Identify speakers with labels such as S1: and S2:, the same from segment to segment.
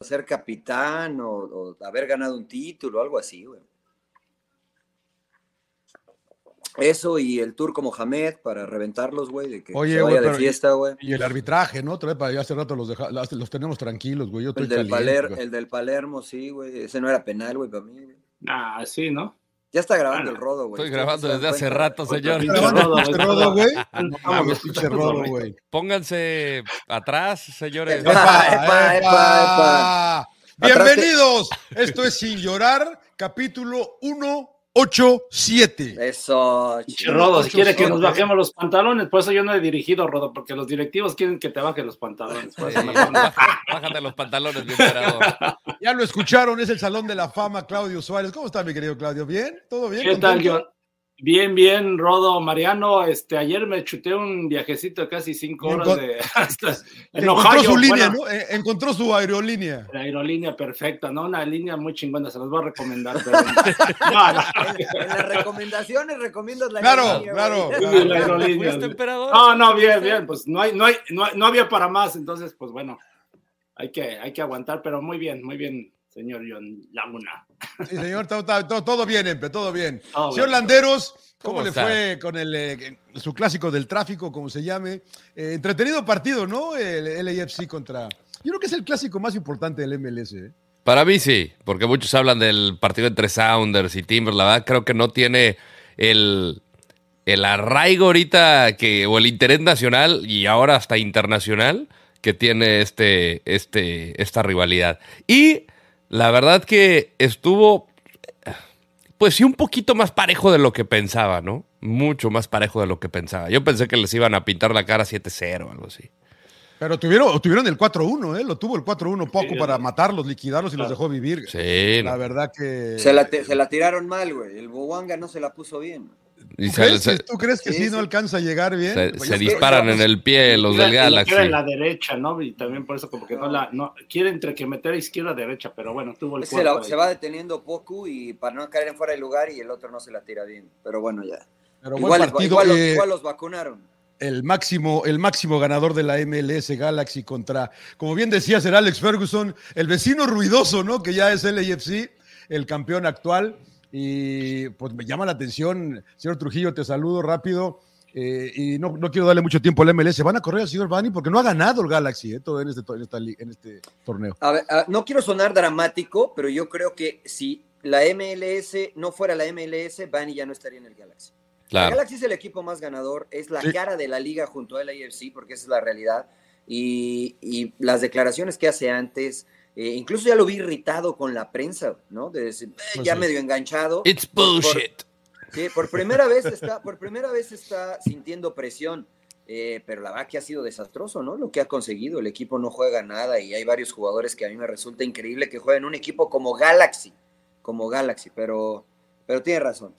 S1: ser capitán o, o haber ganado un título, algo así, güey. Eso y el turco Mohamed para reventarlos, güey, de que
S2: Oye,
S1: se
S2: güey,
S1: vaya de
S2: pero-
S1: fiesta, güey.
S2: Y el arbitraje, ¿no? Otra vez, para- ya hace rato los, deja- las- los tenemos tranquilos, güey. Yo estoy
S1: El del,
S2: caliente,
S1: Paler-
S2: güey.
S1: el del Palermo, sí, güey. Ese no era penal, güey, para mí. güey.
S3: Ah, sí, ¿no?
S1: Ya está grabando
S3: Ah,
S1: el rodo, güey.
S4: Estoy
S1: Ustedes Pues,
S4: grabando
S1: se dan
S4: desde hace
S1: cuenta.
S4: rato,
S3: Otro
S4: señor.
S3: pinche
S2: Grabando
S3: rodo,
S2: pinche
S3: güey.
S2: rodo, güey.
S3: No
S2: Mames,
S3: mames,
S2: pinche rodo, güey.
S4: Pónganse atrás, señores. Eh,
S1: Epa, epa,
S2: epa!
S1: epa,
S2: Bienvenidos. Esto es Sin Llorar, capítulo
S1: Eh.
S2: 187.
S1: Eso,
S3: Pinche
S1: chido.
S3: Rodo, si quiere que nos
S2: Ocho,
S3: bajemos los pantalones, por eso yo no he dirigido, Rodo, porque los directivos quieren que te bajes los pantalones. por
S4: Sí,
S3: eso mejor no.
S4: baja- Bájate los pantalones, mi emperador.
S2: Ya lo escucharon, es el Salón de la Fama, Claudio Suárez. ¿Cómo está, mi querido Claudio? ¿Bien? ¿Todo bien?
S3: ¿Qué tal,
S2: ¿Contento?
S3: John? Bien, bien, Rodo, Mariano, este, ayer me chuté un viajecito de casi cinco
S2: Bien,
S3: horas
S2: con-
S3: de, hasta en
S2: Encontró
S3: Ohio,
S2: su línea,
S3: bueno,
S2: ¿no? Eh, Encontró su aerolínea.
S3: La aerolínea perfecta, ¿no? Una línea muy chingona, se las voy a recomendar. pero- No, no.
S1: En las recomendaciones recomiendas la
S2: Claro,
S1: aerolínea,
S2: claro,
S1: güey.
S2: claro.
S3: La aerolínea,
S4: ¿Fuiste,
S3: güey.
S4: este emperador?
S3: No, no, bien, bien, pues no, hay, no, hay, no, hay- no había para más, entonces, pues bueno, hay que, hay que aguantar, pero muy bien, muy bien, señor John Laguna.
S2: Sí, señor, todo, todo- todo bien, Empe, todo bien.
S3: Todo
S2: señor
S3: bien.
S2: Landeros, ¿cómo,
S4: ¿Cómo
S2: le
S4: estás?
S2: fue con el, eh, su clásico del tráfico, como se llame? Eh, entretenido partido, ¿no? El LAFC contra... Yo creo que es el clásico más importante del MLS. ¿eh?
S4: Para mí sí, porque muchos hablan del partido entre Sounders y Timbers. La verdad, creo que no tiene el, el arraigo ahorita que, o el interés nacional y ahora hasta internacional que tiene este, este, esta rivalidad. Y la verdad que estuvo, pues sí, un poquito más parejo de lo que pensaba, ¿no? Mucho más parejo de lo que pensaba. Yo pensé que les iban a pintar la cara 7-0 o algo así.
S2: Pero tuvieron, tuvieron el 4-1, ¿eh? Lo tuvo el 4-1 poco
S3: Sí,
S2: para
S3: ¿no?
S2: matarlos, liquidarlos y los
S3: Claro.
S2: dejó vivir.
S4: Sí,
S2: La
S4: no.
S2: verdad que...
S1: Se la, te- se la tiraron mal, güey. El Buwanga no se la puso bien.
S4: Y
S2: ¿Tú
S4: se-
S2: crees,
S4: se-
S2: que- tú crees que
S1: Sí,
S2: sí, no
S1: sí.
S2: alcanza a llegar bien?
S4: se-
S2: Pues
S4: se
S2: yo-
S1: dis-
S4: disparan en el
S3: pues,
S4: pie los del
S3: Era-
S4: Galaxy.
S3: Era en la derecha, ¿no? Y también por eso como que no la... No, quiere entre que meter a izquierda derecha, pero bueno, tuvo el
S1: Se, la-
S3: cuarto
S1: se va deteniendo poco y para no caer en fuera de lugar y el otro no se la tira bien. Pero bueno, ya.
S2: pero buen
S1: igual,
S2: partido,
S1: igual los-
S2: eh,
S1: igual los vacunaron.
S2: el máximo, el máximo ganador de la MLS Galaxy contra, como bien decías, el Alex Ferguson, el vecino ruidoso, ¿no? Que ya es LAFC, el campeón actual. Y pues me llama la atención, señor Trujillo, te saludo rápido. eh, y no, no quiero darle mucho tiempo al MLS. Van a correr al señor Bani porque no ha ganado el Galaxy eh, todo en, este, to- en esta li- en este torneo.
S1: A ver, a- no quiero sonar dramático, pero yo creo que si la MLS no fuera la MLS, Bani ya no estaría en el Galaxy. El
S4: Claro.
S1: Galaxy es el equipo más ganador, es la
S2: Sí.
S1: cara de la liga junto a la AFC, porque esa es la realidad. Y, y las declaraciones que hace antes, eh, incluso ya lo vi irritado con la prensa, ¿no? De decir, "Eh,
S2: Pues
S1: ya
S2: sí.
S1: medio enganchado.
S4: It's bullshit.
S1: Sí, por primera vez está, por primera vez está sintiendo presión, eh, pero la verdad que ha sido desastroso, ¿no? Lo que ha conseguido, el equipo no juega nada y hay varios jugadores que a mí me resulta increíble que jueguen un equipo como Galaxy, como Galaxy, pero, pero tiene razón.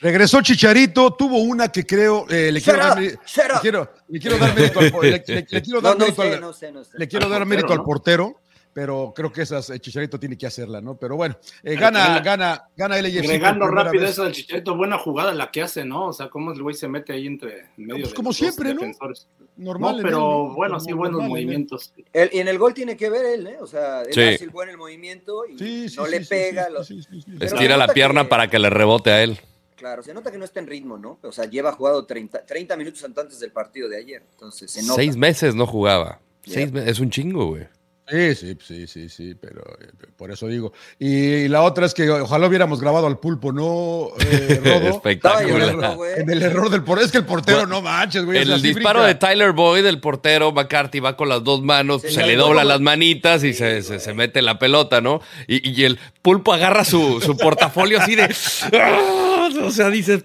S2: Regresó Chicharito, tuvo una que creo. eh, le, quiero
S1: Shut
S2: dar,
S1: up,
S2: mé-
S1: shut
S2: le
S1: up.
S2: quiero, le quiero dar mérito al. por- le- le- le
S1: No,
S2: quiero dar
S1: no
S2: mérito al-
S1: sé, no sé, no sé.
S2: Le quiero
S3: Al
S2: dar
S3: portero,
S2: mérito al
S3: ¿no?
S2: portero, pero creo que esas eh, Chicharito tiene que hacerla, ¿no? Pero bueno, eh,
S3: Pero
S2: gana,
S3: también la-
S2: gana, gana LAFC. por
S3: Agregando
S2: primera
S3: rápido
S2: vez.
S3: eso del Chicharito, buena jugada la que hace, ¿no? O sea, cómo el güey se mete ahí entre en medio
S2: Pues
S3: de
S2: como
S3: los dos
S2: siempre, ¿no?
S3: defensores.
S2: Normal.
S3: no,
S2: en
S3: pero
S2: él, ¿no?
S3: bueno, sí,
S2: Normal ¿eh?
S3: buenos
S2: en él.
S3: movimientos.
S1: El- y en el gol tiene que ver él, ¿eh? O sea, él
S4: Sí.
S1: hace el buen el movimiento y
S2: Sí, sí,
S1: no
S2: sí,
S1: le
S2: sí,
S1: pega.
S2: sí,
S1: lo-
S2: sí, sí, sí.
S1: Pero
S4: Estira la
S1: nota
S4: pierna
S1: que-
S4: para que le rebote a él.
S1: Claro, se nota que no está en ritmo, ¿no? O sea, lleva jugado 30, 30 minutos antes del partido de ayer. Entonces, se nota.
S4: Seis meses no jugaba.
S1: Yeah.
S4: Seis me- es un chingo, güey.
S2: Sí, sí, sí, sí, sí, pero eh, por eso digo. Y la otra es que ojalá hubiéramos grabado al pulpo, ¿no? Eh, Rodo?
S1: Estaba
S4: Espectacular.
S1: llorando, güey.
S2: en el error del portero. Es que el portero,
S4: Bueno,
S2: no manches, güey. o sea,
S4: El
S2: sí
S4: disparo
S2: brinca.
S4: de Tyler Boyd, el portero, McCarthy va con las dos manos,
S1: Se
S4: se,
S1: le
S4: le
S1: dobló,
S4: dobla
S1: güey.
S4: las manitas y se, se- se mete la pelota, ¿no? Y, y el pulpo agarra su, su portafolio así de. ¡Ah! O sea, dice.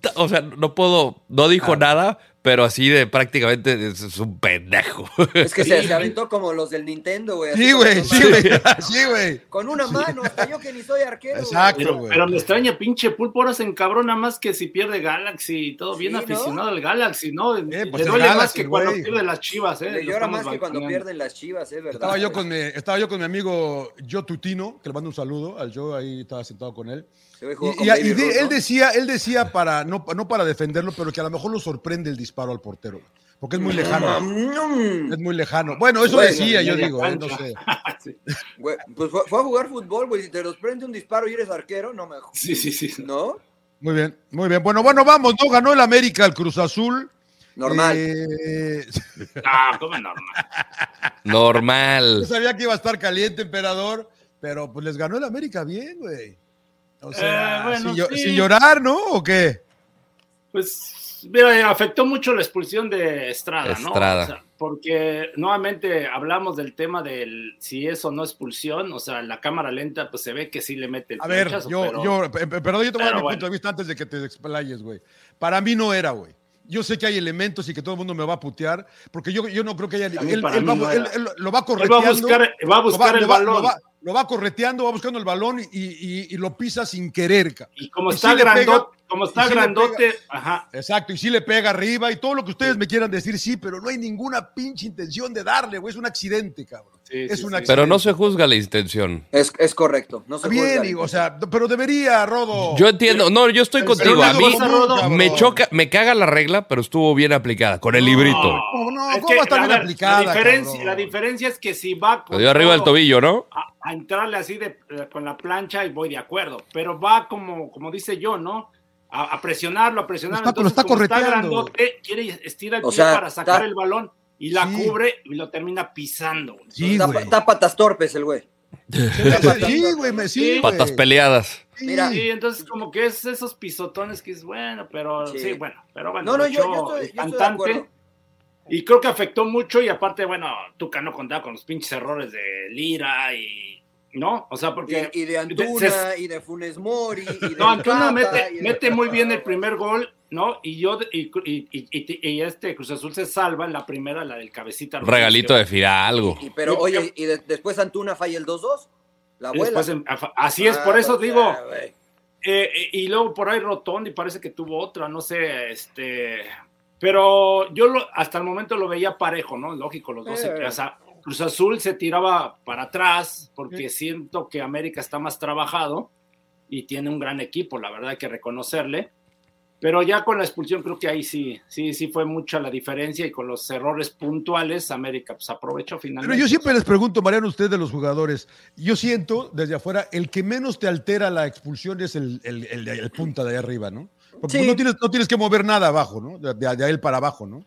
S4: "Ta-". O sea, no puedo. No dijo nada, pero así de prácticamente es, es un pendejo.
S1: Es que se, se aventó como los del Nintendo, güey. así
S2: Sí,
S1: con
S2: güey,
S1: las
S2: sí,
S1: dos
S2: güey.
S1: manos.
S2: Sí, güey.
S1: Con una mano, hasta yo que ni soy arquero. güey.
S2: Exacto.
S3: Pero,
S2: güey.
S3: pero me extraña, pinche pulpo, ahora se encabrona más que si pierde Galaxy y todo,
S1: Sí,
S3: bien
S1: ¿no?
S3: aficionado al Galaxy, ¿no?
S2: Eh, pues
S3: Le
S2: el
S3: duele más
S2: Galaxy,
S3: que cuando
S2: güey.
S3: pierde las chivas,
S1: Le
S3: ¿eh? Lo
S1: llora
S3: estamos
S1: más que cuando
S3: balconeando.
S1: pierden las chivas, ¿eh? ¿Verdad?
S2: Estaba yo,
S1: güey?
S2: con mi, estaba yo con mi amigo Yo Tutino, que le mando un saludo al Yo, ahí estaba sentado con él.
S1: Se ve
S2: Y,
S1: jugó con
S2: y- y
S1: Baby
S2: de-
S1: Ruth,
S2: él
S1: ¿no?
S2: decía, él decía para, no, no para defenderlo, pero que a lo mejor lo sorprende el disparo al portero. güey. porque es muy lejano. Es muy lejano. Bueno, eso decía, yo digo, eh, no sé.
S3: Sí,
S1: Güey, pues fue, fue a jugar fútbol, güey. Si te los prende un disparo y eres arquero, no me.
S3: sí, sí. sí.
S1: ¿No?
S2: Muy bien, muy bien. Bueno, bueno, vamos, ¿no? Ganó el América al Cruz Azul.
S1: Normal.
S2: Eh,
S3: No, ¿cómo normal?
S2: yo
S4: Normal.
S2: sabía que iba a estar caliente, emperador, pero pues les ganó el América bien, güey. O sea,
S3: Eh, bueno,
S2: sin, llo-
S3: sí.
S2: sin llorar, ¿no? ¿O qué?
S3: Pues, mira, afectó mucho la expulsión de Estrada, ¿no?
S4: Estrada.
S3: O sea, porque nuevamente hablamos del tema del si eso no expulsión, o sea, la cámara lenta, pues se ve que sí le mete el
S2: A ver,
S3: flechazo,
S2: yo,
S3: pero-
S2: yo, pe- pe- perdón, yo te voy a dar
S3: pero
S2: mi
S3: bueno.
S2: punto de vista antes de que te explayes, güey. Para mí no era, güey. Yo sé que hay elementos y que todo el mundo me va a putear, porque yo, yo no creo que haya.
S3: A mí,
S2: Él,
S3: para
S2: él
S3: mí
S2: va,
S3: no
S2: él-
S3: era.
S2: él lo va
S3: Él va a
S2: correteando.
S3: buscar, va a
S2: lo
S3: buscar
S2: va-
S3: el
S2: lo va-
S3: balón.
S2: Lo va, lo va correteando, va buscando el balón y, y- y lo pisa sin querer. ca-
S3: y como
S2: y
S3: está
S2: sí le
S3: grandote,
S2: pega,
S3: como
S2: y
S3: está
S2: sí le
S3: grandote, ajá.
S2: Exacto, y sí le pega arriba y todo lo que ustedes me quieran decir, sí, pero no hay ninguna pinche intención de darle, güey. Es un accidente, cabrón.
S3: Sí,
S2: es
S3: sí,
S2: un
S3: sí.
S2: accidente.
S4: Pero no se juzga la intención.
S1: Es, es correcto. No se
S2: Está bien,
S1: juzga.
S2: digo, o sea, pero debería, Rodo.
S4: Yo entiendo, no, yo estoy
S2: Pero
S4: contigo.
S2: no
S4: A
S2: es
S4: mí
S2: cosa, Rodo.
S4: me choca, me caga la regla, pero estuvo bien aplicada con el librito.
S2: ¿Cómo no?
S3: Es
S2: ¿Cómo
S3: que,
S2: va a estar bien
S3: ver,
S2: aplicada,
S3: La diferencia,
S2: cabrón?
S3: la diferencia es que si va
S4: Lo dio arriba del
S3: todo
S4: tobillo, ¿no?
S3: A, a entrarle así de, eh, con la plancha y voy de acuerdo, pero va como, como dice yo, ¿no? A, a presionarlo, a presionarlo.
S2: Lo está- lo está
S3: como
S2: correteando.
S3: grandote, quiere estirar el
S1: O
S3: pie
S1: sea,
S3: para sacar
S1: está-
S3: el balón y la
S2: Sí.
S3: cubre y lo termina pisando. güey.
S2: Sí,
S1: Tapa-
S2: güey.
S1: tapa patas torpes el güey.
S2: Este, Sí, güey, me sí, güey.
S4: Patas peleadas.
S2: Sí.
S1: Mira,
S3: Sí, entonces como que es esos pisotones que es bueno, pero sí,
S1: Sí.
S3: bueno, pero bueno.
S1: No, no, yo,
S3: luchó
S1: yo estoy,
S3: el
S1: yo estoy de
S3: cantante,
S1: acuerdo.
S3: Y creo que afectó mucho y aparte, bueno, Tuca no contaba con los pinches errores de Lira y... ¿No? O sea, porque...
S1: Y, y de
S3: se-
S1: Antuna, y de Funes Mori, y de
S3: No, Antuna
S1: Tata,
S3: mete,
S1: y de-
S3: mete muy bien el primer gol, ¿no? Y yo y, y- y- y- y este Cruz Azul se salva en la primera, la del cabecita. Rodríguez,
S4: Regalito de Fidalgo.
S1: Y, pero oye, y de- después Antuna falla el 2-2. La abuela.
S3: Y
S1: Ah, pues
S3: después en- afa- así es, por eso digo, eh, eh, y luego por ahí Rotondi parece que tuvo otra, no sé, este, pero yo lo- hasta el momento lo veía parejo, ¿no? Lógico, los dos, se-
S1: Eh.
S3: o sea, Cruz Azul se tiraba para atrás porque siento que América está más trabajado y tiene un gran equipo, la verdad hay que reconocerle, pero ya con la expulsión creo que ahí sí, sí, sí fue mucha la diferencia y con los errores puntuales América pues aprovechó finalmente.
S2: Pero yo siempre les pregunto, Mariano, ustedes de los jugadores, yo siento desde afuera, el que menos te altera la expulsión es el, el- el de- el punta de ahí arriba, ¿no? Porque
S1: Sí.
S2: no, tienes, no tienes que mover nada abajo, ¿no? De, de- de él para abajo, ¿no?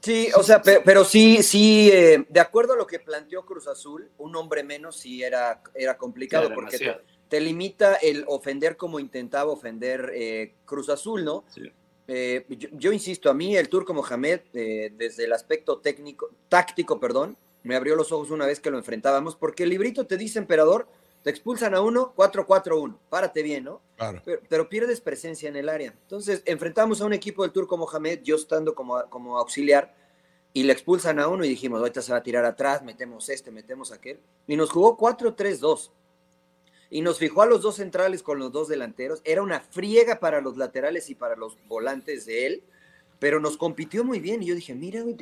S1: Sí, o sea, pe- pero, sí, sí, eh, de acuerdo a lo que planteó Cruz Azul, un hombre menos sí era, era complicado
S3: Era
S1: porque te,
S3: demasiado.
S1: te limita el ofender como intentaba ofender eh, Cruz Azul, ¿no?
S3: Sí.
S1: Eh, yo, yo insisto, a mí el turco Mohamed, eh, desde el aspecto técnico, táctico, perdón, me abrió los ojos una vez que lo enfrentábamos, porque el librito te dice, emperador, te expulsan a uno, 4-4-1, párate bien, ¿no?
S2: Claro.
S1: Pero, pero pierdes presencia en el área. Entonces, enfrentamos a un equipo del Turco Mohamed, yo estando como, como auxiliar, y le expulsan a uno y dijimos, ahorita se va a tirar atrás, metemos este, metemos aquel. Y nos jugó 4-3-2. Y nos fijó a los dos centrales con los dos delanteros. Era una friega para los laterales y para los volantes de él. Pero nos compitió muy bien. Y yo dije, mira, güey,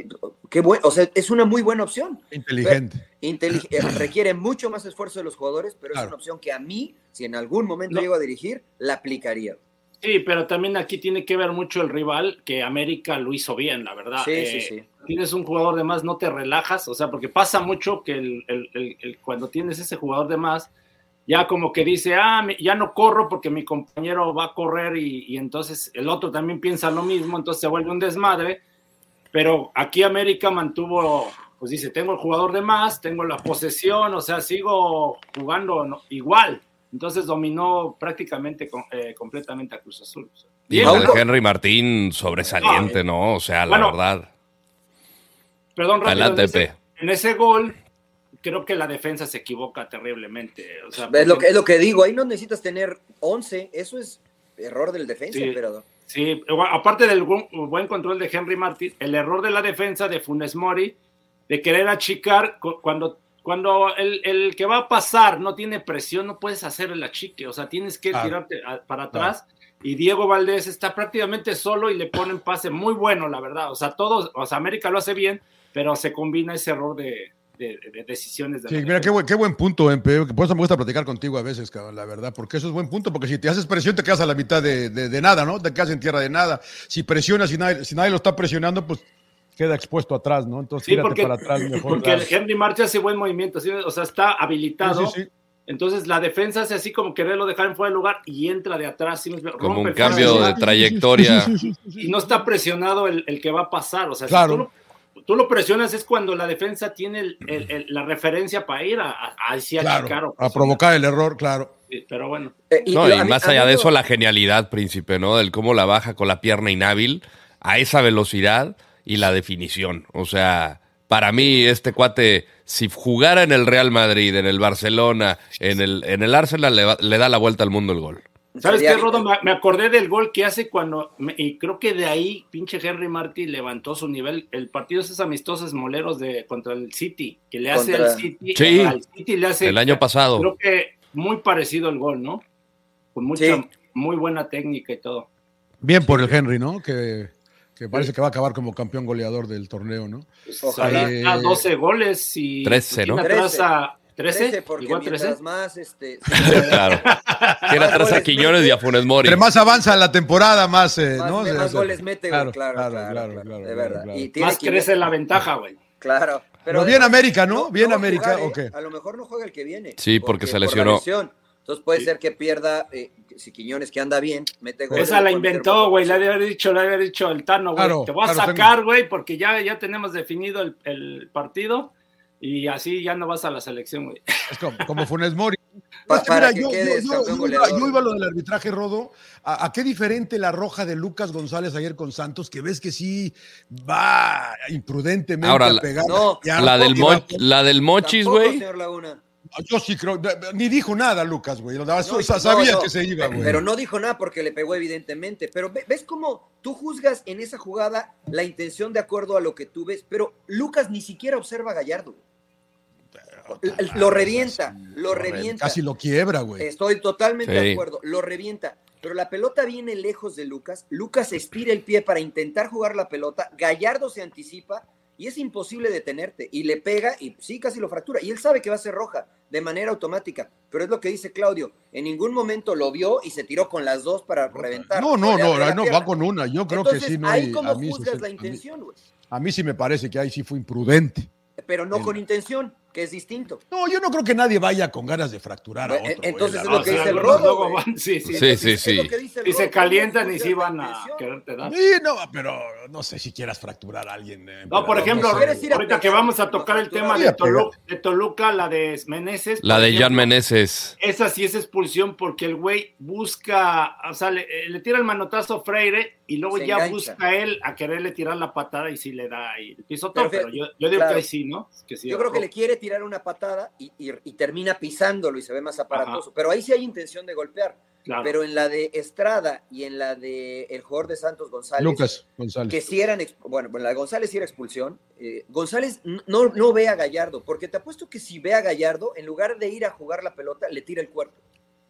S1: qué bueno. O sea, es una muy buena opción
S2: Inteligente.
S1: intelig- eh, requiere mucho más esfuerzo de los jugadores, pero
S2: Claro.
S1: es una opción que a mí, si en algún momento
S3: No.
S1: llego a dirigir, la aplicaría.
S3: Sí, pero también aquí tiene que ver mucho el rival, que América lo hizo bien, la verdad.
S1: sí, sí,
S3: Eh,
S1: sí.
S3: Tienes un jugador de más, no te relajas, o sea, porque pasa mucho que el- el- el- el- cuando tienes ese jugador de más, ya como que dice, ah, me- ya no corro porque mi compañero va a correr y, y entonces el otro también piensa lo mismo, entonces se vuelve un desmadre. Pero aquí América mantuvo, pues dice, tengo el jugador de más, tengo la posesión, o sea, sigo jugando no- igual. Entonces dominó prácticamente com- eh, completamente a Cruz Azul.
S4: Y
S3: Bien,
S1: Raúl-
S4: el Henry Martín sobresaliente, ¿no? O sea, la
S3: Bueno,
S4: verdad.
S3: Perdón, rápido,
S4: Adelante,
S3: en ese-
S4: Pepe.
S3: En ese gol, creo que la defensa se equivoca terriblemente. O sea,
S1: Es lo,
S3: porque-
S1: que, es lo que digo, ahí no necesitas tener 11, eso es error del defensa,
S3: Sí.
S1: emperador.
S3: Sí, igual, aparte del bu- buen control de Henry Martí, el error de la defensa de Funes Mori de querer achicar cu- cuando cuando el, el que va a pasar no tiene presión, no puedes hacer el achique, o sea, tienes que
S2: Claro.
S3: tirarte a- para atrás. Y Diego Valdés está prácticamente solo y le ponen pase muy bueno, la verdad. O sea, todos, o sea, América lo hace bien, pero se combina ese error de, de- de decisiones. De
S2: Sí,
S3: la
S2: mira, qué
S3: defensa.
S2: buen, qué buen punto, MP. Por eso me gusta platicar contigo a veces, cabrón, la verdad, porque eso es buen punto, porque si te haces presión te quedas a la mitad de, de- de nada, ¿no? Te quedas en tierra de nada. Si presionas y nadie, si nadie lo está presionando, pues queda expuesto atrás, ¿no? Entonces
S3: Sí,
S2: tírate
S3: porque,
S2: para atrás mejor.
S3: porque el
S2: Sí,
S3: Henry March hace buen movimiento, ¿sí? o sea, está habilitado.
S2: sí, sí.
S3: Entonces la defensa hace así como quererlo dejar en fuera de lugar y entra de atrás. ¿sí?
S4: Como
S3: Rompe
S4: un
S3: el fuera
S4: cambio de
S3: lugar
S4: trayectoria.
S3: Y no está presionado el, el que va a pasar. O sea, si
S2: Claro.
S3: tú, lo, tú lo presionas es cuando la defensa tiene el- el- el- la referencia para ir a, a, a- sí, a achicar
S2: Claro,
S3: o
S2: a
S3: presionar.
S2: provocar el error, claro.
S3: Sí, Pero bueno,
S1: Eh,
S4: No,
S1: lo-
S4: y
S1: a mí-
S4: más
S1: a
S4: allá
S1: mí
S4: de
S1: lo-
S4: eso, la genialidad, príncipe, ¿no? Del cómo la baja con la pierna inhábil a esa velocidad y la definición. O sea, para mí, este cuate, si jugara en el Real Madrid, en el Barcelona, en el, en el Arsenal, le, va- le da la vuelta al mundo el gol.
S3: ¿sabes
S1: Sería-
S3: qué, Rodo? Me, me acordé del gol que hace cuando, me- y creo que de ahí pinche Henry Martí levantó su nivel. El partido de esos amistosos moleros de contra el City, que le hace
S1: Contra-
S3: al City,
S4: Sí.
S3: al City le hace
S4: El año pasado.
S3: Creo que muy parecido el gol, ¿no? Con mucha,
S1: Sí.
S3: muy buena técnica y todo.
S2: Bien por el Henry, ¿no? Que, que parece que va a acabar como campeón goleador del torneo, ¿no?
S1: Ojalá.
S2: Eh,
S3: A 12 Ah, goles y
S4: 13, ¿no?
S3: tiene atrás a 13,
S1: 13, porque
S3: igual 13.
S1: mientras más,
S2: Eh,
S1: este,
S4: Claro. Tiene atrás a Quiñones y a Funes Mori.
S2: Entre más avanza la temporada, más, eh,
S1: más,
S2: ¿no?
S1: me-
S2: Se-
S1: más
S2: se-
S1: goles mete, güey,
S2: claro,
S1: claro, claro,
S2: claro,
S1: claro,
S2: claro,
S1: claro, de
S2: claro,
S1: verdad.
S2: claro.
S1: Y tiene
S3: Más
S1: que-
S3: crece la ventaja, güey.
S1: Claro.
S2: Pero bien América, ¿no? bien
S1: va a
S2: América,
S1: jugar,
S2: ok.
S1: ¿eh? A lo mejor no juega el que viene.
S4: Sí, porque se
S1: por la
S4: lesionó.
S1: lesión. Entonces puede
S3: Sí.
S1: ser que pierda, eh, si Quiñones que anda bien, mete gol.
S3: Esa la inventó, güey. La había dicho, la había dicho el Tano, güey.
S2: Claro,
S3: Te voy a
S2: claro,
S3: sacar, güey, porque ya, ya tenemos definido el, el partido y así ya no vas a la selección, güey.
S2: Es como, como Funes Mori.
S1: Pa-
S2: Es que
S1: para
S2: mira,
S1: que
S2: yo,
S1: quedes
S2: yo- yo-
S1: campeón
S2: yo iba-
S1: goleador.
S2: yo iba a lo del arbitraje, Rodo. ¿A, a qué diferente la roja de Lucas González ayer con Santos? Que ves que sí va imprudentemente
S4: Ahora,
S2: a
S4: la-
S2: pegar.
S1: no,
S2: y a-
S4: La del,
S2: y va-
S4: Mo- la del Mochis,
S1: Tampoco,
S4: güey.
S1: señor Laguna.
S2: Yo sí creo. Ni dijo nada Lucas, güey. O sea,
S1: No, no,
S2: sabía
S1: no.
S2: que se iba, güey.
S1: Pero no dijo nada porque le pegó, evidentemente. Pero ve- ves cómo tú juzgas en esa jugada la intención de acuerdo a lo que tú ves. Pero Lucas ni siquiera observa a Gallardo. L- l- Lo revienta, lo revienta.
S2: Casi lo quiebra, güey.
S1: Estoy totalmente
S4: Sí.
S1: de acuerdo, lo revienta. Pero la pelota viene lejos de Lucas. Lucas estira el pie para intentar jugar la pelota. Gallardo se anticipa y es imposible detenerte. Y le pega y sí, casi lo fractura. Y él sabe que va a ser roja de manera automática. Pero es lo que dice Claudio. En ningún momento lo vio y se tiró con las dos para reventar.
S2: No, no,
S1: Le
S2: no,
S1: abre la
S2: no,
S1: pierna.
S2: va con una. Yo creo
S1: Entonces,
S2: que sí, no
S1: ahí
S2: hay-
S1: como
S2: a, mí, sí
S1: juzgas
S2: se-
S1: la
S2: a mí-
S1: intención, güey.
S2: a mí sí me parece que ahí sí fue imprudente.
S1: Pero no
S2: El-
S1: con intención, que es distinto.
S2: No, yo no creo que nadie vaya con ganas de fracturar a
S1: Bueno,
S2: otro.
S1: en- entonces
S2: güey,
S1: es
S2: la
S1: lo que
S2: verdad.
S1: dice el
S3: algunos
S1: Rodo,
S3: luego
S1: güey.
S3: van- sí, sí.
S4: Sí, sí,
S1: Es lo
S4: sí.
S1: que dice el
S3: Y se
S1: Rodo,
S3: calientan
S1: ¿cómo
S3: y
S1: juzgas
S3: sí
S1: la
S3: van a
S1: intención?
S3: quererte dar.
S2: Sí, no, pero no sé si quieras fracturar a alguien. eh,
S3: No, por
S2: emperador,
S3: ejemplo,
S2: sé.
S1: ¿Quieres ir a
S3: ahorita
S1: pegar?
S3: que vamos a tocar el tema
S2: Sí,
S3: de
S2: a pegar.
S3: Toluca, de Toluca, la de Meneses.
S4: La
S3: por
S4: de Jan
S3: ejemplo,
S4: Meneses.
S3: Esa sí es expulsión porque el güey busca, o sea, le, eh, le tira el manotazo a Freire y luego
S1: Se
S3: ya
S1: engancha.
S3: busca él a quererle tirar la patada y sí le da ahí el pisotón.
S1: Pero
S3: Pero,
S1: fíjate,
S3: yo, yo digo
S1: claro.
S3: que ahí sí, ¿no? Que sí, oh,
S1: Yo creo que
S3: ojo.
S1: le quiere tirar una patada y, y- y termina pisándolo y se ve más aparatoso. Pero ahí sí hay intención de golpear.
S3: Claro.
S1: Pero en la de Estrada y en la de el jugador de Santos González,
S2: Lucas González.
S1: que sí eran, ex- bueno, en la de González sí era expulsión. eh, González n- no, no ve a Gallardo, porque te apuesto que si ve a Gallardo, en lugar de ir a jugar la pelota, le tira el cuerpo.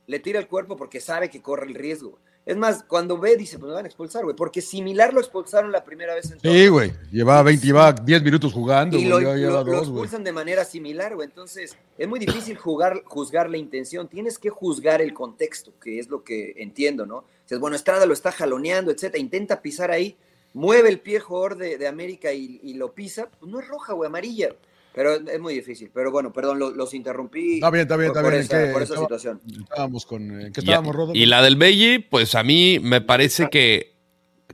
S1: Le tira el cuerpo porque sabe que corre el riesgo. Es más, cuando ve, dice, pues me van a expulsar, güey, porque similar lo expulsaron la primera vez en
S2: Sí, güey. Llevaba 20, llevaba 10 minutos jugando.
S1: y
S2: güey,
S1: lo,
S2: ya lleva
S1: lo- lo
S2: dos, güey.
S1: expulsan de manera similar, güey. Entonces, es muy difícil jugar, juzgar la intención. Tienes que juzgar el contexto, que es lo que entiendo, ¿no? Dices, bueno, Estrada lo está jaloneando, etcétera. Intenta pisar ahí, mueve el pie el jugador de, de América y, y lo pisa. Pues no es roja, güey, amarilla. Pero es, es muy difícil. Pero bueno, perdón, lo- los interrumpí.
S2: Está bien, está bien,
S1: por,
S2: está
S1: por
S2: bien. ¿en
S1: esa,
S2: qué
S1: por esa
S2: estaba-
S1: situación.
S2: estábamos con. eh, ¿Qué
S4: Y,
S2: estábamos, Ah. Rodo?
S4: y la del Belli, pues a mí me parece que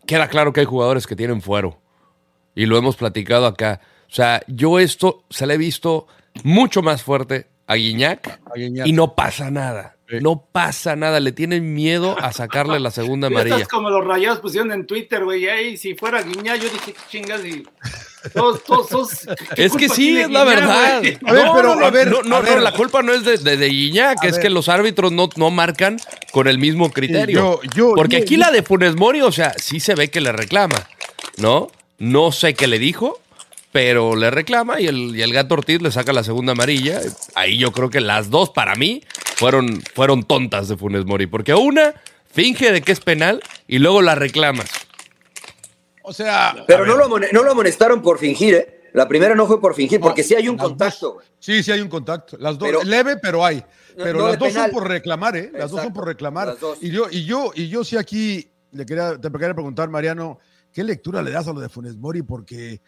S4: queda claro que hay jugadores que tienen fuero. Y lo hemos platicado acá. O sea, yo esto se le he visto mucho más fuerte a Guiñac
S2: A Guiñac.
S4: y no pasa nada.
S2: Sí.
S4: No pasa nada. Le tienen miedo a sacarle la segunda
S3: Tú ya
S4: amarilla.
S3: Estás como los rayados pusieron en Twitter, güey. Ahí, si fuera Guiñá, yo dije, "Qué chingas, y todos, todos, todos- ¿qué
S4: Es que
S3: culpa
S4: sí,
S3: tiene
S4: es la
S3: Guiñá,
S4: verdad.
S3: güey?
S2: A ver,
S4: No,
S2: pero,
S4: no, no,
S2: a ver,
S4: no, no,
S2: a ver.
S4: no, la culpa no es de, de, de Guiñac,
S2: A
S4: es
S2: ver.
S4: que los árbitros no, no marcan con el mismo criterio.
S2: yo- yo-
S4: Porque
S2: yo-
S4: aquí la de Funes Mori, o sea, sí se ve que le reclama, ¿no? No sé qué le dijo, pero le reclama y el, y el gato Ortiz le saca la segunda amarilla. Ahí yo creo que las dos, para mí, fueron, fueron tontas de Funes Mori. Porque una finge de que es penal y luego la reclamas.
S2: O sea.
S1: Pero
S2: a
S1: no lo,
S2: ver,
S1: amone- no lo amonestaron por fingir, ¿eh? La primera no fue por fingir,
S2: no,
S1: porque sí hay un
S2: las dos-
S1: contacto, güey.
S2: Sí, sí hay un contacto. Las dos,
S1: Pero-
S2: leve, pero hay. Pero
S1: no
S2: las
S1: de
S2: dos
S1: penal.
S2: son por reclamar, ¿eh? Las dos son
S1: Exacto,
S2: por reclamar.
S1: las dos.
S2: Y yo, y yo, y yo sí aquí le quería, te quería preguntar, Mariano, ¿qué lectura le das a lo de Funes Mori? Porque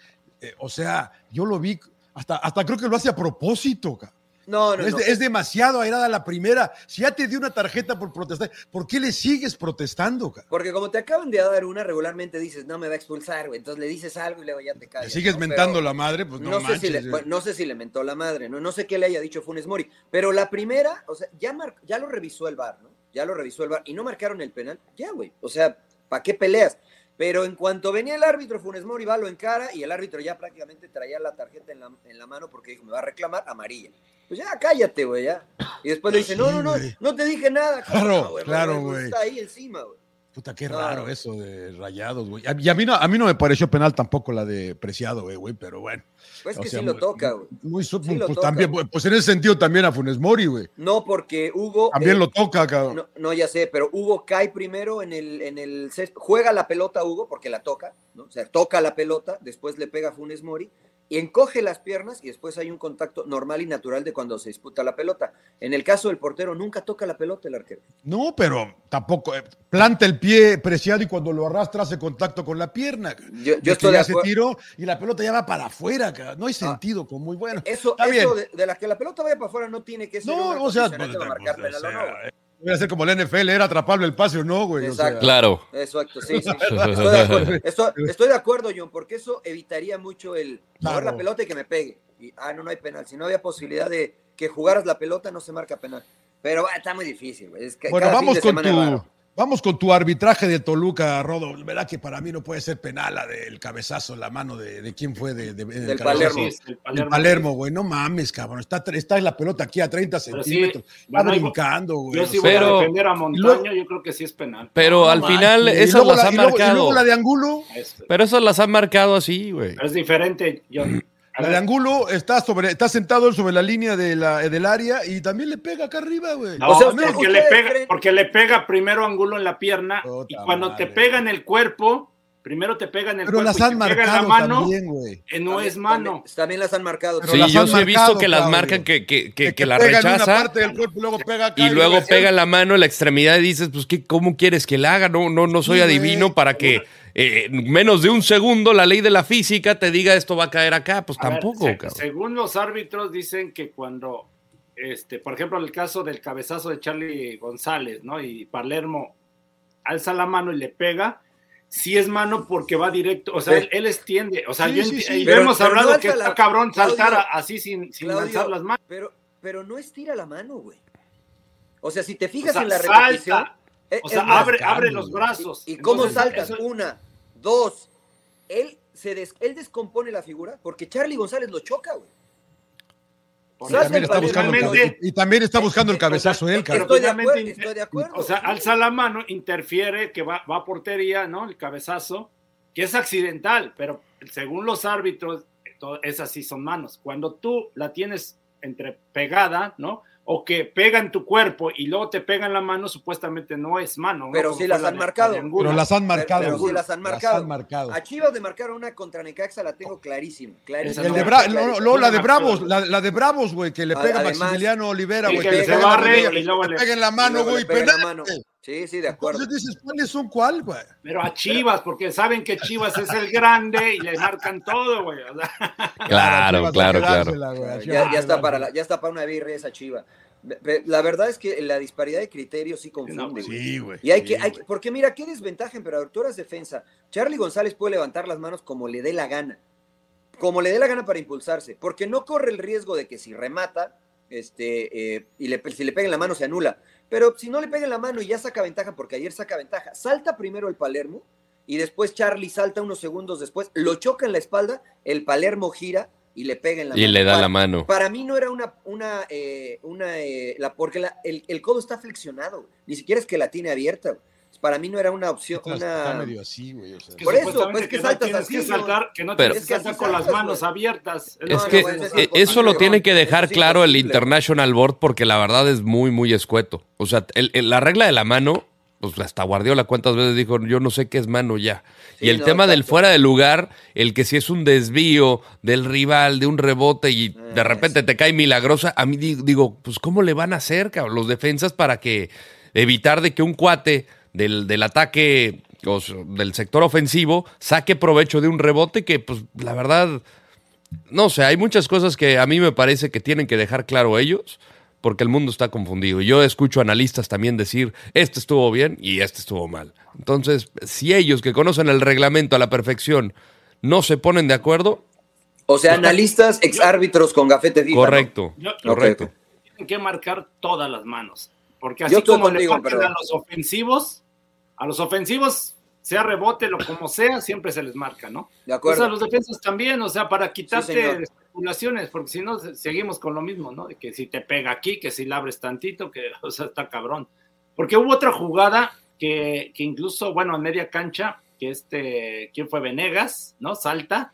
S2: eh, o sea, yo lo vi, hasta, hasta creo que lo hace a propósito, cabrón.
S1: No, no,
S2: es,
S1: no.
S2: es demasiado airada la primera. Si ya te dio una tarjeta por protestar, ¿por qué le sigues protestando? cabrón?
S1: Porque como te acaban de dar una, regularmente dices, no me va a expulsar, güey. Entonces le dices algo y luego ya te
S2: ¿Le
S1: callas.
S2: sigues
S1: ¿no?
S2: mentando
S1: Pero
S2: la madre? Pues no,
S1: No,
S2: manches.
S1: sé si le,
S2: eh.
S1: bueno, no sé si le mentó la madre, ¿no? No sé qué le haya dicho Funes Mori. Pero la primera, o sea, ya, mar- ya lo revisó el bar, ¿no? Ya lo revisó el bar y no marcaron el penal. Ya, güey. O sea, ¿para qué peleas? Pero en cuanto venía el árbitro, Funes Mori va, lo encara y el árbitro ya prácticamente traía la tarjeta en la, en la mano porque dijo, me va a reclamar amarilla. Pues ya, cállate, güey, ya. Y después le dice, no, no, no,
S2: güey.
S1: no te dije nada.
S2: Claro,
S1: cabrón, güey,
S2: claro,
S1: no,
S2: güey.
S1: Está ahí encima, güey.
S2: Puta, qué
S1: No.
S2: raro eso de rayados, güey. Y a mí, no, a mí no me pareció penal tampoco la de Preciado, eh, güey, güey, pero bueno.
S1: Pues
S2: O
S1: que
S2: sea,
S1: sí lo
S2: muy-
S1: toca, güey.
S2: Muy, su-
S1: Sí lo
S2: pues,
S1: toca.
S2: también, pues en ese sentido también a Funes Mori, güey.
S1: No, porque Hugo.
S2: También
S1: eh,
S2: lo toca, cabrón.
S1: No, no, ya sé, pero Hugo cae primero en el, en el césped. Juega la pelota Hugo porque la toca, ¿no? O sea, toca la pelota, después le pega a Funes Mori y encoge las piernas y después hay un contacto normal y natural de cuando se disputa la pelota. En el caso del portero, nunca toca la pelota el arquero.
S2: No, pero tampoco. eh, planta el pie Preciado y cuando lo arrastra hace contacto con la pierna. cabrón.
S1: Yo,
S2: De
S1: yo
S2: que
S1: estoy de
S2: ya se
S1: acuerdo. Ah.
S2: tiró y la pelota ya va para afuera, cabrón. No hay sentido, como muy bueno.
S1: Eso,
S2: Está
S1: eso de,
S2: bien.
S1: de la que la pelota vaya para afuera no tiene que ser. Eh, una
S2: No, o sea,
S1: condicionante para
S2: pues,
S1: marcar
S2: pues, o
S1: penal o no,
S2: sea,
S1: güey.
S2: eh, voy a hacer como la NFL, era atrapable el pase o no, güey. o sea.
S1: Exacto.
S4: Claro.
S1: Exacto, sí, sí. Estoy de acuerdo, estoy, estoy de acuerdo, John, porque eso evitaría mucho el jugar
S2: Claro.
S1: la pelota y que me pegue. Y, ah, no, no hay penal. Si no había posibilidad de que jugaras la pelota, no se marca penal. Pero ah, está muy difícil, güey. Es que
S2: Bueno,
S1: cada fin
S2: vamos
S1: de
S2: con
S1: semana hay
S2: tu.
S1: varo.
S2: Vamos con tu arbitraje de Toluca, Rodo. Verá que para mí no puede ser penal la del cabezazo en la mano de, de quién fue de, de- en
S1: Del
S2: el cabezazo.
S1: Palermo.
S3: Sí, el
S2: El Palermo, güey, no mames, cabrón. Está, está la pelota aquí a 30
S3: Pero sí,
S2: centímetros. Está
S3: bueno,
S2: brincando, güey.
S3: Yo
S2: o
S3: sí voy
S2: sea,
S4: Pero-
S3: a defender a Montaño, yo creo que sí es penal.
S4: Pero
S2: no
S4: al
S2: manches. Y
S4: final esas
S2: luego
S4: las
S2: la-
S4: han
S2: y luego- Y
S4: marcado.
S2: luego la de Angulo.
S3: Es,
S4: Pero esas las han marcado así, güey.
S3: este, es diferente, John. A
S2: La de
S3: ver,
S2: Angulo está, sobre, está sentado él sobre la línea de la, eh, del área y también le pega acá arriba, güey.
S3: No,
S1: O sea,
S3: porque,
S1: ustedes-
S3: le
S1: ustedes
S3: pega,
S1: creen-
S3: porque le pega primero Angulo en la pierna
S2: Puta
S3: y cuando te
S2: madre.
S3: pega en el cuerpo, primero te pega en el
S2: Pero
S3: cuerpo
S2: las
S3: y
S2: han
S3: te pues, pega en la
S2: marcado
S3: mano,
S2: también, güey.
S3: eh, no
S1: También-
S3: es mano.
S1: También, también las han marcado.
S2: Pero
S4: Sí,
S2: las
S4: yo
S2: han
S4: sí he visto
S2: marcado,
S4: que las
S2: Claudio.
S4: marcan, que, que, que,
S2: De
S4: que la
S2: pega en una
S4: rechazan
S2: parte del cuerpo y luego pega acá
S4: y luego
S2: regresa.
S4: pega la mano en la extremidad y dices, pues, ¿qué, ¿cómo quieres que la haga? No, no, no soy
S2: Sí,
S4: adivino
S2: güey.
S4: para que eh, en menos de un segundo la ley de la física te diga esto va a caer acá. Pues
S3: A ver,
S4: tampoco,
S3: se-
S4: cabrón.
S3: Según los árbitros dicen que cuando, este, por ejemplo, el caso del cabezazo de Charlie González, ¿no? Y Palermo alza la mano y le pega, sí es mano porque va directo, o sea,
S1: Sí.
S3: él, él extiende, o sea,
S2: Sí,
S3: yo
S2: sí,
S3: enti-
S2: sí.
S3: y
S1: Pero-
S3: hemos
S1: pero no
S3: hablado
S1: alza
S3: que está
S1: la-
S3: cabrón saltar
S1: Claudio,
S3: a- así sin, sin
S1: Claudio,
S3: lanzar las manos.
S1: Pero, pero no estira la mano, güey. O sea, si te
S3: O
S1: fijas
S3: sea,
S1: en la repetición.
S3: salta,
S1: es-
S3: o
S1: es
S3: sea,
S1: más,
S3: abre,
S2: cambio,
S3: abre los
S2: güey.
S3: brazos.
S1: ¿Y cómo
S3: Entonces,
S1: saltas?
S3: eso-
S1: Una, dos. Él, se des- él descompone la figura porque Charlie González lo choca, güey.
S2: Y
S1: Salta
S2: también,
S1: el
S2: está buscando el
S1: Finalmente-
S2: cabe- y también está buscando el
S1: O sea,
S2: cabezazo él, cabrón.
S1: Estoy de
S3: Finalmente-
S1: acuerdo, estoy de acuerdo.
S3: O sea,
S1: sí.
S3: alza la mano, interfiere, que va, va a portería, ¿no? El cabezazo, que es accidental, pero según los árbitros, to- esas sí son manos. Cuando tú la tienes entre pegada, ¿no? O que pega en tu cuerpo y luego te pega en la mano, supuestamente no es mano. ¿no?
S1: Pero
S3: Como
S1: sí
S3: fue
S1: las
S3: la
S1: han
S3: de-
S1: marcado.
S3: la de Angulo.
S2: Pero las han
S1: Pero-
S2: marcado.
S1: pero sí
S2: güey.
S1: las han marcado.
S2: marcado.
S1: A Chivas de marcar una contra Necaxa la tengo clarísima.
S3: Esa
S1: clarísima.
S2: El de
S3: no,
S2: Bra-
S3: no,
S2: no,
S1: Clarísima.
S2: no, luego la de
S3: no,
S2: Bravos,
S3: no.
S2: la, la de Bravos, güey, que le
S1: A-
S2: pega a
S1: además,
S2: Maximiliano Olivera,
S1: el
S2: güey.
S1: que le
S2: le
S1: se
S2: pega en la
S1: barre
S2: mano,
S1: y
S3: luego
S2: le
S3: le-
S2: pega en la mano,
S1: Luego le
S2: güey,
S1: pega en
S2: penal.
S1: la mano. Sí, sí, de acuerdo.
S2: Entonces dices, ¿cuáles son cuál, güey?
S3: Pero a Chivas, porque saben que Chivas es el grande y le marcan todo, güey. o sea.
S4: Claro,
S2: Chivas,
S4: claro,
S2: hay que
S4: claro.
S2: dársela, güey, a Chivas
S1: Ya,
S2: hay
S1: ya
S2: que
S1: está para
S2: dársela.
S1: la- ya está para una birria esa Chiva. Pe- pe- La verdad es que la disparidad de criterios sí
S3: No,
S1: confunde.
S3: pues
S1: güey.
S2: Sí, güey.
S1: Y hay
S2: sí,
S1: que, hay que-
S2: güey.
S1: porque mira, qué desventaja, emperador. Tú eras defensa. Charlie González puede levantar las manos como le dé la gana. Como le dé la gana para impulsarse. Porque no corre el riesgo de que si remata, este, eh, y le, si le pega en la mano se anula. Pero si no le pega en la mano y ya saca ventaja, porque ayer saca ventaja, salta primero el Palermo y después Charlie salta unos segundos después, lo choca en la espalda, el Palermo gira y le pega en la
S4: Y
S1: mano.
S4: le da
S1: Para-
S4: la mano.
S1: para mí no era una, una, eh, una eh, la, porque la- el, el codo está flexionado, güey. ni siquiera es que la tiene abierta. güey. Para mí no era una opción,
S2: Está, está
S1: una...
S2: medio así, güey. o sea.
S3: Que
S1: Por eso,
S3: supuestamente
S1: pues, que
S3: no
S1: saltas
S3: tienes
S1: así,
S3: que
S1: ¿no?
S3: saltar, que no
S4: Pero-
S3: tienes
S1: Es
S3: que
S1: que así
S3: saltar con las
S1: saltas,
S3: manos
S1: güey.
S3: abiertas.
S1: No,
S4: Es
S1: no,
S4: que
S1: bueno, eso es
S4: eh, eso lo
S1: imposible,
S4: tiene
S1: güey.
S4: que dejar
S1: Eso es
S4: claro el
S1: imposible, güey.
S4: International Board porque la verdad es muy, muy escueto. O sea, el- el- la regla de la mano, pues hasta Guardiola cuántas veces dijo, yo no sé qué es mano ya.
S1: Sí,
S4: y el
S1: no,
S4: tema del
S1: exacto.
S4: fuera de lugar, el que si es un desvío del rival, de un rebote y de
S1: Ah,
S4: repente te cae milagrosa, a mí di- digo, pues ¿cómo le van a hacer cabrón, los defensas para que evitar de que un cuate del, del ataque o sea, del sector ofensivo saque provecho de un rebote que, pues, la verdad, no sé, hay muchas cosas que a mí me parece que tienen que dejar claro ellos porque el mundo está confundido. Yo escucho analistas también decir, este estuvo bien y este estuvo mal. Entonces, si ellos que conocen el reglamento a la perfección no se ponen de acuerdo...
S1: O sea, analistas, ex árbitros con gafete FIFA.
S4: Correcto,
S3: Yo- yo-
S4: correcto.
S3: Tienen que marcar todas las manos. Porque
S1: Yo
S3: así
S1: estoy
S3: como
S1: contigo,
S3: le marcan
S1: pero-
S3: a los ofensivos, a los ofensivos, sea rebote, lo como sea, siempre se les marca, ¿no?
S1: ¿no? De
S3: Pues a
S1: acuerdo.
S3: los defensas también, o sea, para quitarte
S1: Sí, señor.
S3: especulaciones, porque si no, se- seguimos con lo mismo, ¿no? De Que si te pega aquí, que si la abres tantito, que, o sea, está cabrón. Porque hubo otra jugada que, que incluso, bueno, a media cancha, que este, ¿quién fue? Venegas, ¿no? Salta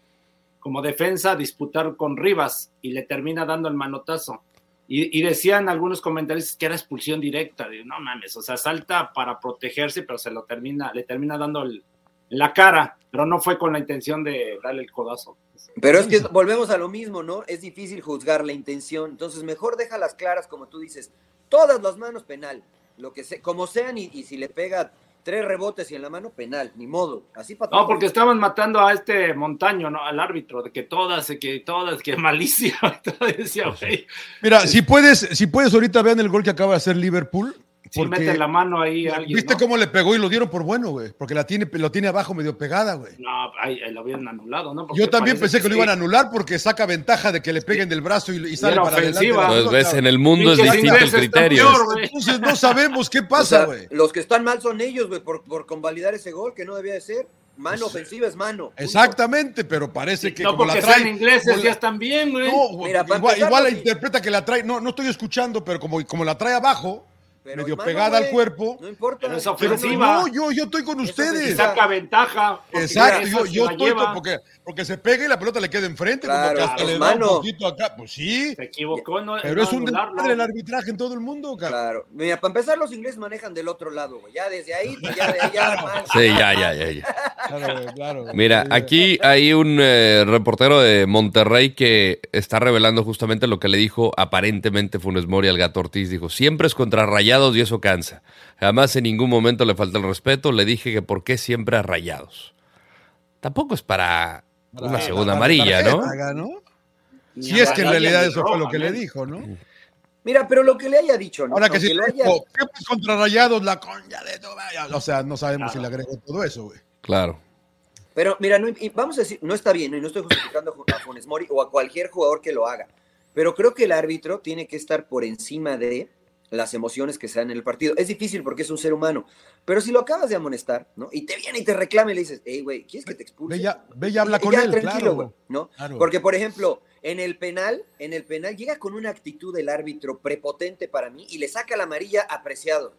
S3: como defensa a disputar con Rivas y le termina dando el manotazo. Y, y decían algunos comentaristas que era expulsión directa. Digo, no mames, o sea, salta para protegerse, pero se lo termina, le termina dando el, en la cara, pero no fue con la intención de darle el codazo.
S1: Pero es que volvemos a lo mismo, ¿no? Es difícil juzgar la intención. Entonces, mejor déjalas claras, como tú dices. Todas las manos penal. Lo que se, como sean, y, y si le pega tres rebotes y en la mano, penal. Ni modo. Así para
S3: No, porque estaban matando a este montaño, ¿no? Al árbitro, de que todas, que todas, que malicia. Entonces decía, güey,
S2: Mira, si puedes, si puedes ahorita vean el gol que acaba de hacer Liverpool.
S3: si mete la mano ahí a alguien.
S2: ¿Viste
S3: ¿no?
S2: cómo le pegó y lo dieron por bueno, güey? Porque la tiene, lo tiene abajo medio pegada, güey.
S3: No, ahí, ahí lo habían anulado, ¿no? Porque
S2: Yo también
S3: parece
S2: pensé que lo
S3: sí.
S2: iban a anular porque saca ventaja de que le peguen del brazo y, y sale
S3: Era
S2: para adelante.
S3: ofensiva.
S4: Entonces, Pues ves, en el mundo es
S3: Pinche
S4: distinto el
S3: inglés está
S4: criterio.
S3: peor, güey.
S2: Entonces no sabemos qué
S1: O sea,
S2: pasa, güey.
S1: los que están mal son ellos, güey, por, por convalidar ese gol que no debía de ser. Mano
S2: Pues,
S1: ofensiva es mano. Punto.
S2: Exactamente, pero parece que
S3: no,
S2: como la
S3: porque
S2: trae.
S3: sean ingleses,
S2: como
S3: ya
S2: la-
S3: están bien, güey.
S2: No, güey,
S1: Mira, para
S2: igual,
S1: empezar,
S2: igual la
S1: sí.
S2: interpreta que la trae. No, no estoy escuchando, pero como, como la trae abajo,
S1: Pero
S2: medio
S1: es mano,
S2: pegada al
S1: güey.
S2: cuerpo.
S1: No importa.
S3: Pero es
S2: pero
S3: ofensiva.
S2: no, yo, yo estoy con
S3: Y
S2: ustedes.
S1: quizá-
S3: saca ventaja. porque
S2: Exacto,
S3: esa
S2: yo,
S3: se
S2: yo
S3: la
S2: estoy
S3: lleva.
S2: con- porque, porque se pega y la pelota le queda enfrente,
S1: Claro,
S2: como que hasta
S3: claro,
S2: le da un
S1: mano.
S2: poquito acá. Pues sí,
S3: Se equivocó, no
S2: pero
S3: no
S2: es un
S3: anularlo.
S2: desmadre el arbitraje en todo el mundo, cabrón.
S1: Claro. Mira, para empezar, los ingleses manejan del otro lado, güey. Ya desde ahí, ya, de ahí, ya mal.
S4: Sí, ya, ya, ya, ya.
S2: Claro, güey, claro.
S4: Mira,
S2: Sí, güey.
S4: aquí hay un eh, reportero de Monterrey que está revelando justamente lo que le dijo aparentemente Funes Mori al Gato Ortiz. Dijo, siempre es contra Rayados y eso cansa. Jamás en ningún momento le falta el respeto. Le dije que por qué siempre a Rayados. Tampoco es para una
S2: Para-
S4: segunda
S2: para-
S4: amarilla,
S2: para-
S4: ¿no?
S2: haga, ¿no?
S3: Ni ¿eh?
S2: Si es que en
S3: amarilla
S2: realidad
S3: ni
S2: eso fue
S3: roja,
S2: lo que
S3: ¿no?
S2: le dijo, ¿no?
S1: Mira, pero lo que le haya dicho, ¿no?
S2: Ahora que
S1: Aunque
S2: si
S1: lo
S2: siempre
S1: haya-
S2: es contra Rayados, la coña de tu vaya. O sea, no sabemos si le agregó todo eso, güey.
S4: Claro.
S1: Pero mira, no, y vamos a decir, no está bien, y no estoy justificando a Funes Mori o a cualquier jugador que lo haga, pero creo que el árbitro tiene que estar por encima de las emociones que se dan en el partido. Es difícil porque es un ser humano, pero si lo acabas de amonestar, ¿no? Y te viene y te reclama y le dices, hey, güey, ¿quieres que te expulse?
S2: Ve ya, ve ya habla
S1: Y
S2: con
S1: ya,
S2: él,
S1: tranquilo,
S2: claro.
S1: güey, ¿no?
S2: claro.
S1: Porque, por ejemplo, en el penal, en el penal llega con una actitud del árbitro prepotente para mí y le saca la amarilla a Preciado.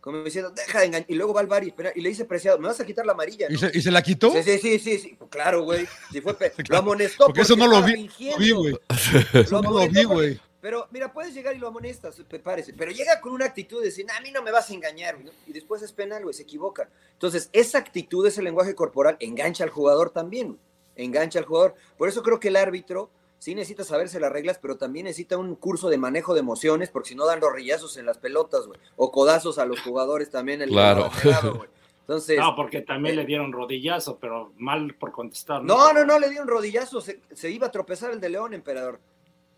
S1: Como diciendo, deja de engañar. Y luego va al bar y, espera- y le dice Preciado, me vas a quitar la amarilla.
S2: ¿Y
S1: ¿no?
S2: se, y se la quitó?
S1: Sí, sí, sí, sí, sí. Pues Claro, güey. Si fue pe- Lo
S2: Claro.
S1: amonestó.
S2: Porque eso no lo
S1: estaba
S2: vi,
S1: fingiendo.
S2: no vi, güey.
S1: Lo
S2: Eso no lo
S1: amonestó
S2: vi,
S1: porque-
S2: güey.
S1: Pero mira, puedes llegar y lo amonestas, prepárese. Pero llega con una actitud de decir, "Nah, a mí no me vas a engañar. ¿no? Y después es penal, güey, se equivoca. Entonces, esa actitud, ese lenguaje corporal, engancha al jugador también. güey. Engancha al jugador. Por eso creo que el árbitro sí necesita saberse las reglas, pero también necesita un curso de manejo de emociones, porque si no dan rillazos en las pelotas, güey. O codazos a los jugadores también. en El
S4: Claro.
S1: abanderado, güey. Entonces,
S3: No, porque también le dieron rodillazo, pero mal por contestar.
S1: No, no, no, le dieron rodillazo. Se, se iba a tropezar el de León, emperador.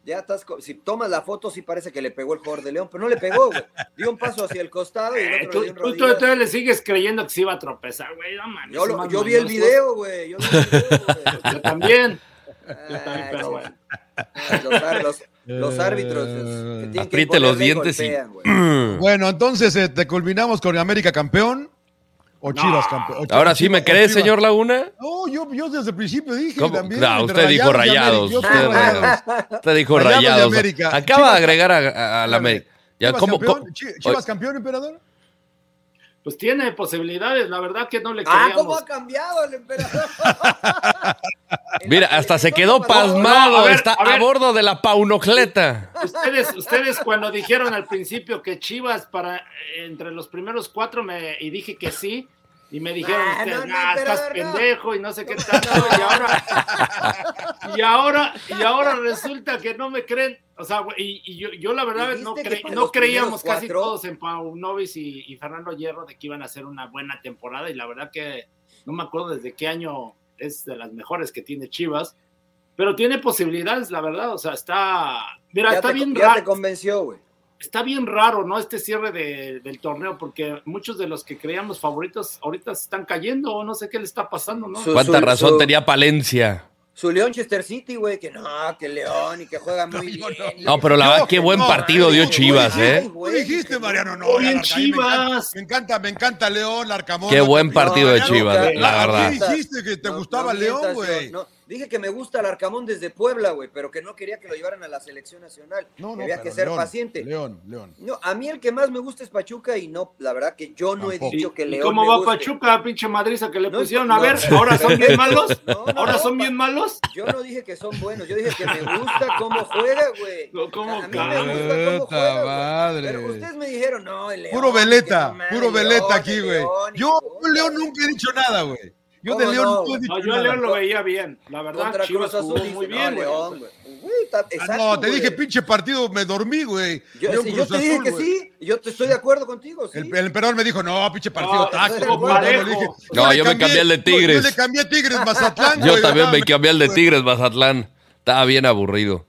S1: Ya estás. co- Si tomas la foto, sí parece que le pegó el jugador de León, pero no le pegó, güey. Dio un paso hacia el costado y el
S3: Eh,
S1: otro
S3: tú,
S1: le dio un
S3: tú
S1: rodillazo.
S3: todavía le sigues creyendo que se iba a tropezar, güey. este- No, mames,
S1: yo,
S3: son
S1: lo-
S3: más
S1: yo vi el
S3: mañosos.
S1: video, güey. Yo vi el video, güey.
S3: Yo también. Yo también,
S1: Ay,
S3: pero bueno.
S1: los, ar- los- los árbitros
S2: Eh,
S1: es- que tienen que
S4: Apriete los
S1: imponerle
S4: dientes y-
S1: golpean, güey.
S2: Bueno, entonces eh, te culminamos con América campeón o Chivas campeón. O Chivas-
S4: Ahora sí me
S2: Chivas-
S4: crees,
S2: o Chivas.
S4: señor Laguna.
S2: No, yo, yo desde el principio dije
S4: ¿Cómo?
S2: también.
S4: Claro,
S2: entre
S4: usted dijo
S2: y América.
S4: rayados.
S2: Yo soy
S4: Usted,
S2: Rayados.
S4: rayados. Usted dijo
S2: Rayados de
S4: rayados.
S2: América.
S4: Acaba de
S2: Chivas-
S4: agregar a, a- a la América. Ya,
S2: Chivas,
S4: ¿cómo-
S2: campeón,
S4: cómo-
S2: Chi- Chivas campeón, emperador.
S3: Pues tiene posibilidades, la verdad que no le
S1: Ah,
S3: creíamos.
S1: ¿cómo ha cambiado el emperador?
S4: Mira, hasta se quedó
S3: No,
S4: pasmado.
S3: a ver,
S4: Está
S3: a ver.
S4: a bordo de la paunocleta.
S3: Ustedes, ustedes cuando dijeron al principio que Chivas para eh, entre los primeros cuatro me, y dije que sí, y me dijeron
S1: Ah,
S3: ustedes,
S1: no, no,
S3: "Ah,
S1: pero
S3: estás
S1: no".
S3: pendejo y no sé qué tal, y ahora, y ahora, y ahora resulta que no me creen. O sea, güey, y, y yo, yo la verdad no,
S1: Dijiste que
S3: cre-
S1: para
S3: no
S1: los primeros
S3: creíamos casi
S1: cuatro-
S3: todos en Paunovis y, y Fernando Hierro de que iban a hacer una buena temporada. Y la verdad que no me acuerdo desde qué año es de las mejores que tiene Chivas. Pero tiene posibilidades, la verdad. O sea, está. Mira,
S1: Ya
S3: está
S1: te,
S3: bien
S1: ya te
S3: raro
S1: convenció, güey.
S3: está bien raro, ¿no? Este cierre de- del torneo, porque muchos de los que creíamos favoritos ahorita se están cayendo, o no sé qué le está pasando, ¿no?
S1: Su-
S4: ¿Cuánta
S1: su-
S4: razón
S1: su-
S4: tenía Palencia?
S1: Su León Chester City, güey, que no, que León y que juega muy
S2: No, no,
S1: bien.
S4: No, pero la verdad, qué buen
S2: no,
S4: partido
S2: no,
S4: dio
S2: no,
S4: Chivas,
S2: no,
S4: ¿eh?
S2: Tú dijiste, Mariano, no.
S3: Muy bien,
S2: la verdad, a mí me encanta-
S3: Chivas.
S2: Me encanta, me encanta León, Arcamón.
S4: Qué buen partido de
S1: no,
S4: Chivas,
S1: no,
S4: la
S1: no,
S4: verdad.
S1: no,
S2: dijiste que te gustaba León,
S1: mientas,
S2: güey.
S1: no. dije que me gusta el Arcamón desde Puebla, güey, pero que no quería que lo llevaran a la selección nacional.
S2: No, no,
S1: que había
S2: pero
S1: que ser
S2: León,
S1: paciente.
S2: León, León.
S1: No, a mí el que más me gusta es Pachuca y no, la verdad que yo no
S2: Tampoco.
S1: he
S3: ¿Y,
S1: dicho que
S3: y
S1: León.
S3: cómo
S1: me
S3: va
S1: guste.
S3: Pachuca, pinche madriza que le
S1: No,
S3: pusieron?
S1: no,
S3: A ver,
S1: no,
S3: ahora son
S1: pero-
S3: bien malos.
S1: No, no,
S3: Ahora
S1: no,
S3: son
S1: pa-
S3: bien malos.
S1: Yo no dije que son buenos, yo dije que me gusta cómo juega, güey.
S3: No, ¿cómo
S1: a mí me gusta cómo
S2: Puta
S1: juega, güey.
S2: madre.
S1: Pero ustedes me dijeron, no, el León.
S2: Puro
S1: que
S2: veleta,
S1: no mames,
S2: puro veleta
S1: León,
S2: aquí,
S1: el
S2: güey.
S1: León, y
S2: Yo,
S1: puta,
S2: yo León
S1: güey.
S2: nunca he dicho nada, güey. Yo de
S1: ¿Cómo
S2: León
S1: no,
S2: no he
S1: güey?
S2: dicho
S3: No, yo a
S2: nada.
S3: León lo veía bien. La verdad,
S1: Contra
S3: Chivas
S1: Cruz
S3: jugó
S1: Azul dice,
S3: Ah, muy
S1: no,
S3: bien. güey.
S1: León, güey. Güey, ta-
S2: Ah,
S1: exacto,
S2: no, te
S1: güey.
S2: dije pinche partido, me dormí, güey.
S1: Yo,
S2: León
S1: sí, yo
S2: Cruz
S1: te dije
S2: Azul,
S1: que
S2: güey.
S1: sí, yo te estoy de acuerdo contigo, sí.
S2: El, el emperador me dijo, no, pinche partido
S3: No,
S2: taco.
S1: estuvo
S2: güey, le
S3: parejo.
S2: dije,
S4: No,
S2: le
S4: yo me cambié al de
S2: yo-
S4: Tigres.
S2: Yo, le cambié a Tigres Mazatlán.
S4: Yo
S2: güey,
S4: también me
S2: no,
S4: cambié al de
S2: güey.
S4: Tigres, Mazatlán. Estaba bien aburrido.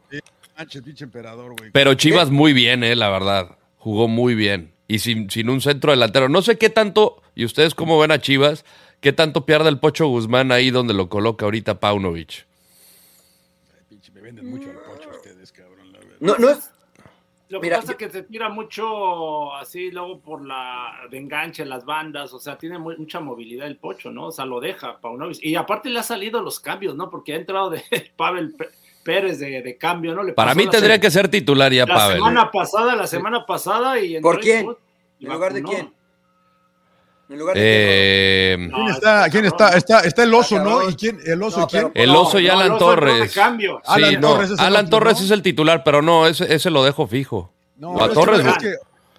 S2: Manches, pinche emperador, güey.
S4: Pero Chivas muy bien, eh, la verdad. Jugó muy bien. Y sin, sin un centro delantero. No sé qué tanto, y ustedes cómo ven a Chivas, qué tanto pierde el Pocho Guzmán ahí donde lo coloca ahorita Paunovic.
S2: Pinche, me venden mucho al pocho ustedes, cabrón. la verdad.
S1: No, no es.
S3: Lo
S1: Mira,
S3: que pasa es que se tira mucho así luego por la de enganche, las bandas, o sea, tiene muy- mucha movilidad el pocho, ¿no? O sea, lo deja Paunovic. Y aparte le ha salido los cambios, ¿no? Porque ha entrado de Pavel P- Pérez de, de cambio, Pues ¿no? Le
S4: Para
S3: pasó
S4: mí
S3: la
S4: tendría
S3: se-
S4: que ser titular ya,
S3: La
S4: Pavel.
S3: semana pasada, la semana pasada y... entró
S1: ¿eh? ¿Por
S3: y
S1: quién?
S3: put- y
S1: ¿En lugar de
S3: vacunó.
S1: quién? En lugar de.
S4: Eh,
S3: No,
S2: ¿Quién está?
S3: este
S2: ¿Quién
S3: cabrón.
S2: está? Está, está el oso, ¿no?
S1: Cabrón.
S2: ¿Y quién? ¿El oso
S1: No,
S2: y quién?
S1: pero-
S4: el
S3: No,
S4: oso y
S3: no,
S4: Alan
S3: el oso entró de
S4: Torres.
S3: cambio.
S4: Sí,
S2: Alan
S4: no,
S2: Torres es el
S4: Alan
S2: otro,
S4: Torres
S2: ¿no?
S4: es el titular, pero no, ese, ese lo dejo fijo.
S2: No,
S4: o a
S2: es que
S4: Torres,
S2: es
S4: ¿no?
S2: que-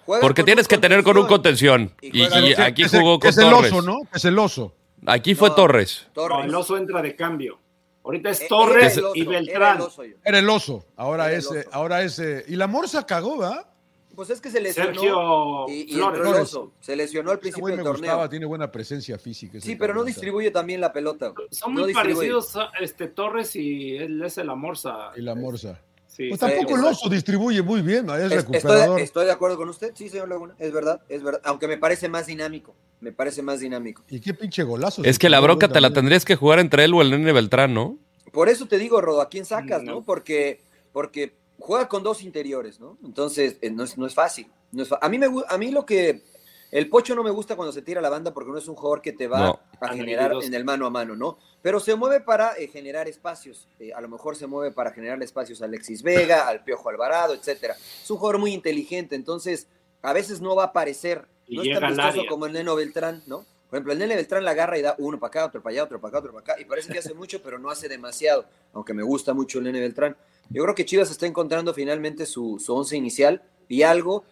S1: Juega
S4: Porque
S1: con
S4: tienes
S1: un
S4: que tener con un contención.
S1: Y
S4: Y,
S1: juega-
S4: y
S1: que-
S4: aquí
S2: es el-
S4: jugó con
S2: Es el
S4: Torres.
S2: oso, ¿no? Es el oso.
S4: Aquí fue
S1: No.
S4: Torres.
S3: No,
S1: Torres.
S3: el oso entra de cambio. Ahorita
S1: Eh,
S3: es
S1: era
S3: Torres
S1: el oso,
S3: y
S1: era el
S3: Beltrán.
S1: oso yo.
S2: Era el oso. Ahora
S1: Era el
S2: es, eh,
S1: oso.
S2: ahora es. eh, Y la morsa cagó, ¿va? Este
S1: Pues es que se lesionó.
S3: Sergio
S1: y, y
S3: Flores.
S1: entró el oso. Se lesionó al
S2: Ese
S1: principio
S2: güey me
S1: del torneo.
S2: gustaba, tiene buena presencia física. ese
S1: Sí, pero no
S2: cabrón,
S1: distribuye también la pelota. güey.
S3: Son
S1: No
S3: muy
S1: distribuye.
S3: parecidos este Torres y él es el Amorza.
S2: o sea, Y la morsa.
S3: Sí.
S2: Pues
S1: sí,
S2: tampoco el
S1: exacto.
S2: oso distribuye muy bien, ¿no? es
S1: Es-
S2: recuperador.
S1: estoy, estoy de acuerdo con usted, sí, señor Laguna. Es verdad, es verdad. Aunque me parece más dinámico. Me parece más dinámico.
S2: Y qué pinche golazo.
S4: Es que la broca te la tendrías que jugar entre él o el nene Beltrán, ¿no?
S1: Por eso te digo, Rodo, ¿a quién sacas,
S3: No.
S1: no? Porque, porque juega con dos interiores, ¿no? Entonces, eh, no es, no es fácil. No es fa- a, mí me, gu- a mí lo que... El pocho no me gusta cuando se tira a la banda porque no es un jugador que te va
S4: No.
S1: a
S3: Ah,
S1: generar
S3: habilidoso.
S1: en el mano a mano, ¿no? Pero se mueve para eh, generar espacios. Eh, a lo mejor se mueve para generar espacios a Alexis Vega, al Piojo Alvarado, etcétera. Es un jugador muy inteligente, entonces a veces no va a aparecer.
S3: Y
S1: no
S3: llega
S1: es tan
S3: al
S1: vistoso
S3: área.
S1: como el Neno Beltrán, ¿no? Por ejemplo, el Nene Beltrán la agarra y da uno para acá, otro para allá, otro para acá, otro para acá. Y parece que hace mucho, pero no hace demasiado. Aunque me gusta mucho el Nene Beltrán. Yo creo que Chivas está encontrando finalmente su, su once inicial y algo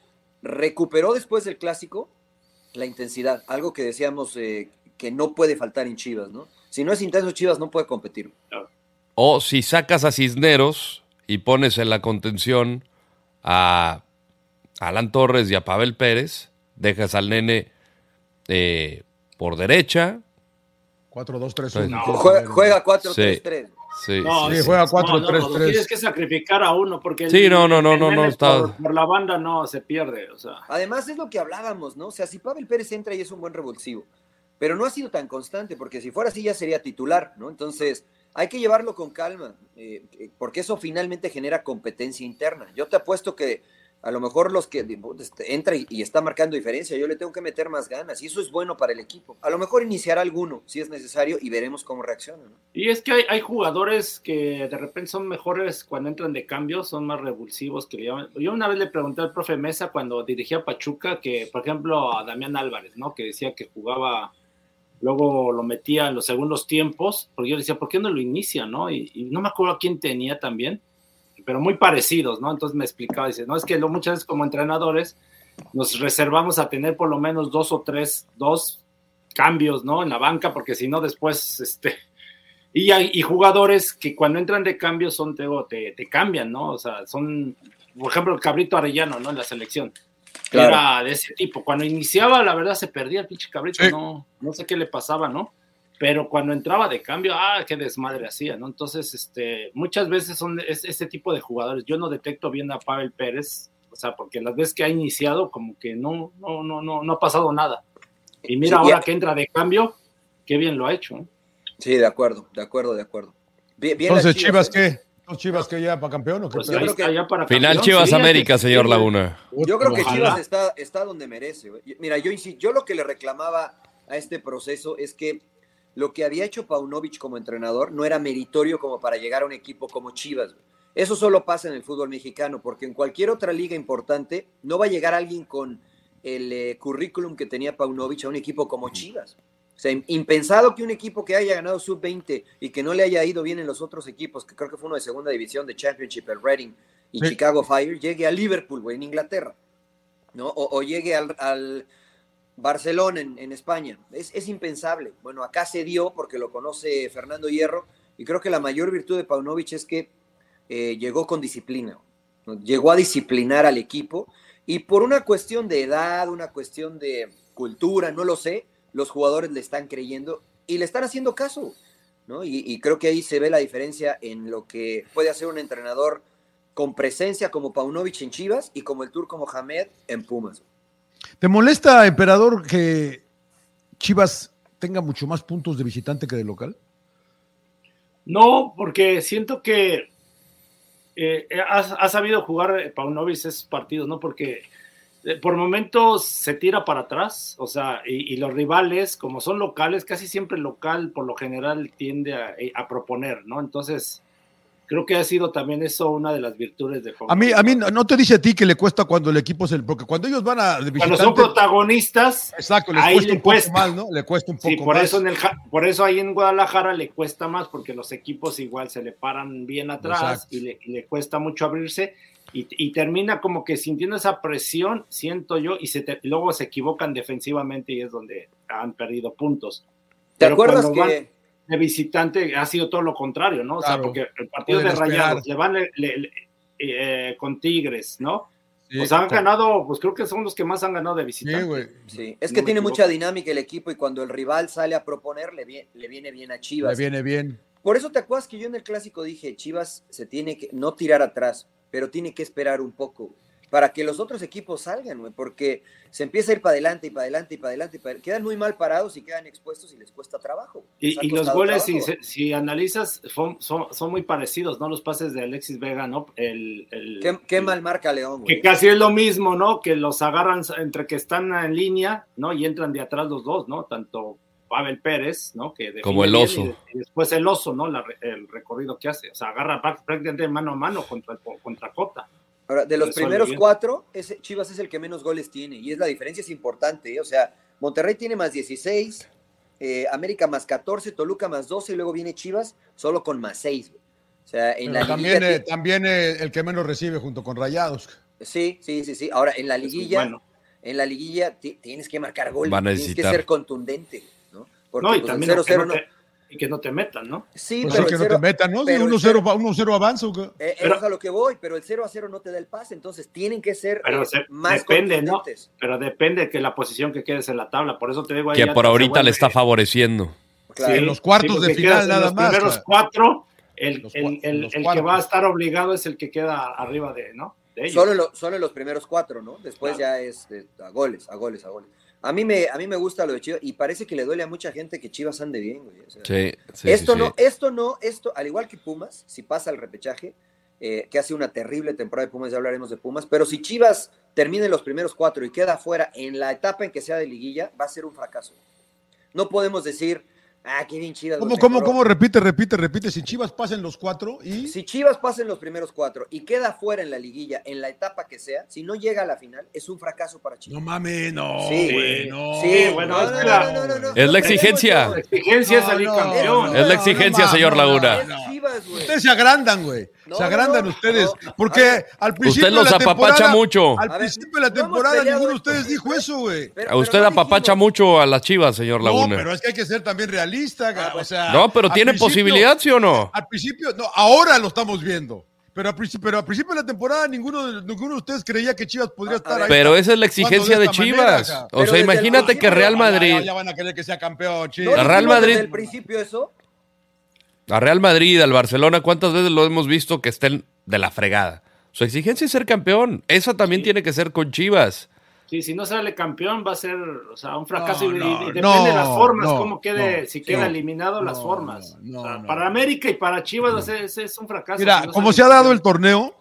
S1: recuperó después del clásico la intensidad. Algo que decíamos eh, que no puede faltar en Chivas, ¿no? Si no es intenso, Chivas no puede competir.
S4: O si sacas a Cisneros y pones en la contención a Alan Torres y a Pavel Pérez, dejas al nene eh, por derecha.
S2: 4, 2, 3, 1.
S4: No.
S1: Juega, juega 4-3-3.
S4: Sí,
S3: No,
S4: sí,
S2: Sí,
S4: sí.
S2: juega 4,
S3: No, no,
S2: 3,
S3: no,
S2: 3.
S3: Tienes que sacrificar a uno porque el-
S4: Sí, no, no, no,
S3: el
S4: no, no,
S3: nene
S4: está-
S3: Por, por la banda no se pierde, o sea.
S1: Además, es lo que hablábamos, ¿no? O sea, si Pavel Pérez entra y es un buen revulsivo, pero no ha sido tan constante, porque si fuera así ya sería titular, ¿no? Entonces, hay que llevarlo con calma, eh, eh, porque eso finalmente genera competencia interna. Yo te apuesto que a lo mejor los que digo, este, entra y, y está marcando diferencia, yo le tengo que meter más ganas, y eso es bueno para el equipo. A lo mejor iniciar alguno, si es necesario, y veremos cómo reacciona, ¿no?
S3: Y es que hay, hay jugadores que de repente son mejores cuando entran de cambio, son más revulsivos que le llaman. Yo una vez le pregunté al profe Mesa cuando dirigía a Pachuca que, por ejemplo, a Damián Álvarez, ¿no? Que decía que jugaba, luego lo metía en los segundos tiempos, porque yo le decía, ¿por qué no lo inicia, no? Y, y no me acuerdo a quién tenía también, pero muy parecidos, ¿no? Entonces me explicaba, dice, no, es que lo, muchas veces como entrenadores nos reservamos a tener por lo menos dos o tres, dos cambios, ¿no? En la banca, porque si no después, este, Y hay y jugadores que cuando entran de cambio son te, te, te cambian, ¿no? O sea, son, por ejemplo, el cabrito Arellano, ¿no? En la selección.
S1: Claro.
S3: Era de ese tipo. Cuando iniciaba, la verdad, se perdía el pinche cabrito,
S2: Sí.
S3: no, no sé qué le pasaba, ¿no? Pero cuando entraba de cambio, ah, qué desmadre hacía, ¿no? Entonces, este, muchas veces son es- este tipo de jugadores. Yo no detecto bien a Pavel Pérez, o sea, porque las veces que ha iniciado, como que no, no, no, no, no ha pasado nada. Y mira
S1: Sí, y-
S3: ahora que entra de cambio, qué bien lo ha hecho, ¿eh? ¿no?
S1: Sí, de acuerdo, de acuerdo, de acuerdo. Bien, bien las
S2: Entonces, Chivas,
S1: ¿eh?
S2: ¿qué? ¿Entonces Chivas qué ya para campeón o qué?
S3: Pues
S1: Yo
S3: ahí
S1: creo
S3: está
S1: que-
S3: ya para
S4: Final
S3: campeón,
S4: Chivas
S3: sí,
S4: América,
S3: antes-
S4: señor Laguna.
S1: Yo creo que
S3: Ojalá.
S1: Chivas está, está donde merece. güey. Mira, yo, insi- yo lo que le reclamaba a este proceso es que lo que había hecho Paunovic como entrenador no era meritorio como para llegar a un equipo como Chivas. güey. Eso solo pasa en el fútbol mexicano, porque en cualquier otra liga importante no va a llegar alguien con el eh, currículum que tenía Paunovic a un equipo como Chivas. O sea, im- impensado que un equipo que haya ganado sub-20 y que no le haya ido bien en los otros equipos, que creo que fue uno de segunda división de Championship, el Reading y
S2: Sí.
S1: Chicago Fire, llegue a Liverpool, güey, en Inglaterra. ¿no? O, o llegue al, al Barcelona en, en España. Es, es impensable. Bueno, acá se dio porque lo conoce Fernando Hierro y creo que la mayor virtud de Paunovic es que eh, llegó con disciplina. ¿no? Llegó a disciplinar al equipo y por una cuestión de edad, una cuestión de cultura, no lo sé, los jugadores le están creyendo y le están haciendo caso. ¿no? Y, y creo que ahí se ve la diferencia en lo que puede hacer un entrenador con presencia como Paunovic en Chivas y como el turco Mohamed en Pumas.
S2: ¿Te molesta, emperador, que Chivas tenga mucho más puntos de visitante que de local?
S3: No, porque siento que eh, ha, ha sabido jugar eh, Paunovic esos partidos, ¿no? Porque eh, por momentos se tira para atrás, o sea, y, y los rivales, como son locales, casi siempre el local por lo general tiende a, eh, a proponer, ¿no? Entonces, creo que ha sido también eso una de las virtudes de
S2: A mí,
S3: Paunovic,
S2: a mí
S3: ¿no?
S2: no te dice a ti que le cuesta cuando el equipo es el. Porque cuando ellos van a de
S3: Cuando
S2: visitante.
S3: son protagonistas,
S2: exacto, les
S3: ahí
S2: cuesta
S3: le
S2: un poco
S3: cuesta.
S2: más, ¿no? Le cuesta un poco
S3: Sí, por
S2: más.
S3: eso, en el, Ja- por eso ahí en Guadalajara le cuesta más, porque los equipos igual se le paran bien atrás
S2: Exacto.
S3: y le, y le cuesta mucho abrirse y, y termina como que sintiendo esa presión, siento yo, y se te- luego se equivocan defensivamente y es donde han perdido puntos.
S1: ¿Te
S3: Pero
S1: acuerdas
S3: cuando
S1: que
S3: van- De visitante ha sido todo lo contrario,
S2: Claro.
S3: ¿no? o sea, porque el partido
S2: Pueden
S3: de Rayados
S2: esperar.
S3: le van le- le- le- eh, con Tigres, ¿no?
S2: Sí,
S3: o sea, han
S2: con-
S3: ganado, pues creo que son los que más han ganado de visitante.
S2: Sí, güey.
S1: sí, es
S3: no
S1: que
S3: me
S1: tiene
S3: equivoco.
S1: mucha dinámica el equipo y cuando el rival sale a proponer le, vie- le viene bien a
S2: Le
S1: Chivas.
S2: viene bien.
S1: Por eso te acuerdas que yo en el clásico dije, Chivas se tiene que no tirar atrás, pero tiene que esperar un poco para que los otros equipos salgan, güey, porque se empieza a ir para adelante y para adelante y para adelante y para Quedan muy mal parados y quedan expuestos y les cuesta trabajo. Les ha
S3: Y, y los
S1: costado
S3: goles, si,
S1: trabajo, güey.
S3: se- si analizas, son, son, son muy parecidos, ¿no? Los pases de Alexis Vega, ¿no? El, el-
S1: Qué, qué mal marca León,
S3: Que
S1: güey.
S3: casi es lo mismo, ¿no? Que los agarran entre que están en línea, ¿no? Y entran de atrás los dos, ¿no? Tanto Pavel Pérez, ¿no? Que define
S4: Como el
S3: bien
S4: oso.
S3: Y, de- y después el oso, ¿no? La re- el recorrido que hace. O sea, agarra prá- prácticamente mano a mano contra, el- contra Cota.
S1: Ahora, de los
S3: Resuelve
S1: primeros
S3: bien.
S1: cuatro, ese- Chivas es el que menos goles tiene y es la diferencia es importante. ¿eh? O sea, Monterrey tiene más 16, eh, América más 14, Toluca más 12 y luego viene Chivas solo con más 6. O sea, en la
S2: Pero también,
S1: liguilla
S2: eh, también eh, el que menos recibe junto con Rayados.
S1: ti- Sí, sí, sí, sí. Ahora, en la
S3: Es muy
S1: liguilla,
S3: bueno.
S1: en la liguilla ti- tienes que marcar gol,
S4: Van a
S1: tienes que
S4: necesitar.
S1: ser contundente, ¿no? Porque
S3: No, y
S1: pues, el
S3: también que
S1: 0-0 no.
S3: no te- y que no te metan, ¿no?
S1: Sí,
S2: Pues
S1: pero
S2: sí
S1: el
S2: que no te
S1: 0
S2: metan, ¿no? Si
S1: pero el
S2: 1-0 va- 1-0 avanza. ¿o qué?
S1: eh, eso
S3: Pero-
S1: es a lo que voy, pero el 0 a 0 no te da el pase, entonces tienen que ser
S3: Pero
S1: eh,
S3: se-
S1: más
S3: depende, ¿no?
S1: contundentes.
S3: Pero depende que la posición que quedes en la tabla. Por eso te digo ahí.
S4: Que
S3: ya
S4: por
S3: se
S4: ahorita le
S3: vuelve-
S4: está favoreciendo.
S1: Claro.
S2: en los cuartos
S3: porque
S2: de final
S3: quedas en
S2: nada
S3: los
S2: más,
S3: primeros
S2: claro.
S3: cuatro, el,
S2: Los
S3: el,
S2: cua-
S3: el-
S2: los
S3: el que
S2: cuartos.
S3: va a estar obligado es el que queda arriba de, ¿no? De ellos.
S1: Solo, lo- solo los primeros cuatro, ¿no? Después ya es eh, a goles, a goles, a goles. A mí, me, a mí me gusta lo de Chivas y parece que le duele a mucha gente que Chivas ande bien, güey. o sea,
S4: Sí, sí,
S1: esto
S4: sí,
S1: no,
S4: sí.
S1: esto no, esto, al igual que Pumas, si pasa el repechaje, eh, que hace una terrible temporada de Pumas, ya hablaremos de Pumas, pero si Chivas termina en los primeros cuatro y queda fuera en la etapa en que sea de liguilla, va a ser un fracaso. No podemos decir, ah, qué bien Chivas.
S2: ¿Cómo,
S1: güey,
S2: cómo,
S1: mejoró".
S2: cómo? Repite, repite, repite. Si Chivas pasen los cuatro y.
S1: Si Chivas pasa en los primeros cuatro y queda fuera en la liguilla, en la etapa que sea, si no llega a la final, es un fracaso para Chivas.
S2: No mames, no.
S1: Sí.
S2: güey, no.
S3: Sí, bueno,
S1: no,
S3: es
S1: no,
S3: que
S1: no,
S3: la-
S1: no, no, no, no,
S4: Es la
S1: perdemos,
S4: exigencia.
S1: güey.
S3: La exigencia es salir campeón.
S4: no, Es la exigencia, señor
S2: no,
S4: Laguna.
S1: Es Chivas, güey.
S2: Ustedes se agrandan, güey. se agrandan ustedes. porque al principio
S4: Usted los
S2: de la
S4: apapacha
S2: temporada,
S4: mucho.
S2: Al
S1: A ver,
S2: principio de la
S1: no hemos
S2: temporada
S1: peleado
S2: ninguno de
S1: esto.
S2: ustedes dijo eso, güey.
S1: Pero-
S4: A
S1: pero
S4: usted
S1: no
S4: apapacha
S1: dijimos-
S4: mucho a las chivas, señor
S2: No,
S4: Laguna.
S2: pero es que hay que ser también
S1: Ah,
S2: realista. ga-
S1: pues,
S2: o sea,
S4: No, pero
S2: al
S4: tiene
S2: principio-
S4: posibilidad, ¿sí o no?
S2: Al principio, no, ahora lo estamos viendo. Pero al principio, pero al principio de la temporada ninguno de, ninguno de ustedes creía que Chivas podría
S1: Ah, A- a
S2: estar
S1: ver.
S2: ahí.
S4: Pero esa es la
S2: jugando
S4: exigencia
S2: de
S4: de
S2: esta manera,
S4: Chivas.
S2: ja.
S4: O
S1: Pero
S4: sea,
S1: desde
S4: imagínate
S1: el
S4: que Real
S1: principio,
S2: Ah, Ya,
S4: Madrid,
S2: ya van a querer que sea campeón,
S1: ¿No
S2: Chivas.
S4: La Real
S1: dijimos
S4: Madrid-
S1: desde el principio eso?
S4: a Real Madrid, al Barcelona, ¿cuántas veces lo hemos visto que estén de la fregada? Su exigencia es ser campeón. Esa también
S3: Sí.
S4: tiene que ser con Chivas.
S3: Sí, si no sale campeón va a ser o sea, un fracaso
S2: No,
S3: y, y-
S2: no,
S3: y depende
S2: no,
S3: de las formas,
S2: no,
S3: cómo quede,
S2: no,
S3: si queda
S2: no,
S3: eliminado las
S2: no,
S3: formas.
S2: no,
S3: O sea,
S2: no.
S3: para América y para Chivas o sea, ese es un fracaso.
S2: Mira,
S3: si no
S2: como
S3: sale
S2: se ha dado el
S3: campeón.
S2: torneo,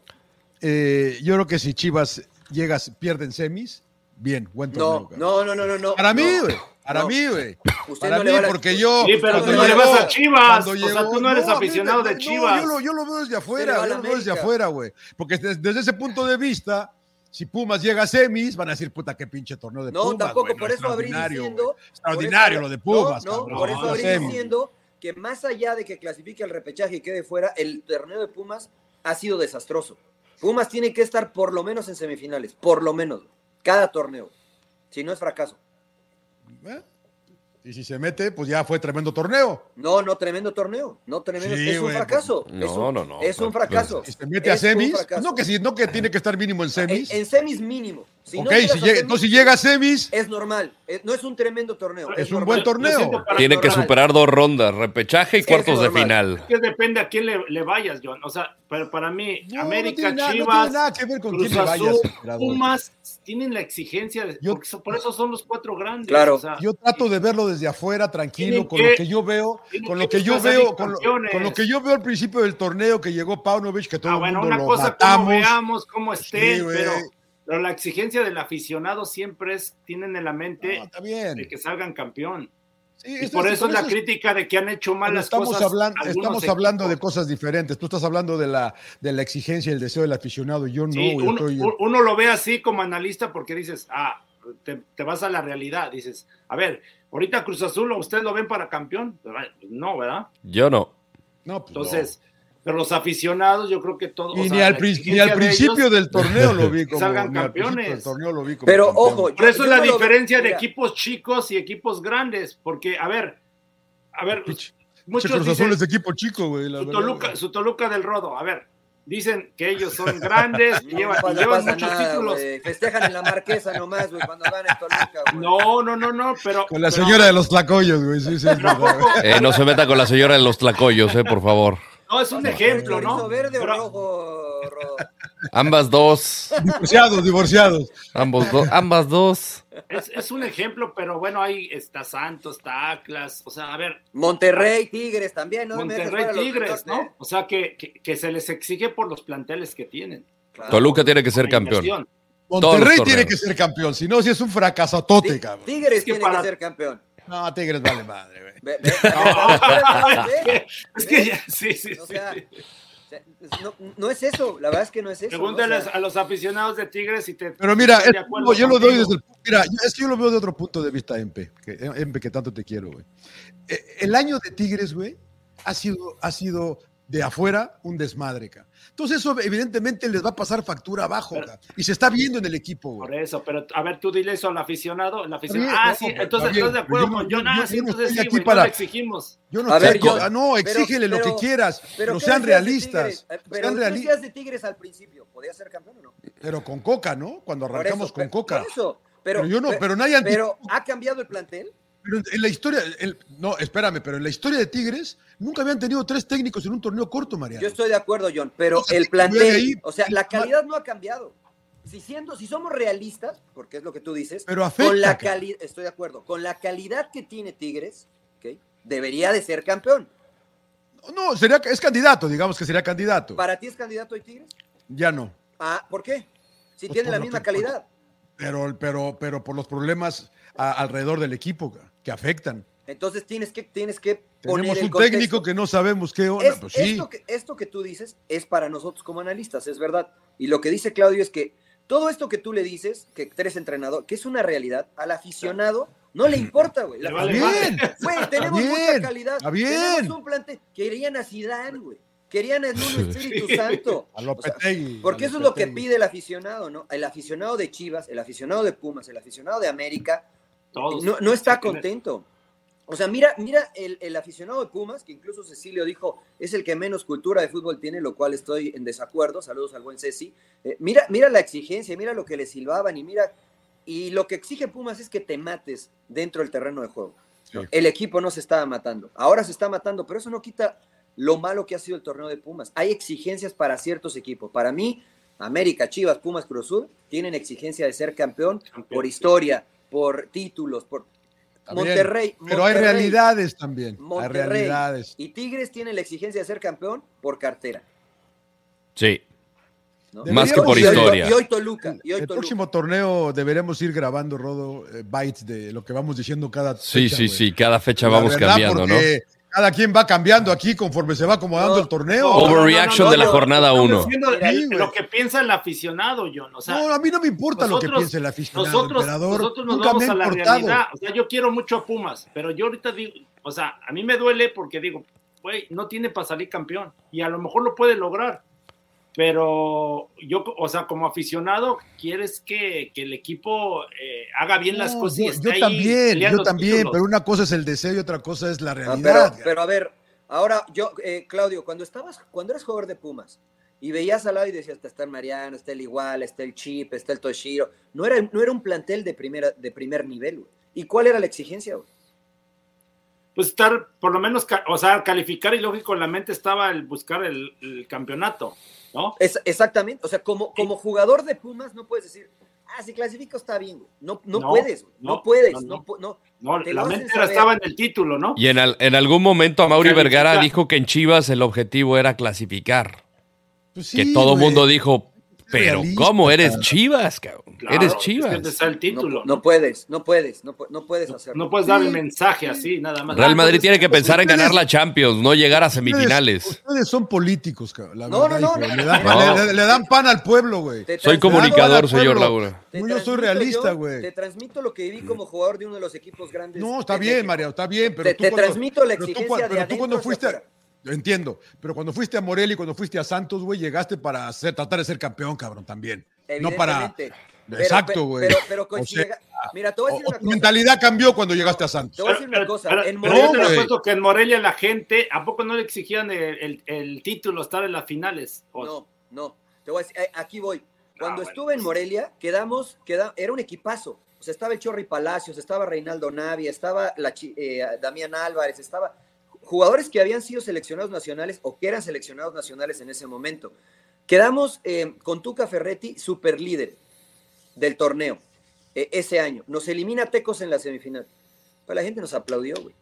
S2: eh, yo creo que si Chivas llegas, pierden semis, bien, buen torneo.
S1: No,
S2: cara.
S1: no, no, no, no, no.
S2: Para mí,
S1: No.
S2: güey. Para
S1: No.
S2: mí, güey.
S1: Usted
S2: Para
S1: no
S2: mí,
S1: le va a la-
S2: porque yo.
S3: Sí, pero
S2: cuando
S1: tú no le vas a
S3: Chivas,
S2: cuando
S3: o sea, tú no eres
S2: a mí
S3: aficionado de
S2: no,
S3: Chivas.
S2: yo, lo, yo lo veo desde
S1: le
S2: afuera,
S1: va a
S2: yo
S1: la
S2: lo veo desde
S1: América.
S2: afuera, güey. Porque des- desde ese punto de vista, si Pumas llega a semis, van a decir, puta, qué pinche torneo de
S1: No,
S2: Pumas.
S1: tampoco,
S2: güey, no,
S1: por eso abrí
S2: extraordinario,
S1: diciendo.
S2: güey.
S1: por eso-
S2: Extraordinario lo de Pumas,
S1: No, no,
S2: cabrón.
S1: por eso
S3: No,
S1: abrí
S2: semis.
S1: diciendo que más allá de que clasifique al repechaje y quede fuera, el torneo de Pumas ha sido desastroso. Pumas tiene que estar por lo menos en semifinales, por lo menos, cada torneo. Si no es fracaso.
S2: ¿Eh? Y si se mete, pues ya fue tremendo torneo.
S1: No, no, tremendo torneo. No, tremendo.
S2: Sí,
S1: es un
S2: güey,
S1: fracaso.
S4: pues,
S1: es
S4: no,
S1: un,
S4: no, no.
S1: Es un
S4: Pues,
S1: fracaso.
S2: Si se mete a
S1: Es un
S2: semis, pues
S1: fracaso.
S2: no que, si, no que tiene que estar mínimo en
S1: En,
S2: semis.
S1: en semis mínimo. Si no
S2: ok,
S1: llegas
S2: si
S1: a
S2: llega,
S1: semis,
S2: entonces si llega a semis,
S1: Es normal. Eh, No es un tremendo torneo.
S2: Es un
S1: normal.
S2: buen torneo.
S3: Lo siento para
S4: Tiene que
S3: Torral.
S4: superar dos rondas, repechaje y
S1: Sí,
S4: cuartos
S1: es
S4: de
S1: normal.
S4: final.
S3: que depende a quién le, le vayas, Joan. O sea, pero para mí,
S2: No,
S3: América,
S2: no tiene nada- no tiene
S3: Chivas,
S2: nada que ver con
S3: Cruz
S2: quién le vayas,
S3: Azul,
S2: emperador.
S3: Pumas, tienen la exigencia, de-
S2: Yo-
S3: porque so- por eso son los cuatro grandes.
S1: Claro.
S3: o sea,
S2: Yo trato de verlo desde afuera, tranquilo,
S3: Tienen
S2: con lo
S3: que-
S2: que yo veo,
S3: tienen
S2: con lo
S3: que
S2: que yo
S3: buscar salir
S2: veo, con lo,
S3: campeones.
S2: con lo que yo veo al principio del torneo que llegó Paunovic, que todo
S3: Ah,
S2: el
S3: bueno,
S2: mundo
S3: una
S2: lo
S3: cosa
S2: matamos.
S3: como veamos, cómo estén,
S2: Sí, güey.
S3: pero, pero la exigencia del aficionado siempre es, tienen en la
S2: No,
S3: mente
S2: está bien.
S3: de que salgan campeón.
S2: Sí,
S3: Y
S2: esto-
S3: por eso
S2: con
S3: es la
S2: eso
S3: crítica de que han hecho mal
S2: Pero
S3: las
S2: estamos
S3: cosas.
S2: hablando,
S3: algunos
S2: estamos hablando de
S3: equipos.
S2: cosas diferentes. Tú estás hablando de la, de la exigencia y el deseo del aficionado. Yo no,
S3: Sí,
S2: yo
S3: uno,
S2: estoy-
S3: u- uno lo ve así como analista porque dices, ah, te, te vas a la realidad. Dices, a ver, ahorita Cruz Azul, ¿ustedes lo ven para campeón? Pues, No, ¿verdad?
S4: Yo no.
S2: no, pues no.
S3: Entonces, pero los aficionados, yo creo que todos.
S2: Y ni, al, prin- ni al principio del torneo lo vi como
S3: salgan
S2: ni al principio del
S3: campeones.
S2: torneo lo vi como
S1: Pero
S2: campeón.
S1: ojo,
S3: Por eso es la
S1: no lo-
S3: diferencia de
S1: Mira,
S3: equipos chicos y equipos grandes, porque, a ver, a ver,
S2: Pinche- pinche
S3: muchos
S2: Cruz
S3: dicen,
S2: Azul es equipo chico, güey. la
S3: su,
S2: verdad,
S3: Toluca,
S2: güey.
S3: su Toluca del Rodo, a ver, dicen que ellos son grandes,
S1: No,
S3: llevan,
S1: pasa-
S3: llevan
S1: pasa
S3: muchos
S1: nada,
S3: títulos.
S1: güey. Festejan en la marquesa nomás, güey, cuando van a Toluca, güey.
S3: No, no, no, no, pero.
S2: Con la
S3: pero-
S2: señora de los tlacoyos, güey. Sí, sí, es
S3: pero ¿a
S2: verdad, güey.
S3: poco?
S4: Eh, no se meta con la señora de los tlacoyos, eh, por favor.
S3: No, es un ejemplo, ¿no?
S1: ¿Chorizo verde
S3: Pero-
S1: o rojo, Rodo?
S4: Ambas dos.
S2: Divorciados, divorciados.
S4: Ambos dos. Ambas dos.
S3: Es, es un ejemplo, pero bueno, ahí está Santos, está Atlas, o sea, a ver,
S1: Monterrey, Tigres también, ¿no? Me dejes
S3: Monterrey
S1: fuera los
S3: Tigres,
S1: Tigres, ¿eh?
S3: ¿no? O sea, que, que, que se les exige por los planteles que tienen.
S1: Claro.
S4: Toluca tiene que ser
S3: La
S4: campeón.
S3: inversión.
S4: los
S2: Monterrey tiene
S4: torneos.
S2: que ser campeón, si no, si es un fracasotote,
S1: Ti-
S2: cabrón.
S1: Tigres
S3: Es que
S1: tiene
S3: para-
S1: que ser campeón.
S2: No, Tigres vale madre, güey.
S1: Ve- ve- ve-
S3: Es que ya, sí, sí,
S1: O
S3: sí.
S1: ¿eh? sea, no, no es eso, la verdad es que no es eso. ¿no? O sea,
S3: Pregúntales a los aficionados de Tigres si te.
S2: Pero mira,
S3: están de
S2: es-
S3: acuerdo
S2: yo lo doy
S3: contigo.
S2: desde el, mira, es que yo lo veo de otro punto de vista, Empe, que, Empe, que tanto te quiero, güey. Eh, El año de Tigres, güey, ha sido, ha sido de afuera un desmadre, ca. Entonces eso evidentemente les va a pasar factura abajo, ca. Y se está viendo en el equipo,
S3: Por
S2: güey.
S3: eso, pero a ver, tú dile eso al aficionado. El aficionado
S2: bien,
S3: ah,
S2: no,
S3: sí,
S2: pero
S3: entonces
S2: está bien,
S3: estás de
S2: pero
S3: acuerdo
S2: yo no-
S3: con
S2: yo-
S3: John.
S2: yo
S3: Ah,
S2: no
S3: sí, entonces
S2: estoy
S3: sí,
S2: aquí
S3: güey,
S2: para-
S3: no le exigimos.
S2: Yo no
S1: A
S2: sé,
S1: ver, yo-
S2: ah, no,
S1: pero-
S2: exígele lo
S1: pero-
S2: que quieras,
S1: ¿qué
S2: pero, sean
S1: decías de Tigres?
S2: realistas.
S1: Eh, Pero
S2: sean
S1: ¿qué
S2: reali-
S1: decías de Tigres al principio? ¿Podía ser campeón o no?
S2: pero con coca, ¿no? Cuando
S1: Por
S2: arrancamos
S1: eso,
S2: con
S1: pe-
S2: coca.
S1: por eso,
S2: Pero,
S1: pero,
S2: yo no,
S1: pe-
S2: pero nadie anti-
S1: pero ha cambiado el plantel.
S2: Pero en la historia, el- no, espérame, pero en la historia de Tigres nunca habían tenido tres técnicos en un torneo corto, Mariano.
S1: Yo estoy de acuerdo, John, pero
S2: Entonces,
S1: el
S2: ¿qué cambió de
S1: plantel,
S2: ahí?
S1: o sea, la calidad no ha cambiado. Si siendo, si somos realistas, porque es lo que tú dices,
S2: Pero afecta,
S1: con la
S2: cabrón.
S1: calidad, estoy de acuerdo, con la calidad que tiene Tigres, ¿ok? debería de ser campeón.
S2: No, sería, es candidato, digamos que sería candidato.
S1: ¿Para ti es candidato hoy Tigres?
S2: Ya no.
S1: Ah, ¿por qué? Si
S2: Pues
S1: tiene
S2: por
S1: la
S2: lo
S1: misma
S2: que-
S1: calidad.
S2: Pero, pero, pero por los problemas a- alrededor del equipo ca, que afectan.
S1: Entonces tienes que, tienes que poner
S2: Tenemos
S1: el
S2: un
S1: contexto.
S2: técnico que no sabemos qué onda.
S1: Es-
S2: pues sí.
S1: esto, que, esto que tú dices es para nosotros como analistas, es verdad. Y lo que dice Claudio es que todo esto que tú le dices, que tres entrenadores, que es una realidad, al aficionado no le importa, güey. La-
S3: Le vale
S2: Bien.
S3: madre.
S1: Güey, tenemos
S2: bien,
S1: mucha calidad.
S2: está bien.
S1: Tenemos un plantel. Querían a Zidane, güey. Querían el un Espíritu Santo.
S2: A Lopetegui,
S1: O sea, porque
S2: a
S1: eso es lo que
S2: Lopetegui.
S1: pide el aficionado, ¿no? El aficionado de Chivas, el aficionado de Pumas, el aficionado de América,
S3: Todos.
S1: no, no está contento. O sea, mira, mira el, el aficionado de Pumas, que incluso Cecilio dijo, es el que menos cultura de fútbol tiene, lo cual estoy en desacuerdo. Saludos al buen Ceci. Eh, mira, mira la exigencia, mira lo que le silbaban y mira. Y lo que exige Pumas es que te mates dentro del terreno de juego.
S2: Sí.
S1: El equipo no se estaba matando. Ahora se está matando, pero eso no quita lo malo que ha sido el torneo de Pumas. Hay exigencias para ciertos equipos. Para mí, América, Chivas, Pumas, Cruz Azul tienen exigencia de ser campeón
S3: Campeón.
S1: por historia, por títulos, por
S2: Está bien,
S1: Monterrey.
S2: Pero hay
S1: Monterrey,
S2: realidades también. Hay
S1: Monterrey
S2: realidades.
S1: Y Tigres tiene la exigencia de ser campeón por cartera.
S4: Sí.
S1: ¿no?
S2: Más
S1: Y
S2: que
S1: hoy-
S2: por
S1: y hoy-
S4: historia.
S1: Y hoy Toluca. Y hoy
S2: el
S1: Toluca.
S2: próximo torneo deberemos ir grabando, Rodo, eh, bytes de lo que vamos diciendo cada
S4: Sí,
S2: fecha,
S4: sí,
S2: güey.
S4: sí. Cada fecha
S2: La
S4: vamos
S2: verdad,
S4: cambiando, ¿no?
S2: porque Cada quien va cambiando aquí conforme se va acomodando
S1: No,
S2: el torneo.
S3: no,
S4: Overreaction
S1: no,
S4: de la
S1: no,
S4: jornada
S3: Estamos
S4: 1.
S3: diciendo
S1: Mira,
S3: el-
S2: sí, güey.
S3: lo que piensa el aficionado, John. O sea,
S2: No, a mí no me importa lo que
S3: nosotros-
S2: piense el aficionado,
S3: nosotros,
S2: emperador.
S3: nosotros nos
S2: Nunca
S3: vamos
S2: me
S3: a
S2: ha
S3: la
S2: importado.
S3: realidad. O sea, yo quiero mucho a Pumas, pero yo ahorita digo, o sea, a mí me duele porque digo, güey, no tiene para salir campeón y a lo mejor lo puede lograr. Pero yo, o sea, como aficionado, quieres que, que el equipo eh, haga bien las
S2: No,
S3: cosas. y
S2: yo,
S3: esté
S2: yo
S3: ahí
S2: también,
S3: peleando
S2: yo también,
S3: títulos.
S2: pero una cosa es el deseo y otra cosa es la
S1: Ah,
S2: realidad.
S1: pero, pero a ver, ahora yo, eh, Claudio, cuando estabas, cuando eras jugador de Pumas y veías al lado y decías, "Pues, está el Mariano, está el Igual, está el Chip, está el Toshiro, no era, no era un plantel de, primera, de primer nivel, güey. ¿Y cuál era la exigencia, güey?
S3: Pues estar, por lo menos, ca- o sea, calificar y lógico, en la mente estaba el buscar el, el campeonato, ¿no?
S1: Es- exactamente, o sea, como, como jugador de Pumas no puedes decir, ah, si clasifico está bien, güey. No, no,
S3: No,
S1: puedes, güey. No,
S3: no,
S1: puedes,
S3: no,
S1: no,
S3: no.
S1: pu- no.
S3: No,
S1: Te
S3: la
S1: lo hacen
S3: mente era-
S1: saber.
S3: estaba en el título, ¿no?
S4: Y en, al- en algún momento a Mauri
S3: Calificar.
S4: Vergara dijo que en Chivas el objetivo era clasificar.
S2: Pues
S4: que
S2: sí,
S4: todo el
S2: güey.
S4: mundo dijo, pero
S2: realista,
S4: ¿cómo eres
S2: cabrón".
S4: Chivas, cabrón?
S3: Claro,
S4: eres
S3: Es que
S4: Chivas.
S3: está el título.
S1: No, no puedes, no puedes, no, pu- no puedes
S3: No,
S1: hacerlo.
S3: no puedes dar el
S2: Sí,
S3: mensaje así, nada más. Ah,
S4: Real Madrid tiene que
S2: pues,
S4: pensar en
S2: ustedes-
S4: ganar la Champions, no llegar a
S2: Ustedes-
S4: semifinales.
S2: Ustedes son políticos, cabrón. la
S1: No,
S2: verdad,
S1: no, no, no,
S2: hijo. Le dan,
S4: no.
S2: le- le- le dan pan al pueblo, güey.
S1: Te
S4: Soy
S1: transmito-
S4: comunicador,
S2: Claro,
S4: señor
S2: claro.
S4: Laura.
S1: Te
S2: No, yo soy
S1: transmito
S2: realista,
S1: yo-
S2: güey.
S1: Te transmito lo que viví como jugador de uno de los equipos grandes.
S2: No, está
S1: de
S2: bien,
S1: México.
S2: Mario, está bien, pero
S1: Te-
S2: tú
S1: te
S2: cuando-
S1: transmito la
S2: pero tú
S1: exigencia
S2: cuan-
S1: de
S2: pero tú
S1: adentro
S2: cuando
S1: hacia
S2: fuiste, a-
S1: afuera.
S2: yo entiendo, pero cuando fuiste a Morelia y cuando fuiste a Santos, güey, llegaste para ser- tratar de ser campeón, cabrón, también. No para
S1: Evidentemente. Pero-
S2: Exacto,
S1: pero-
S2: güey.
S1: Pero, pero con
S2: O sea,
S1: llega- mira, te
S2: o-
S1: voy a decir
S2: o
S1: una
S2: tu
S1: cosa.
S2: mentalidad cambió cuando llegaste a Santos.
S1: Te voy a decir una cosa. En
S3: pero yo
S1: Morelia,
S3: te lo
S2: güey.
S3: apuesto que en Morelia la gente, ¿a poco no le exigían el, el- el título, estar en las finales? O-
S1: no, no. Te voy a decir, eh, aquí voy. Cuando
S3: Ah, bueno,
S1: estuve en Morelia, quedamos, queda, era un equipazo. O sea, estaba el Chorri Palacios, estaba Reinaldo Navia, estaba la, chi- eh, Damián Álvarez, estaba jugadores que habían sido seleccionados nacionales o que eran seleccionados nacionales en ese momento. Quedamos eh, con Tuca Ferretti, super líder del torneo eh, ese año. Nos elimina Tecos en la semifinal. Pues la gente nos aplaudió, güey.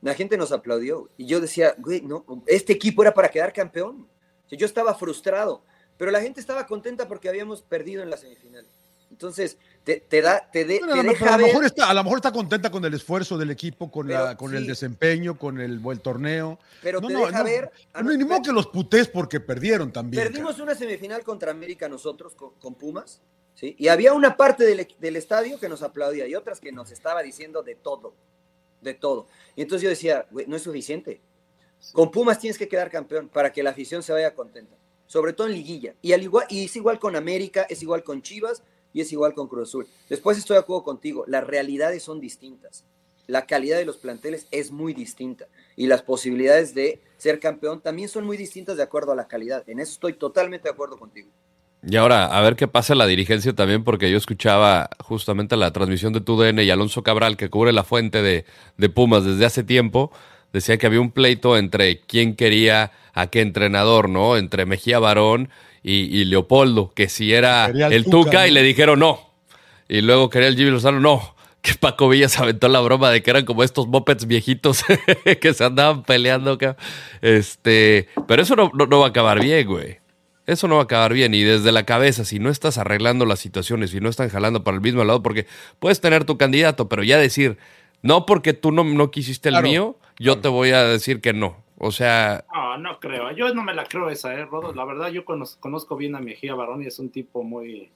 S1: La gente nos aplaudió. güey. Y yo decía, güey, no, este equipo era para quedar campeón. O sea, yo estaba frustrado, pero la gente estaba contenta porque habíamos perdido en la semifinal. Entonces, te, te da, te, de-
S2: Bueno,
S1: te
S2: a, lo, pero
S1: deja
S2: a lo
S1: ver.
S2: mejor está, a lo mejor está contenta con el esfuerzo del equipo, con,
S1: Pero
S2: la, con el
S1: sí.
S2: desempeño, con el buen torneo.
S1: Pero
S2: No,
S1: te
S2: no,
S1: deja
S2: no,
S1: ver. ah,
S2: no,
S1: no,
S2: ni modo
S1: per-
S2: que los putés porque perdieron también.
S1: Perdimos
S2: cabrón.
S1: una semifinal contra América nosotros con, con Pumas, ¿sí? Y había una parte del, equ- del estadio que nos aplaudía y otras que nos estaba diciendo de todo, de todo. Y entonces yo decía, "Güey, no es suficiente. Con Pumas tienes que quedar campeón para que la afición se vaya contenta, sobre todo en liguilla. Y, al igual, y es igual con América, es igual con Chivas y es igual con Cruz Azul. Después estoy de acuerdo contigo, las realidades son distintas. La calidad de los planteles es muy distinta y las posibilidades de ser campeón también son muy distintas de acuerdo a la calidad. En eso estoy totalmente de acuerdo contigo.
S4: Y ahora, a ver qué pasa en la dirigencia también, porque yo escuchaba justamente la transmisión de TUDN y Alonso Cabral, que cubre la fuente de, de Pumas desde hace tiempo, decía que había un pleito entre quién quería a qué entrenador, ¿no? Entre Mejía Barón y, y Leopoldo, que si era
S2: Quería al
S4: el Tuca,
S2: Tuca,
S4: y
S2: ¿no?
S4: le dijeron no. Y luego quería el Jimmy Lozano, no. Que Paco Villa se aventó la broma de que eran como estos mopeds viejitos que se andaban peleando. cabrón. Este, pero eso no, no- no va a acabar bien, güey. Eso no va a acabar bien. Y desde la cabeza, si no estás arreglando las situaciones, si no están jalando para el mismo lado, porque puedes tener tu candidato, pero ya decir, no porque tú no, no quisiste el
S2: Claro.
S4: mío, yo te voy a decir que no. O sea,
S3: No, no creo. Yo no me la creo esa, ¿eh, Rodo? La verdad, yo conoz- conozco bien a Mejía Barón y es un tipo muy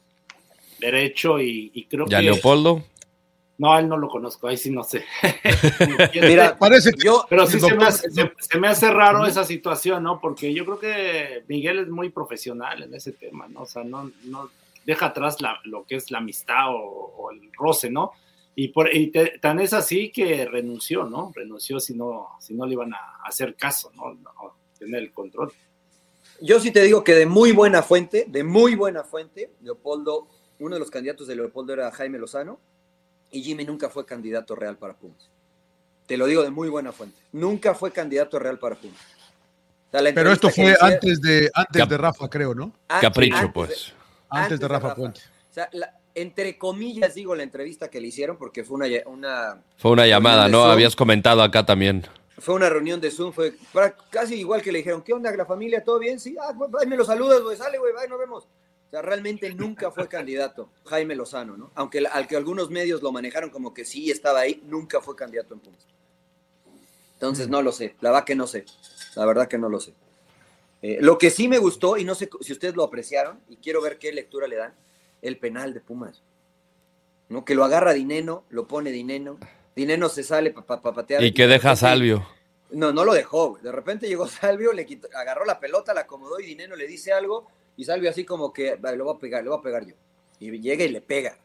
S3: derecho y, y creo
S4: ya
S3: que
S4: Leopoldo.
S3: No, él no lo conozco, ahí sí no sé.
S1: Mira,
S2: Parece que
S1: yo,
S3: Pero sí
S2: el
S3: se me,
S2: doctor-
S3: hace, se- se me hace raro esa situación, ¿no? Porque yo creo que Miguel es muy profesional en ese tema, ¿no? O sea, no, no deja atrás la- lo que es la amistad o, o el roce, ¿no? Y, por, y te- tan es así que renunció, ¿no? Renunció si no, si no le iban a hacer caso, ¿no? No, tener el control.
S1: yo sí te digo que de muy buena fuente, de muy buena fuente, Leopoldo, uno de los candidatos de Leopoldo era Jaime Lozano y Jimmy nunca fue candidato real para Pumas. Te lo digo de muy buena fuente. Nunca fue candidato real para Pumas. O sea, la
S2: Pero
S1: entrevista
S2: esto
S1: que
S2: fue
S1: hicieron-
S2: antes de, antes
S4: Cap-
S2: de Rafa, creo, ¿no?
S1: antes- antes
S4: Capricho,
S1: de-
S4: pues.
S2: Antes de Rafa Puente.
S1: O sea, la- entre comillas digo la entrevista que le hicieron porque fue una, una
S4: Fue una llamada, ¿no?
S1: Eso.
S4: Habías comentado acá también.
S1: Fue una reunión de Zoom, fue pra- casi igual que le dijeron, ¿qué onda, la familia? ¿Todo bien? Sí, ah, güey, ahí me lo saludas, güey, sale, güey, bye, nos vemos. O sea, realmente nunca fue candidato Jaime Lozano, ¿no? Aunque la- al que algunos medios lo manejaron como que sí estaba ahí, nunca fue candidato en Pumas. Entonces, no lo sé, la verdad que no sé, la verdad que no lo sé. Eh, lo que sí me gustó, y no sé si ustedes lo apreciaron, y quiero ver qué lectura le dan, el penal de Pumas. ¿No? Que lo agarra Dineno, lo pone Dineno, Dineno se sale para patear.
S4: ¿Y qué deja
S1: Ese-
S4: Salvio?
S1: no, no lo dejó, güey. De repente llegó Salvio, le quitó- agarró la pelota, la acomodó y Dineno le dice algo y Salvio así como que "Va, lo voy a pegar, lo voy a pegar yo. Y llega y le pega.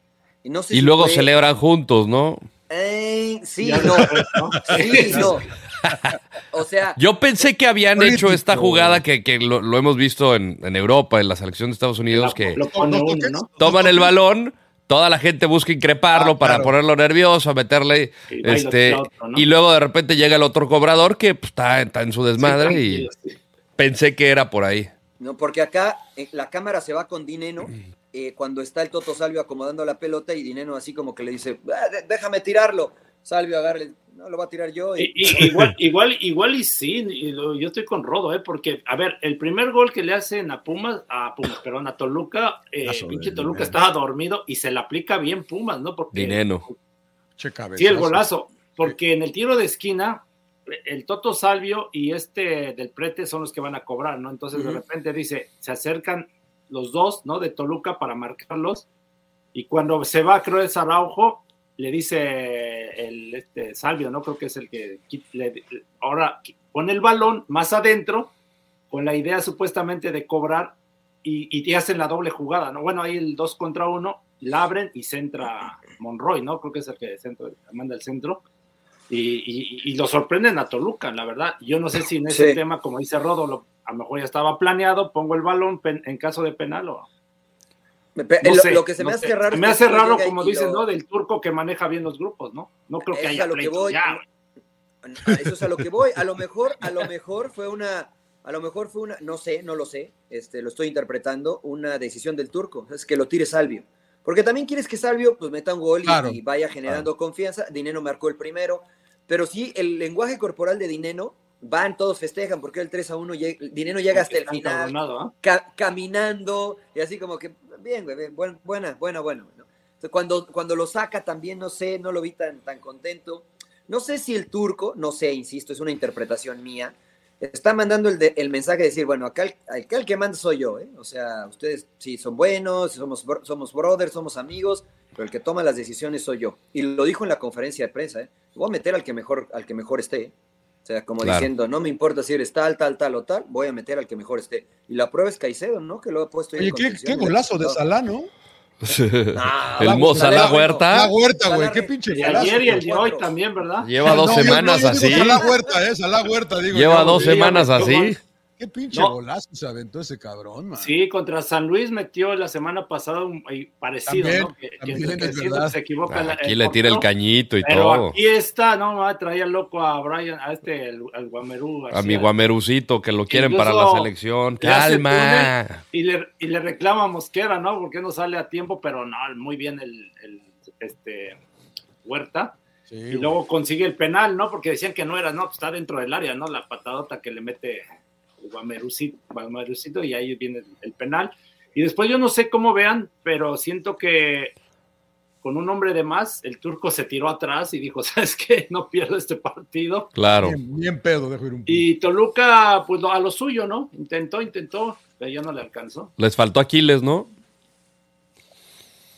S1: Y, no sé
S4: Y
S1: si
S4: luego
S1: fue-
S4: celebran juntos, ¿no?
S1: Eh, sí,
S3: Ya
S1: no.
S3: ¿no?
S1: Sí, no. O sea,
S4: Yo pensé que habían
S2: Político.
S4: hecho esta jugada que, que lo, lo hemos visto en, en Europa, en la selección de Estados Unidos, que
S3: Lo pone
S2: No, no
S3: uno,
S2: toques.
S3: ¿no?
S4: toman el balón, toda la gente busca increparlo
S2: Ah,
S4: para
S2: claro.
S4: ponerlo nervioso, meterle,
S3: Y baila
S4: este,
S3: el otro, ¿no?
S4: y luego de repente llega el otro cobrador que pues, está, está en su
S3: Sí,
S4: desmadre y
S3: tranquilo, sí.
S4: pensé que era por ahí.
S1: no, porque acá eh, la cámara se va con Dineno eh, cuando está el Toto Salvio acomodando la pelota y Dineno así como que le dice, "Ah, de- déjame tirarlo. Salvio agarra, el- no, lo va a tirar yo. Y,
S3: Y- y- igual, igual, igual y sí, y lo- yo estoy con Rodo, ¿eh? porque, a ver, el primer gol que le hacen a Pumas, a Pumas, perdón, a Toluca, eh,
S2: Ah, sobre
S3: pinche
S2: el
S3: Toluca
S2: dinero.
S3: estaba dormido y se le aplica bien Pumas, ¿no? Porque,
S4: Dineno.
S2: Che cabezazo.
S3: Sí, el golazo, porque en el tiro de esquina, el Toto Salvio y este del Prete son los que van a cobrar, ¿no? Entonces de
S1: Ujú.
S3: repente dice, se acercan los dos, ¿no? De Toluca para marcarlos, y cuando se va, creo es Araujo, le dice el este, Salvio, ¿no? Creo que es el que qui- le- ahora pone el balón más adentro con la idea supuestamente de cobrar y, y te hacen la doble jugada, ¿no? Bueno, ahí el 2 contra 1, la abren y centra Monroy, ¿no? Creo que es el que centro, manda el centro. Y, y- y lo sorprenden a Toluca, la verdad. Yo no sé si en ese
S1: Sí.
S3: tema, como dice Rodo, lo- a lo mejor ya estaba planeado, pongo el balón pen- en caso de penal o...
S1: me pe-
S3: no
S1: Eh, lo,
S3: sé,
S1: lo que se
S3: no
S1: me hace
S3: sé.
S1: raro...
S3: Se
S1: es
S3: me
S1: que
S3: hace
S1: después
S3: raro,
S1: llega y-
S3: como
S1: y
S3: dices,
S1: lo-
S3: ¿no? Del turco que maneja bien los grupos, ¿no? No creo que
S1: Es
S3: haya
S1: a lo que
S3: pleitos,
S1: voy,
S3: ya,
S1: no- A Ah, Eso es a lo que voy. A lo mejor, a lo mejor fue una, a lo mejor fue una, no sé, no lo sé, este, lo estoy interpretando, una decisión del turco, es que lo tire Salvio. Porque también quieres que Salvio pues, meta un gol y,
S2: Claro,
S1: y vaya generando confianza. Dineno marcó el primero, pero sí, el lenguaje corporal de Dineno, van, todos festejan, porque el 3 a 1, lleg- Dineno llega hasta el
S3: Está
S1: final,
S3: encabronado, ¿eh?
S1: ca- caminando y así como que, bien, güey, bien, buen- buena, buena, buena. ¿no? Entonces, Cuando, cuando lo saca también, no sé, no lo vi tan, tan contento. No sé si el turco, no sé, insisto, es una interpretación mía, está mandando el, de- el mensaje de decir, bueno, acá el, acá el que manda soy yo, ¿eh? O sea, ustedes sí son buenos, somos, bro- somos brothers, somos amigos, pero el que toma las decisiones soy yo. Y lo dijo en la conferencia de prensa, ¿eh? Voy a meter al que mejor, al que mejor esté, ¿eh? O sea, como
S4: Claro.
S1: diciendo, no me importa si eres tal, tal, tal o tal, voy a meter al que mejor esté. Y la prueba es Caicedo, ¿no? Que lo ha puesto ahí
S2: Oye,
S1: en
S2: qué,
S1: este, contención
S2: qué
S1: y le ha
S2: golazo de
S1: quitado.
S2: Salah, ¿no?
S1: Ah,
S4: El
S1: vamos,
S4: Mo Salah
S1: Salah,
S4: Huerta.
S2: La huerta, güey. Qué
S1: Salah-
S2: pinche
S3: Ah, Y
S2: golazo.
S3: ayer y el
S2: güey.
S3: de hoy también, ¿verdad?
S4: Lleva dos
S2: No, yo-
S4: semanas
S2: no, yo
S4: así.
S2: digo Salah huerta, ¿eh? Salah huerta, digo.
S4: Lleva
S2: yo,
S4: dos
S2: güey.
S4: semanas
S3: yo-
S4: así.
S2: Qué pinche
S3: No.
S2: golazo se aventó ese cabrón, man.
S3: Sí, contra San Luis metió la semana pasada un ahí parecido,
S2: También,
S3: ¿no? Que, que-
S2: también
S3: que
S2: es
S3: siempre
S2: verdad.
S3: se equivoca. la-
S4: Ah, Aquí le tira el
S3: portero,
S4: cañito y
S3: Pero
S4: todo.
S3: aquí está, no, va a traer loco a Brian, a este, al, al Guamerú.
S4: A
S3: García.
S4: mi guamerucito que lo quieren para la
S3: Incluso
S4: selección.
S3: le hace
S4: Calma.
S3: Y le, y le reclama a Mosquera, ¿no? Porque no sale a tiempo, pero no, muy bien el, el, este, Huerta.
S2: Sí,
S3: Y
S2: güey.
S3: luego consigue el penal, ¿no? Porque decían que no era, ¿no? Pues está dentro del área, ¿no? La patadota que le mete Guamerucito, Guamerucito, y ahí viene el- el penal. Y después yo no sé cómo vean, pero siento que con un hombre de más, el turco se tiró atrás y dijo, ¿sabes qué? No pierdo este partido.
S4: Claro.
S2: Bien, bien pedo, dejo ir un punto.
S3: Y Toluca, pues lo- a lo suyo, ¿no? Intentó, intentó, pero ya no le alcanzó.
S4: Les faltó Aquiles, ¿no?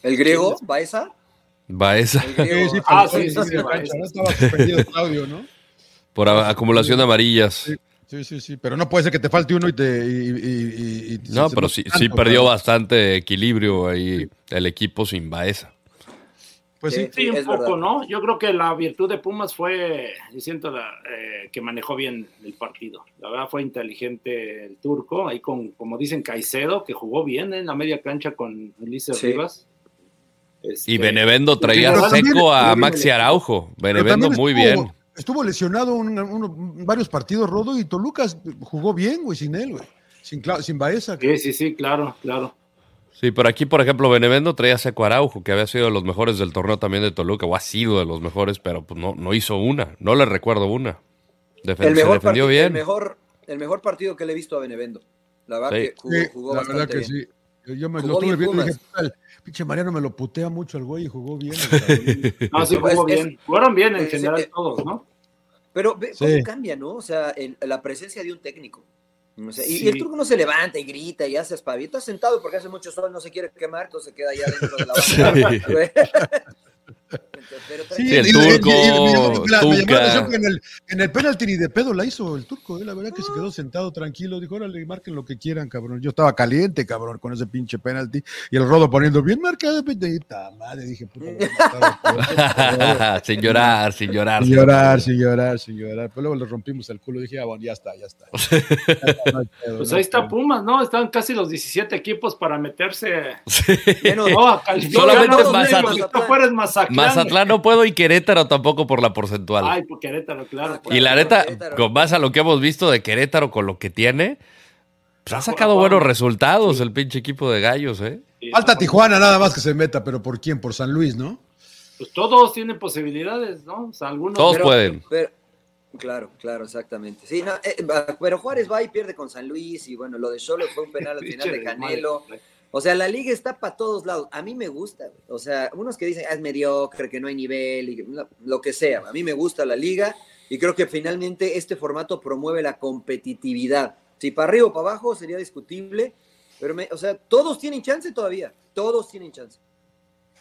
S1: ¿El griego? ¿Baeza?
S4: Baeza.
S1: El
S2: Sí,
S1: griego,
S2: sí,
S3: Ah,
S2: pero
S3: sí,
S2: fue
S3: sí,
S2: en
S3: sí,
S2: la
S3: va,
S2: cancha,
S3: es-
S2: ¿no? Estaba suspendido Claudio, ¿no?
S4: Por a- acumulación de amarillas.
S2: Sí, sí, sí, pero no puede ser que te falte uno y te... y- y- y- y-
S4: No,
S2: se-
S4: pero
S2: se-
S4: sí,
S2: tanto,
S4: sí perdió
S2: claro.
S4: bastante equilibrio ahí el equipo sin Baeza.
S2: Pues sí,
S3: Sí,
S1: Sí,
S3: un
S1: es
S3: poco,
S1: verdad.
S3: ¿no? Yo creo que la virtud de Pumas fue, yo siento la, eh, que manejó bien el partido. La verdad fue inteligente el turco, ahí con, como dicen, Caicedo, que jugó bien en la media cancha con Ulises
S1: Sí.
S3: Rivas. Este,
S4: Y Benevendo traía
S2: Pero también-
S4: seco a
S3: también-
S4: Maxi Araujo.
S2: pero
S4: Benevendo
S2: también
S4: muy
S2: estuvo-
S4: bien.
S2: Estuvo lesionado un- un- varios partidos, Rodo, y Toluca jugó bien, güey, sin él, güey. Sin, Cla- sin Baeza.
S3: Sí, sí, sí, claro, claro.
S4: Sí, pero aquí, por ejemplo, Benevendo traía seco a Araujo, que había sido de los mejores del torneo también de Toluca, o ha sido de los mejores, pero pues, no, no hizo una. No le recuerdo una. Defen-
S1: el mejor
S4: se defendió
S1: partido,
S4: bien.
S1: El mejor, el mejor partido que le he visto a Benevendo. La verdad
S4: Sí.
S1: que jugó,
S2: Sí,
S1: jugó
S2: la
S1: bastante
S2: verdad que
S1: bien.
S2: sí. Yo- Yo me
S1: Jugó
S2: lo estuve
S1: bien
S2: viendo y
S1: Pumas.
S2: dije, "Tal, pinche Mariano me lo putea mucho al güey y jugó bien. el cabrón".
S3: No, sí
S1: Pues,
S3: jugó
S1: es-
S3: bien. Jugaron bien en
S1: es-
S3: general
S1: eh,
S3: todos, ¿no?
S1: Pero ve
S2: Sí.
S1: cómo cambia, ¿no? O sea, el- la presencia de un técnico. O sea, y, y el
S3: Sí.
S1: turco no se levanta y grita y hace espavio. Está sentado porque hace mucho sol, no se quiere quemar, entonces se queda allá dentro de la banca.
S4: Sí.
S1: Güey. Entonces, pero trae-
S4: Sí, el
S2: y- y- y-
S4: turco,
S2: y- y- me llamó- me llamó la atención
S4: Tuca.
S2: que en el, en el penalti ni de pedo la hizo el turco, eh, la verdad que se quedó sentado tranquilo, dijo, órale, marquen lo que quieran, cabrón. Yo estaba caliente, cabrón, con ese pinche penalti y el rodo poniendo bien marcado, pinte, y ta madre, dije, puta, voy a matar a-
S4: sin llorar, sin llorar.
S2: Sin llorar, sin llorar, sin llorar. Pero luego le rompimos el culo. Dije, ah, bueno, ya está, ya está. Ya está, no hay pedo,
S3: Pues
S2: no
S3: ahí
S2: hay
S3: está
S2: pedo.
S3: Pumas, ¿no? Están casi los 17 equipos para meterse.
S1: menos-
S3: No, a calificar.
S4: Solamente
S3: No, digo,
S4: Mazatlán.
S3: Si tú fueras Mazatlán.
S4: Mazatlán no puedo y Querétaro tampoco por la porcentual.
S3: Ay, por Querétaro, claro. pues,
S4: y la
S1: Querétaro,
S4: neta,
S1: Querétaro.
S4: con base a lo que hemos visto de Querétaro con lo que tiene, pues ha sacado
S3: jugado
S4: buenos
S3: bien.
S4: resultados el pinche equipo de gallos, ¿eh?
S2: Falta Tijuana nada más que se meta, pero ¿por quién? Por San Luis, ¿no?
S3: Pues todos tienen posibilidades, ¿no? O sea, algunos.
S4: Todos
S3: pero-
S4: pueden.
S1: Pero- claro, claro, exactamente. Sí, no, eh, va- pero Juárez va y pierde con San Luis y bueno, lo de Solo fue un penal al final de Canelo. O sea, la liga está para todos lados. A mí me gusta. güey. O sea, unos que dicen, "Ah, es mediocre, que no hay nivel, y no, lo que sea. A mí me gusta la liga y creo que finalmente este formato promueve la competitividad. Si para arriba o para abajo sería discutible, pero, me- o sea, todos tienen chance todavía. Todos tienen chance.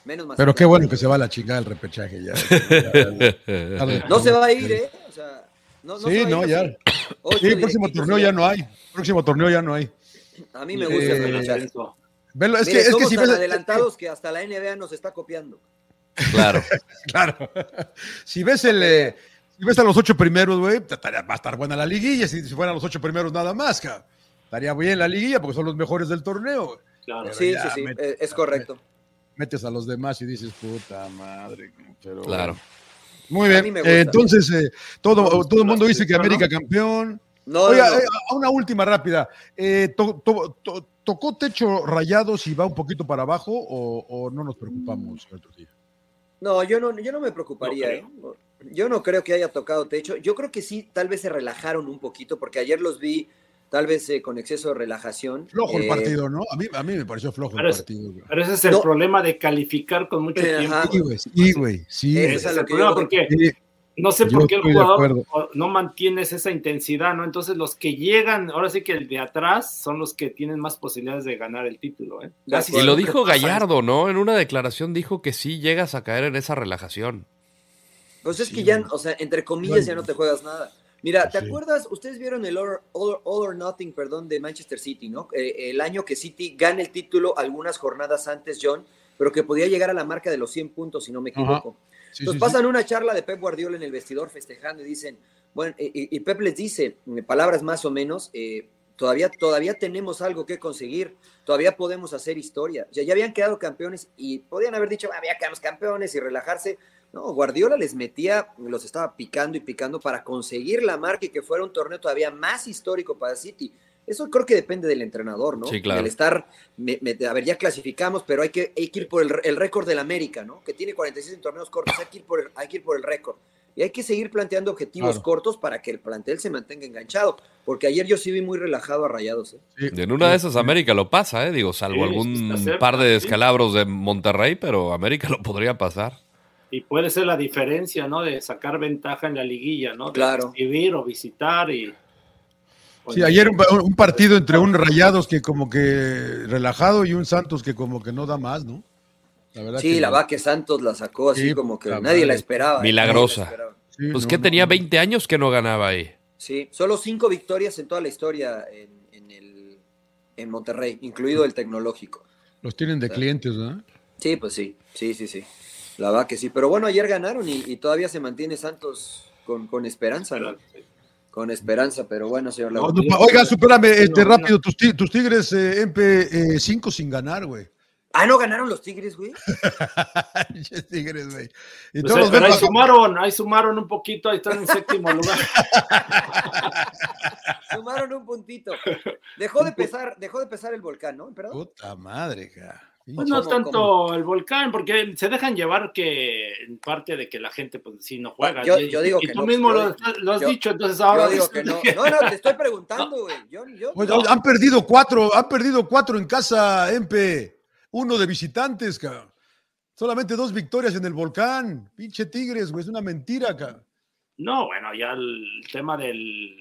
S1: Menos más.
S2: Pero qué bueno que se va a la chingada el repechaje ya. Tarde.
S1: No se va a ir, ¿eh? O sea, no, no
S2: Sí,
S1: se va a ir
S2: no, ya.
S1: así. Ocho
S2: Sí, el próximo
S1: directitos,
S2: torneo
S1: ya.
S2: ya no hay. Próximo torneo ya no hay.
S1: A mí me gusta
S2: Eh,
S1: el repechaje.
S2: Velo, es
S1: Mire,
S2: que, es que
S1: somos
S2: si
S1: tan
S2: ves.
S1: adelantados que hasta la NBA nos está copiando.
S4: Claro.
S2: Claro. Si ves el. eh, si ves a los ocho primeros, güey, ta- ta- va a estar buena la liguilla. Si, si fueran los ocho primeros nada más, cabrón. Estaría bien la liguilla porque son los mejores del torneo.
S3: Claro.
S2: Pero
S1: sí,
S2: ya,
S1: sí, sí,
S2: met-
S1: eh, es correcto.
S2: Metes a los demás y dices, puta madre. Pero
S4: Claro.
S2: Muy
S1: A mí
S2: bien.
S1: me
S2: Eh,
S1: gusta.
S2: entonces, eh, todo, todo el mundo dice que
S3: ¿no?
S2: América campeón.
S1: No,
S2: Oiga,
S1: no, no.
S2: eh, a- una última rápida. Eh, to- to- to- ¿Tocó techo rayado si va un poquito para abajo o, o no nos preocupamos? señor Trujillo?
S1: No, yo no, yo no me preocuparía. ¿eh? Yo no creo que haya tocado techo. Yo creo que sí, tal vez se relajaron un poquito, porque ayer los vi, tal vez eh, con exceso de relajación.
S2: Flojo el
S1: Eh,
S2: partido, ¿no? A mí, a mí me pareció flojo el
S3: pero es-
S2: partido. güey.
S3: Pero ese es el
S1: No. Eh,
S3: problema de calificar con mucho
S1: Ajá.
S3: tiempo.
S2: Sí, güey, sí, güey, sí,
S1: Esa
S2: güey,
S3: Ese es
S1: lo
S3: el
S1: que
S3: problema
S1: yo-
S3: porque
S2: sí.
S3: no sé
S2: Yo
S3: por qué el
S2: estoy de
S3: jugador
S2: acuerdo.
S3: o- no mantienes esa intensidad, ¿no? Entonces los que llegan, ahora sí que el de atrás son los que tienen más posibilidades de ganar el título, ¿eh?
S1: De
S3: Casi
S4: Y lo
S1: acuerdo.
S3: siempre
S4: dijo
S3: pasa
S4: Gallardo, ¿no? En una declaración dijo que sí llegas a caer en esa relajación.
S1: Pues es
S2: Sí,
S1: que ya,
S2: güey.
S1: o sea, entre comillas ya no te juegas nada. Mira, ¿te
S2: Sí.
S1: acuerdas? Ustedes vieron el All, All- All or Nothing, perdón, de Manchester City, ¿no? Eh, el año que City gana el título algunas jornadas antes, John, pero que podía llegar a la marca de los 100 puntos, si no me
S2: Ajá.
S1: equivoco.
S2: Sí,
S1: Entonces
S2: sí, sí.
S1: pasan una charla de Pep Guardiola en el vestidor festejando y dicen, bueno, y- y, y Pep les dice, en palabras más o menos, eh, todavía, todavía tenemos algo que conseguir, todavía podemos hacer historia. Ya, ya habían quedado campeones y podían haber dicho, "Ah, había quedamos campeones y relajarse. No, Guardiola les metía, los estaba picando y picando para conseguir la marca y que fuera un torneo todavía más histórico para City. Eso creo que depende del entrenador, ¿no?
S4: Sí, claro.
S1: Del estar, me- me- a ver, ya clasificamos, pero hay que, hay que ir por el, el récord del América, ¿no? Que tiene 46 en torneos cortos, hay que ir por el, hay que ir por el récord. Y hay que seguir planteando objetivos
S2: Claro.
S1: cortos para que el plantel se mantenga enganchado, porque ayer yo sí vi muy relajado a Rayados, ¿eh?
S2: Sí.
S4: Y en una de esas América lo pasa, ¿eh? Digo,
S3: Sí,
S4: salvo
S3: está
S4: algún
S3: cerca,
S4: par de
S3: sí.
S4: descalabros de Monterrey, pero América lo podría pasar.
S3: Y puede ser la diferencia, ¿no? De sacar ventaja en la liguilla, ¿no? De
S1: Claro.
S3: Recibir o visitar y.
S2: Sí, ayer un, un partido entre un Rayados que como que relajado y un Santos que como que no da más, ¿no?
S1: La verdad sí, que la no. vaca Santos la sacó así sí, como que la nadie, la esperaba,
S4: eh, nadie la esperaba. Milagrosa. Sí, pues no, que no, tenía 20 años que no ganaba ahí.
S1: Sí, solo cinco victorias en toda la historia en, en, el, en Monterrey, incluido el tecnológico.
S2: Los tienen de o sea, clientes, ¿no?
S1: Sí, pues sí, sí, sí, sí. La verdad que sí. Pero bueno, ayer ganaron y, y todavía se mantiene Santos con, con esperanza, ¿no?
S3: pues,
S1: Con esperanza, pero bueno, señor
S2: no, no, Oiga, supérame este, rápido, tus, tus Tigres eh, MP5 eh, sin ganar, güey.
S1: Ah, no ganaron los Tigres, güey.
S2: tigres, güey.
S3: Y pues todos pero ahí sumaron, ahí sumaron un poquito, ahí están en séptimo lugar.
S1: sumaron un puntito. Dejó de pesar, dejó de pesar el volcán, ¿no? ¿Perdón?
S2: Puta madre, cara.
S3: Pues no es tanto ¿Cómo? el volcán, porque se dejan llevar que en parte de que la gente, pues sí, no juega.
S1: Yo, yo digo
S3: y,
S1: que
S3: tú
S1: no,
S3: mismo
S1: yo,
S3: lo, lo, has yo, dicho, entonces ahora.
S1: Yo digo que no. Pues No, no, te estoy preguntando, güey.
S2: No. Han perdido cuatro, han perdido cuatro en casa, Empe. Uno de visitantes, cabrón. Solamente dos victorias en el volcán. Pinche Tigres, güey. Es una mentira, cabrón.
S3: No, bueno, ya el tema del,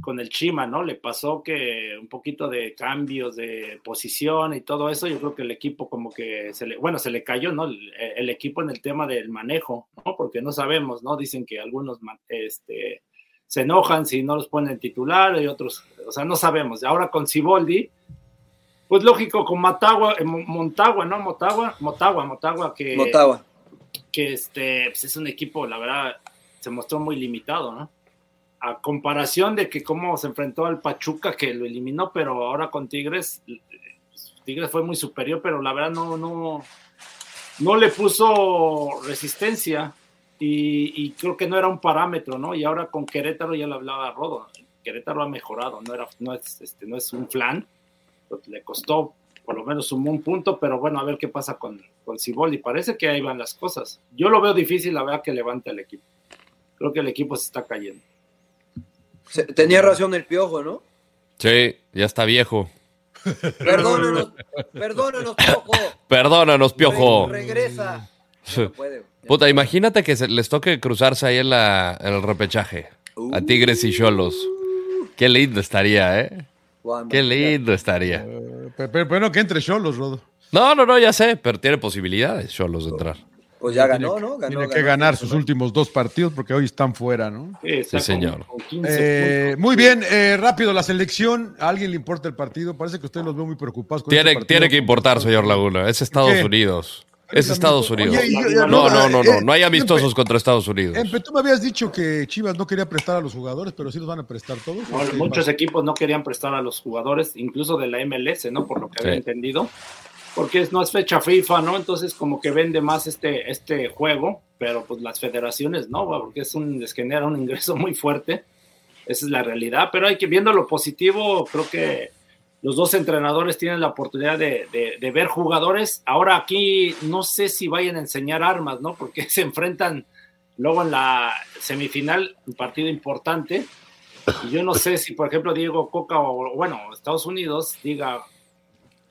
S3: con el Chima, ¿no? Le pasó que un poquito de cambios de posición y todo eso, yo creo que el equipo como que se le, bueno, se le cayó, ¿no? El, el equipo en el tema del manejo, ¿no? Porque no sabemos, ¿no? Dicen que algunos este, se enojan si no los ponen titular y otros, o sea, no sabemos. Ahora con Ciboldi, pues lógico, con Matagua, eh, Montagua, ¿no? Motagua, Motagua, Motagua, que...
S1: Motagua.
S3: Que este, pues es un equipo, la verdad, se mostró muy limitado, ¿no? a comparación de que cómo se enfrentó al Pachuca que lo eliminó, pero ahora con Tigres, Tigres fue muy superior, pero la verdad no, no, no le puso resistencia y, y creo que no era un parámetro, ¿no? Y ahora con Querétaro ya lo hablaba Rodo, Querétaro ha mejorado, no, era, no, es, este, no es un plan, le costó por lo menos sumó un punto, pero bueno, a ver qué pasa con, con Ciboli, parece que ahí van las cosas. Yo lo veo difícil, la verdad, que levante el equipo. Creo que el equipo se está cayendo.
S1: Tenía razón el piojo, ¿no?
S4: Sí, ya está viejo.
S1: Perdónanos, perdónanos, piojo.
S4: Perdónanos, piojo.
S1: Re regresa. No puede,
S4: Puta, imagínate que se les toque cruzarse ahí en, la, en el repechaje. Uh, a Tigres y Cholos. Qué lindo estaría, ¿eh?
S1: Uh,
S4: Wow, Qué lindo man. estaría.
S2: Uh, pero, bueno, que entre Cholos, Rodo.
S4: No, no, no, ya sé, pero tiene posibilidades Cholos de entrar.
S1: Pues ya ganó, ¿no?
S2: Ganó,
S1: tiene
S2: ganó, que ganó, ganar sus últimos dos partidos porque hoy están fuera, ¿no?
S4: Sí, sí señor.
S2: Eh, muy bien, eh, rápido, la selección. ¿A alguien le importa el partido? Parece que ustedes los veo muy preocupados. Con
S4: tiene,
S2: este
S4: tiene que importar, señor Laguna. Es Estados ¿Qué? Unidos. Es Estados Unidos. Oye, yo, yo, no, no, no, no. Eh, no hay amistosos empe, contra Estados Unidos.
S2: Empe, tú me habías dicho que Chivas no quería prestar a los jugadores, pero sí los van a prestar todos.
S3: No,
S2: sí,
S3: muchos más? equipos no querían prestar a los jugadores, incluso de la MLS, ¿no? Por lo que sí. había entendido porque es, no es fecha FIFA, ¿no? Entonces como que vende más este, este juego, pero pues las federaciones no, porque es un, les genera un ingreso muy fuerte, esa es la realidad, pero hay que viendo lo positivo, creo que los dos entrenadores tienen la oportunidad de, de, de ver jugadores, ahora aquí no sé si vayan a enseñar armas, ¿no? Porque se enfrentan luego en la semifinal, un partido importante. Y yo no sé si, por ejemplo, Diego Coca o, bueno, Estados Unidos diga,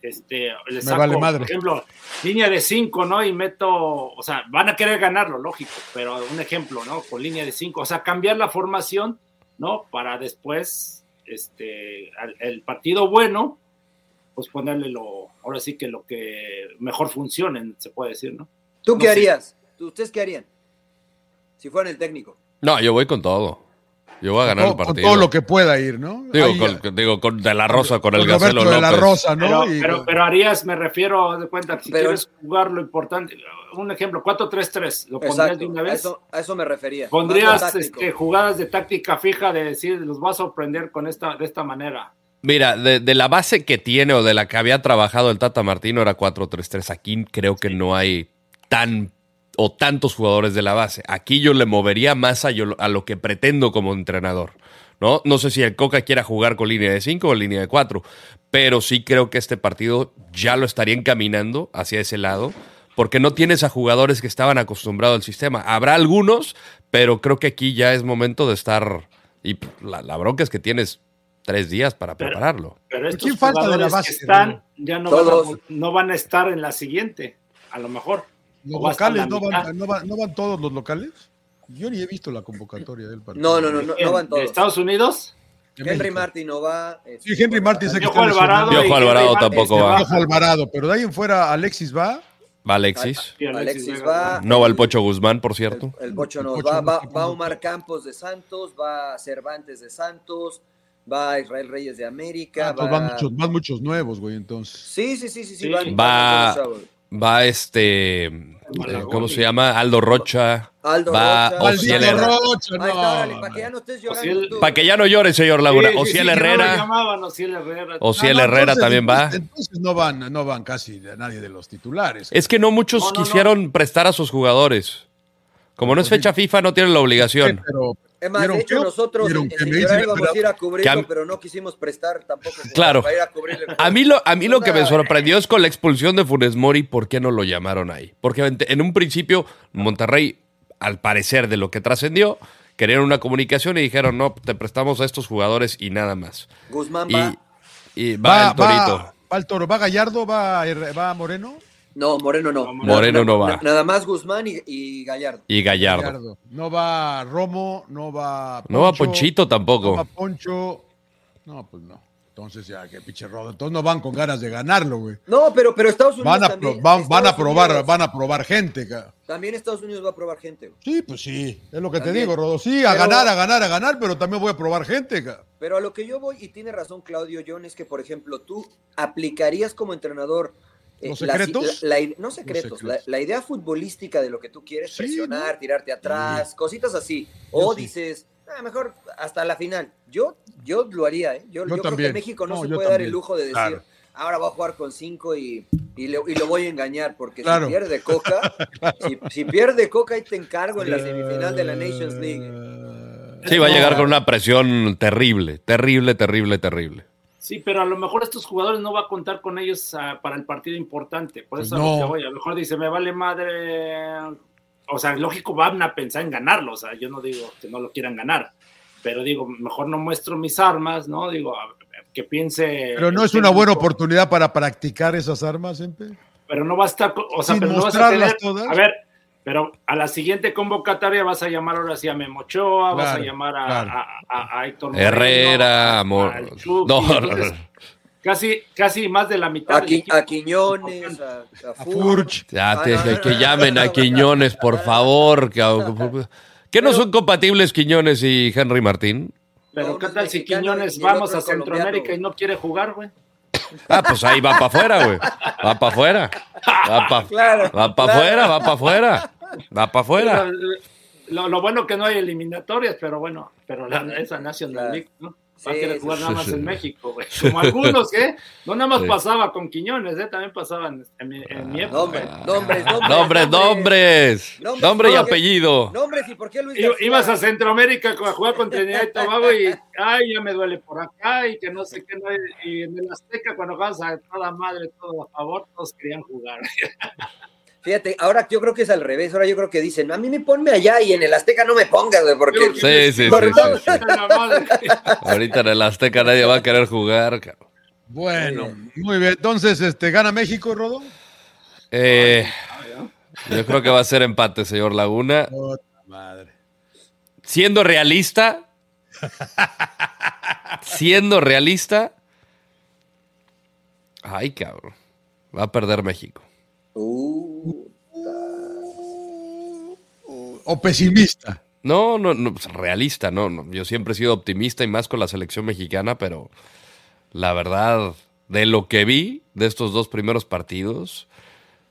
S3: este, le saco, vale madre. por ejemplo, línea de 5, ¿no? Y meto, o sea, van a querer ganarlo, lógico, pero un ejemplo, ¿no? Con línea de 5, o sea, cambiar la formación, ¿no? Para después, este, al, el partido bueno, pues ponerle lo, ahora sí que lo que mejor funcione, se puede decir, ¿no?
S1: ¿Tú
S3: no
S1: qué sé. harías? ¿Ustedes qué harían? Si fueran el técnico.
S4: No, yo voy con todo. Yo voy a ganar
S2: con,
S4: el
S2: Con
S4: partido.
S2: todo lo que pueda ir, ¿no?
S4: Digo, Ahí, con, digo con, De La Rosa, con, con el
S2: Roberto
S4: Gacelo López.
S2: de La Rosa, ¿no?
S3: Pero, pero, pero Arias, me refiero, de cuenta, si pero, quieres jugar lo importante, un ejemplo, 4-3-3, ¿lo pondrías exacto, de una vez?
S1: A eso, a eso me refería.
S3: ¿Pondrías este, jugadas de táctica fija de decir, los voy a sorprender con esta, de esta manera?
S4: Mira, de, de, la base que tiene o de la que había trabajado el Tata Martino era 4-3-3. Aquí creo que no hay tan o tantos jugadores de la base. Aquí yo le movería más a, yo, a, lo que pretendo como entrenador. ¿no? no sé si el Coca quiera jugar con línea de 5 o línea de 4, pero sí creo que este partido ya lo estaría encaminando hacia ese lado, porque no tienes a jugadores que estaban acostumbrados al sistema. Habrá algunos, pero creo que aquí ya es momento de estar. Y la, la bronca es que tienes tres días para
S3: pero,
S4: prepararlo.
S3: Pero estos ¿Quién falta de la base? Que están, ya no van, a, no van a estar en la siguiente, a lo mejor.
S2: ¿Los locales no van, no, van, no van, todos los locales? Yo ni he visto la convocatoria del partido.
S1: No, no, no, no, no van todos.
S3: ¿De Estados Unidos?
S1: De Henry Martin no va. este,
S2: Sí, Henry Martin sé que
S4: Alvarado. Piojo Alvarado tampoco va.
S2: Alvarado, pero de ahí en fuera Alexis va.
S4: Va Alexis.
S3: Sí,
S1: Alexis
S3: Vega.
S1: va.
S4: No va el Pocho Guzmán, por
S1: El,
S4: cierto.
S1: el Pocho nos
S2: Pocho
S1: va,
S2: no
S1: va,
S2: está
S1: va Omar Campos de Santos, va Cervantes de Santos, va Israel Reyes de América,
S2: Ah, pues
S1: va...
S2: van muchos, van muchos nuevos, güey, entonces.
S1: Sí, sí, sí, sí, sí,
S3: Sí.
S1: van-
S4: Va-
S1: van muchos,
S4: Va este. eh,
S3: Malagón.
S4: ¿Cómo se llama? Aldo Rocha.
S1: Aldo
S4: Va
S1: Rocha.
S4: Ociel
S2: Maldito
S4: Herrera.
S2: Rocha,
S1: Ahí está, órale,
S2: no,
S1: para que ya no estés
S3: Ociel-
S1: llorando tú.
S4: Para que ya no llore, señor Laguna.
S3: Sí, sí, sí,
S4: Ociel
S3: que no lo
S4: Herrera.
S3: llamaban Ociel Herrera.
S4: Ociel
S2: No, no,
S4: Herrera
S2: entonces,
S4: también va.
S2: entonces- Entonces no van, no van casi a nadie de los titulares.
S4: Es que no muchos
S3: No, no, no.
S4: quisieron prestar a sus jugadores. Como no es fecha FIFA, no tienen la obligación.
S2: Eh, pero
S1: Es más,
S2: ¿Vieron
S1: de hecho,
S2: qué?
S1: nosotros
S2: ¿Vieron
S1: en
S2: qué
S1: sin
S2: me
S1: llorar
S2: dicen?
S1: íbamos a ir a cubrirlo,
S4: Que a mí-
S1: pero no quisimos prestar tampoco como
S4: Claro.
S1: para ir a cubrirle.
S4: A mí, lo, a mí lo que me
S1: Una-
S4: sorprendió es con la expulsión de Funes Mori, ¿por qué no lo llamaron ahí? Porque en, en un principio Monterrey, al parecer de lo que trascendió, querían una comunicación y dijeron, no, te prestamos a estos jugadores y nada más.
S1: Guzmán
S4: Y,
S1: va.
S4: y va,
S2: va,
S4: el Torito.
S2: va, va el toro, va Gallardo, va, Herre- va Moreno.
S1: No, Moreno no.
S4: Moreno no va.
S1: Nada más Guzmán y, y Gallardo.
S4: Y Gallardo.
S2: Gallardo. No va Romo, no va
S4: No va
S2: Poncho,
S4: Ponchito
S2: No va
S4: tampoco.
S2: Poncho. No, pues no. Entonces ya, qué pinche rodo. Entonces no van con ganas de ganarlo, güey.
S1: No, pero, pero Estados Unidos
S2: Van a, pro-
S1: también.
S2: van, van a
S1: Estados
S2: probar,
S1: Unidos-
S2: van a probar gente, ca-
S1: También Estados Unidos va a probar gente. güey.
S2: Sí, pues sí, es lo que te
S1: También.
S2: digo, Rodo. Sí, a
S1: Pero-
S2: ganar, a ganar, a ganar, pero también voy a probar gente. ca-
S1: Pero a lo que yo voy, y tiene razón Claudio John, es que, por ejemplo, tú aplicarías como entrenador. eh,
S2: ¿Los
S1: la-
S2: secretos?
S1: la- la- no secretos,
S2: Los
S1: la-
S2: secretos.
S1: La, idea futbolística de lo que tú quieres,
S2: Sí,
S1: presionar,
S2: ¿no?
S1: tirarte atrás, cositas así. O
S2: sí.
S1: dices, "Ah, mejor hasta la final. Yo, yo lo haría, ¿eh? Yo,
S2: Yo
S1: yo creo que
S2: también.
S1: México no,
S2: No,
S1: se
S2: yo
S1: puede dar el
S2: también,
S1: lujo de decir,
S2: claro.
S1: ahora voy a jugar con cinco y, y, le- y lo voy a engañar, porque
S2: Claro.
S1: si pierde Coca, si, si pierde Coca, ahí te encargo en la semifinal de la Nations
S2: Eh.
S1: League.
S4: Sí, va a
S3: No.
S4: llegar con una presión terrible, terrible, terrible, terrible.
S3: Sí, pero a lo mejor estos jugadores no va a contar con ellos ah, para el partido importante. Por
S2: Pues
S3: eso a lo
S2: no.
S3: que voy. A lo mejor dice, me vale madre. O sea, lógico, van a pensar en ganarlo. O sea, yo no digo que no lo quieran ganar. Pero digo, mejor no muestro mis armas, ¿no? Digo, a- que piense.
S2: Pero no
S3: el
S2: es una buena
S3: técnico.
S2: oportunidad para practicar esas armas, Empe.
S3: Pero no va a estar. co- O sea,
S2: Sin
S3: pero no vas a
S2: mostrarlas
S3: tener.
S2: todas.
S3: A ver, pero a la siguiente convocatoria vas a llamar ahora sí a Memochoa, vas a
S2: Claro,
S3: llamar a,
S2: claro.
S3: a- a- a Héctor Moreno,
S4: Herrera, amor.
S3: al Chucky. pues,
S4: No,
S3: Entonces, casi, casi más de la mitad.
S1: A,
S3: del
S1: Qui-
S3: equipo.
S1: a Quiñones, a, a
S2: A
S1: Furch.
S2: Furch.
S4: ya
S1: Ah,
S4: te-
S1: no, no,
S4: que
S1: no, no,
S4: llamen
S1: no,
S4: a
S1: no,
S4: Quiñones, por favor. Que, que no
S1: Pero-
S4: son compatibles Quiñones y Henry Martín.
S1: No,
S3: Pero
S1: uno
S3: ¿qué
S1: es
S3: tal si
S1: mexicano
S3: Quiñones
S1: y el
S3: vamos
S1: otro
S3: a
S1: es colombiano,
S3: Centroamérica
S1: güey?
S3: y no quiere jugar, güey?
S4: Ah, pues ahí va para afuera, güey. Va para afuera. Va para
S1: Claro. claro.
S4: afuera, va para afuera. Va para afuera.
S3: eh, Lo, lo bueno que no hay eliminatorias, pero bueno, pero la, esa National
S1: Claro.
S3: League, ¿no? Va a
S1: Sí,
S3: querer
S1: sí,
S3: jugar
S4: sí.
S3: nada más
S4: Sí, sí.
S3: en México, güey. Como algunos, ¿eh? No nada más
S4: Sí.
S3: pasaba con Quiñones, ¿eh? También pasaban en mi, en mi época.
S1: Nombres, nombres, nombres.
S4: Nombres, nombres.
S1: Nombres,
S4: Nombre y
S1: nombres.
S4: apellido.
S1: Nombres y por qué Luis
S3: I-
S1: García?
S3: Ibas a Centroamérica a jugar con Trinidad y Tobago y, ay, ya me duele por acá y que no sé qué. no hay- y en el Azteca, cuando jugabas a toda madre, todo a favor, todos querían jugar.
S1: Fíjate, ahora yo creo que es al revés. Ahora yo creo que dicen, a mí me ponme allá y en el Azteca no me pongas, güey, porque...
S3: Creo que-
S4: Sí, sí, sí, sí, sí.
S3: La madre.
S4: Ahorita en el Azteca nadie va a querer jugar. cabrón.
S2: Bueno, muy bien. Entonces, este, ¿gana México, Rodo?
S4: Eh, yo creo que va a ser empate, señor Laguna.
S2: madre.
S4: Siendo realista. Siendo realista. Ay, cabrón. Va a perder México.
S1: Uh,
S2: O pesimista.
S4: No, no, no, pues, realista, no, no. Yo siempre he sido optimista y más con la selección mexicana, pero la verdad, de lo que vi de estos dos primeros partidos,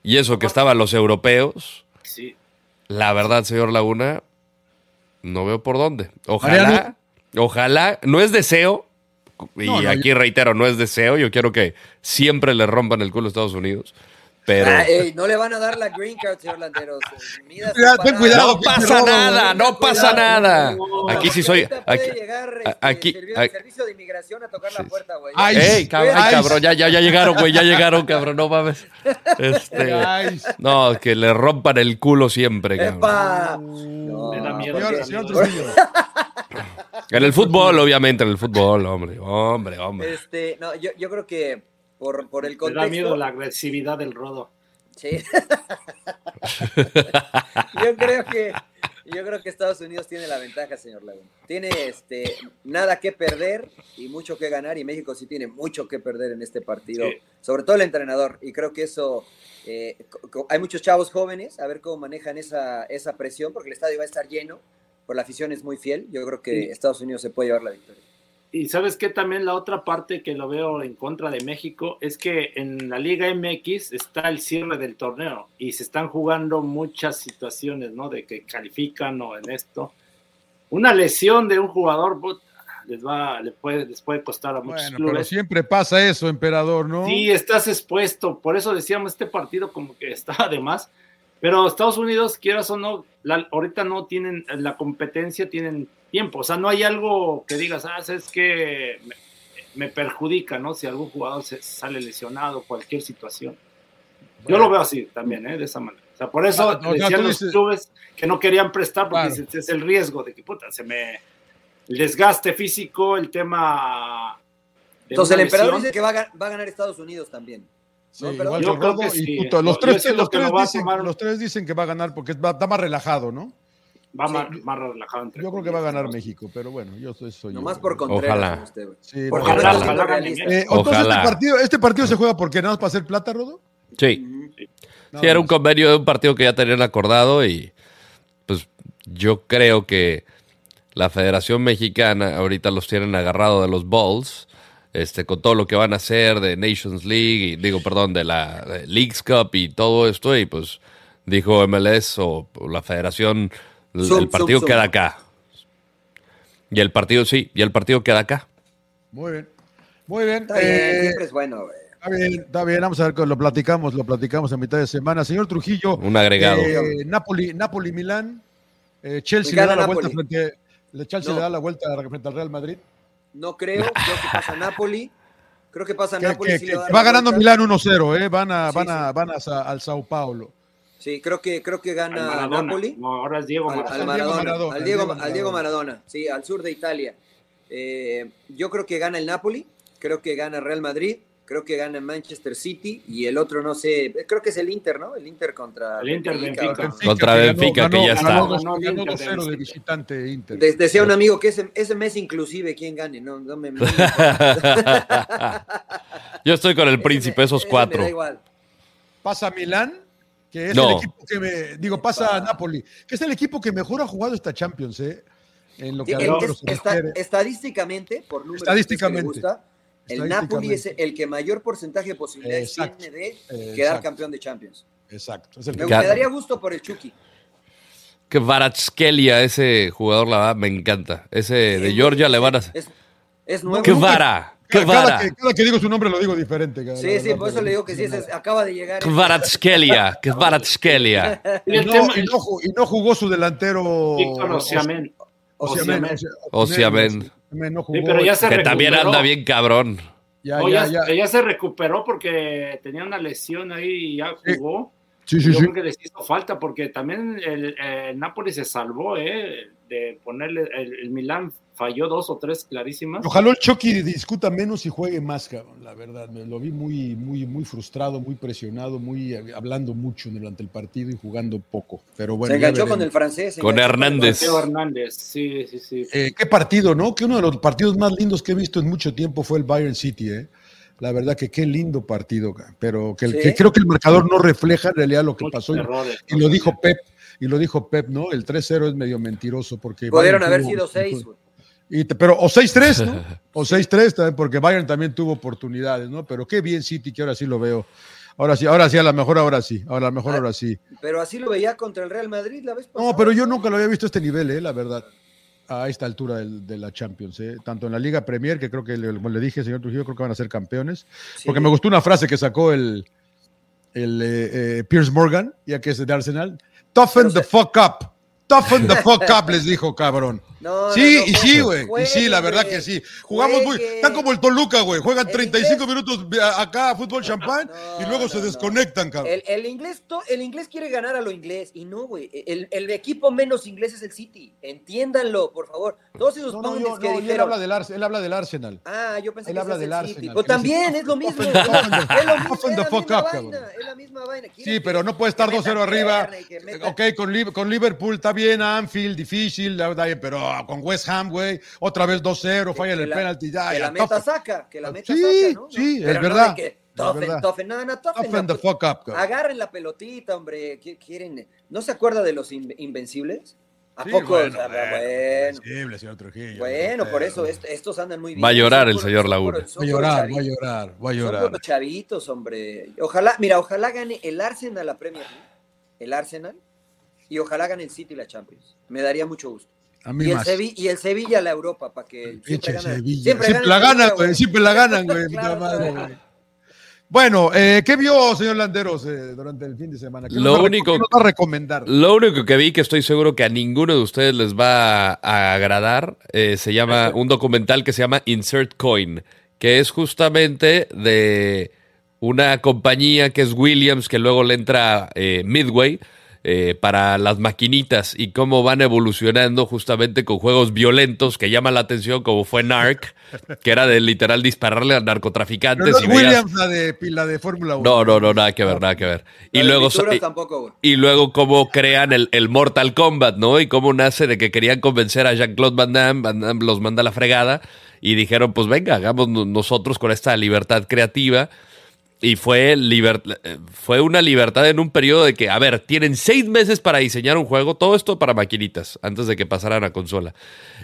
S4: y eso que estaban los europeos,
S3: Sí.
S4: la verdad, señor Laguna, no veo por dónde. Ojalá,
S2: Mariano.
S4: ojalá, no es deseo, y
S2: No, no,
S4: aquí reitero, no es deseo, yo quiero que siempre le rompan el culo a Estados Unidos, pero...
S1: ah, ey, no le van a dar la green card, señor Landeros. eh, Midas
S2: Cuidado, ten
S1: separado.
S2: cuidado.
S4: No pasa
S2: Rodo,
S4: nada, no
S1: Cuidado.
S4: pasa nada.
S3: No.
S4: Aquí sí soy...
S1: Ahorita puede
S4: Aquí,
S1: llegar,
S4: a-
S1: este,
S4: aquí-
S1: servi-
S4: a-
S1: servicio de inmigración a tocar
S4: Sí.
S1: la puerta, güey.
S2: Ay,
S4: Ey, cabrón, ay,
S2: Ay,
S4: cabrón,
S2: sí.
S4: ya, ya, ya llegaron, güey, ya llegaron, cabrón, no mames. Este,
S2: Ay,
S4: no, que le rompan el culo siempre, cabrón.
S1: ¡Epa! Ah. No,
S3: Me da miedo.
S2: señor,
S1: porque-
S2: señor Trujillo.
S4: En el fútbol, obviamente, en el fútbol, hombre, hombre, hombre.
S1: Este, no, yo, yo creo que por, por el
S3: Me
S1: contexto.
S3: da miedo la agresividad del rodo.
S1: Sí. yo creo que Yo creo que Estados Unidos tiene la ventaja, señor Laguna. Tiene este, nada que perder y mucho que ganar, y México sí tiene mucho que perder en este partido,
S3: Sí.
S1: sobre todo el entrenador. Y creo que eso, eh, co- co- hay muchos chavos jóvenes, a ver cómo manejan esa, esa presión, porque el estadio va a estar lleno, pero la afición es muy fiel. Yo creo que
S3: Sí.
S1: Estados Unidos se puede llevar la victoria.
S3: Y sabes que también la otra parte que lo veo en contra de México es que en la Liga MX está el cierre del torneo y se están jugando muchas situaciones, ¿no? De que califican o en esto. Una lesión de un jugador puta, les va, le puede, les puede costar a muchos
S2: Bueno, pero
S3: clubes.
S2: siempre pasa eso, emperador, ¿no?
S3: Sí, estás expuesto. Por eso decíamos, este partido como que está de más. Pero Estados Unidos, quieras o no, la- ahorita no tienen la competencia, tienen tiempo. O sea, no hay algo que digas, ah, es que me, me perjudica, ¿no? Si algún jugador se sale lesionado, cualquier situación. Yo lo veo así también, ¿eh? De esa manera. O sea, por eso
S2: Ah, o sea,
S3: decían
S2: tú
S3: los
S2: dices-
S3: clubes que no querían prestar porque
S2: Claro.
S3: dices, es el riesgo de que, puta, se me... El desgaste físico, el tema... de
S1: Entonces, el
S3: una
S1: emperador
S3: lesión.
S1: dice que va a, ga- va a ganar Estados Unidos también.
S2: Sí,
S1: No, pero-
S2: igual
S3: Yo
S2: que
S3: creo
S2: Rodo
S3: que
S2: y
S3: sí.
S2: Tuto. Los
S3: Yo
S2: tres,
S3: siento
S2: los,
S3: que lo
S2: tres
S3: va a
S2: dicen,
S3: tomar-
S2: los tres dicen que va a ganar porque va- está más relajado, ¿no?
S3: va
S2: Sí,
S3: más,
S2: yo-
S3: más relajado. entre
S2: Yo creo que va a
S3: comillas,
S2: ganar
S3: ¿no?
S2: México, pero bueno, yo soy. soy
S1: Nomás
S2: yo.
S1: por Contreras.
S4: Ojalá.
S1: como usted, güey.
S2: Sí,
S1: Por
S2: no,
S3: Ojalá,
S1: Contreras,
S3: ojalá
S1: siendo
S3: gane
S1: realista.
S3: México.
S2: Eh, entonces,
S4: Ojalá.
S2: Este, partido, este partido se juega porque nada más para hacer plata, Rodo.
S4: Sí.
S1: Ujú.
S2: Nada
S4: Sí, era
S2: más.
S4: un convenio de un partido que ya tenían acordado y pues yo creo que la Federación Mexicana ahorita los tienen agarrado de los balls, este, con todo lo que van a hacer de Nations League, y, digo, perdón, de la de Leagues Cup y todo esto, y pues dijo MLS o, o la Federación, el,
S1: Sub,
S4: el partido
S1: sub, sub.
S4: queda acá. Y el partido, sí, y el partido queda acá.
S2: Muy bien. Muy bien.
S1: Está bien,
S2: eh,
S1: siempre es bueno, güey.
S2: Está bien, está bien, vamos a ver, lo platicamos, lo platicamos a mitad de semana. Señor Trujillo,
S4: Un agregado.
S2: eh, Napoli, Napoli, Milán, eh, Chelsea le
S1: Gana
S2: da la
S1: Napoli.
S2: vuelta frente, le- Chelsea
S1: No.
S2: le da la vuelta frente al Real Madrid.
S1: No creo, creo que pasa Napoli. Creo que pasa
S2: Que-
S1: Napoli.
S2: que-
S1: sí
S2: que
S1: le va a dar
S2: va
S1: la
S2: ganando
S1: vuelta.
S2: Milán 1-0, eh, van a,
S1: Sí,
S2: van
S1: sí.
S2: a, van a Sa- al Sao Paulo.
S1: Sí, creo que, creo que
S3: Al
S1: gana
S3: Maradona.
S1: Napoli.
S3: No, ahora es Diego
S1: Al, al
S3: Maradona.
S2: Diego
S1: Maradona,
S2: Maradona,
S1: al, Diego,
S2: Diego
S1: al Diego Maradona, sí, al sur de Italia. Eh, yo creo que gana el Napoli, creo que gana Real Madrid, creo que gana Manchester City y el otro no sé, creo que es el Inter, ¿no? El Inter contra
S3: El Inter, Benfica.
S1: ¿no?
S4: Contra
S2: que
S4: Benfica, que ya
S2: ganó
S3: está.
S2: dos-
S3: Ganó
S2: ganó
S3: Inter de
S2: 2-0 de
S3: visita.
S2: visitante Inter.
S1: De- decía un amigo que ese, ese mes inclusive quién gane, no, no me, no me importa.
S4: yo estoy con el
S1: Ese
S4: príncipe,
S1: me-
S4: esos
S1: ese me
S4: cuatro.
S1: da igual.
S2: Pasa Milán, que es
S4: No.
S2: el equipo que me. Digo, pasa a
S1: Epa.
S2: Napoli, que es el equipo que mejor ha jugado esta Champions, ¿eh? En lo
S1: Sí,
S2: que a
S1: el-
S2: nosotros
S1: es-
S2: se
S1: esta-
S2: refiere.
S1: estadísticamente, por números
S2: Estadísticamente.
S1: que les gusta, el Napoli es el que mayor porcentaje de posibilidades
S2: Exacto.
S1: tiene de
S2: Exacto.
S1: quedar campeón de Champions.
S2: Exacto. Es el
S1: Me,
S2: que-
S1: me
S4: Claro.
S1: daría gusto por el Chucky.
S4: Que Kvaratskhelia, ese jugador, la verdad, me encanta. Ese de Georgia le van a...
S1: Es, es nuevo.
S4: ¡Qué vara! ¡Qué
S2: cada,
S4: vara!
S2: que, cada que digo su nombre lo digo diferente. cara,
S1: Sí,
S2: la
S1: sí,
S2: verdad,
S1: por eso
S2: pero-
S1: le digo que sí, ese es- acaba de llegar.
S4: Kvaratskhelia, Kvaratskhelia.
S3: Y
S2: Y
S3: el
S2: no,
S3: tema-
S2: y no ju- y no jugó su delantero.
S3: Víctor Osimhen.
S2: Osimhen,
S3: Osimhen.
S4: Osimhen.
S2: Osimhen no jugó. este,
S3: Sí, pero ya se
S4: Que también
S3: recuperó.
S4: anda bien cabrón.
S2: Ya,
S3: No,
S2: ya,
S3: ya-
S2: ya.
S3: ya se recuperó porque tenía una lesión ahí y ya
S2: Sí.
S3: jugó.
S2: Sí, sí,
S3: Yo
S2: sí.
S3: creo que les hizo falta porque también el, eh, Napoli se salvó, ¿eh? De ponerle. El, el Milán falló dos o tres clarísimas.
S2: Ojalá el Chucky discuta menos y juegue más, cabrón, la verdad. Me lo vi muy, muy, muy frustrado, muy presionado, muy eh, hablando mucho durante el partido y jugando poco. Pero bueno.
S1: se
S2: ya
S1: enganchó con el
S2: veremos.
S1: francés. se
S4: Con
S1: enganchó
S4: Hernández.
S1: el
S3: Mateo Hernández, sí, sí, sí.
S2: Eh, qué partido, ¿no? Que uno de los partidos más lindos que he visto en mucho tiempo fue el Bayern City, ¿eh? La verdad que qué lindo partido, ca- pero que, el-
S1: Sí.
S2: que creo que el marcador no refleja en realidad lo que
S3: Muchos
S2: pasó. Y,
S3: errores.
S2: y lo dijo Pep, y lo dijo Pep, ¿no? El 3-0 es medio mentiroso porque...
S1: Pudieron
S2: Bayern
S1: haber
S2: tuvo-
S1: sido seis, güey.
S2: y te- pero, o 6-3, ¿no? O 6-3 también, porque Bayern también tuvo oportunidades, ¿no? Pero qué bien City, que ahora sí lo veo. Ahora sí, ahora sí, a lo mejor ahora sí, a lo mejor
S1: Ah.
S2: ahora sí.
S1: Pero así lo veía contra el Real Madrid la vez pasada.
S2: No, pero yo nunca lo había visto a este nivel, eh, la verdad. A esta altura del- de, la Champions, eh. tanto en la Liga Premier, que creo que, le, como le dije, señor Trujillo, creo que van a ser campeones.
S1: Sí.
S2: Porque me gustó una frase que sacó el, el eh, eh, Piers Morgan, ya que es de Arsenal. Toughen
S1: Pero
S2: the fuck up. Toughen the fuck up, les dijo, cabrón.
S1: No, no,
S2: Sí,
S1: no,
S2: y
S1: jueguen,
S2: sí, güey. Y sí, la
S1: jueguen,
S2: verdad
S1: güey.
S2: que sí. Jugamos muy.
S1: Jueguen.
S2: Están como el Toluca, güey. Juegan
S1: El
S2: 35 minutos a- acá a fútbol champán y
S1: No,
S2: luego
S1: no,
S2: se
S1: no.
S2: desconectan, cabrón.
S1: El, el inglés to- el inglés quiere ganar a lo inglés y no, güey. El, el equipo menos inglés es el City. Entiéndanlo, por favor. Todos esos
S2: No, no,
S1: pounds
S2: yo-
S1: que
S2: no, y él
S1: dijeron.
S2: habla del Arse- él habla del Arsenal.
S1: Ah, yo pensé
S2: Él
S1: que
S2: habla
S1: ese
S2: del
S1: es el
S2: Arsenal,
S1: City.
S2: que
S1: Pues
S2: dice,
S1: también es lo mismo.
S2: "Open
S1: Es
S2: the-
S1: lo mismo,
S2: open the-
S1: es la
S2: open the
S1: misma
S2: fuck up,
S1: vaina,
S2: cabrón.
S1: es la misma vaina.
S2: Sí,
S1: Quieren
S2: pero
S1: que-
S2: no puede estar
S1: que
S2: 2-0
S1: metan
S2: arriba.
S1: pierna y que
S2: Eh,
S1: metan-
S2: Ok, con, Liv- con Liverpool está bien a Anfield, difícil, la verdad, pero con West Ham, güey, otra vez 2-0, fallan el
S1: la-
S2: penalti, ya,
S1: que
S2: ya,
S1: la meta
S2: tough.
S1: saca, que la meta
S2: Sí,
S1: saca, ¿no?
S2: sí,
S1: Pero
S2: es
S1: no
S2: verdad,
S1: de que
S2: es
S1: toughen,
S2: verdad.
S1: toughen, no, no, toughen,
S2: Toughen
S1: no,
S2: the fuck up, cabrón.
S1: Agarren la pelotita, hombre, ¿qué quieren? ¿No se acuerda de los in- invencibles? ¿A
S2: Sí,
S1: poco?
S2: bueno,
S1: Ah,
S2: bueno,
S1: bueno,
S2: Invencible, señor Trujillo.
S1: Bueno, por
S2: Pero-
S1: eso est- estos andan muy bien.
S4: Va a llorar el
S1: Son puros-
S4: señor
S1: son
S4: Laguna.
S1: puros- son
S2: Voy a
S1: puros
S2: llorar,
S1: chavitos.
S2: voy a llorar, voy a
S1: Son
S2: llorar.
S1: puros chavitos, hombre. Ojalá, mira, ojalá gane el Arsenal la Premier League, el Arsenal, y ojalá gane el City la Champions. Me daría mucho gusto.
S2: A mí
S1: Y el,
S2: más.
S1: Sevi- y el Sevilla la Europa, para que
S2: Pinche
S1: gana-
S2: Sevilla.
S1: siempre
S2: Siempre,
S1: gana el
S2: la
S1: Sevilla,
S2: ganan,
S1: güey.
S2: güey. Siempre la ganan, güey. puta
S1: Claro,
S2: madre,
S1: claro.
S2: güey. Bueno, eh, ¿qué vio, señor Landeros, eh, durante el fin de semana? ¿Qué
S4: Lo
S2: nos va a reco-
S4: único-
S2: qué nos va a recomendar?
S4: Lo único que vi que estoy seguro que a ninguno de ustedes les va a agradar eh, se llama un documental que se llama Insert Coin, que es justamente de una compañía que es Williams, que luego le entra eh, Midway eh, para las maquinitas y cómo van evolucionando justamente con juegos violentos que llaman la atención, como fue Narc, que era de literal dispararle a
S2: Pero
S4: narcotraficantes.
S2: no es
S4: y veías-
S2: Williams, la de, la de Fórmula 1.
S4: No, no, no, nada que ver, nada que ver.
S1: La
S4: Y
S1: de
S4: luego,
S1: pinturas
S4: y-
S1: tampoco, güey.
S4: y luego cómo crean el, el Mortal Kombat, ¿no? Y cómo nace de que querían convencer a Jean-Claude Van Damme, Van Damme los manda a la fregada y dijeron, pues venga, hagamos no- nosotros con esta libertad creativa. Y fue, liber- eh, fue una libertad en un periodo de que, a ver, tienen seis meses para diseñar un juego, todo esto para maquinitas, antes de que pasaran a consola.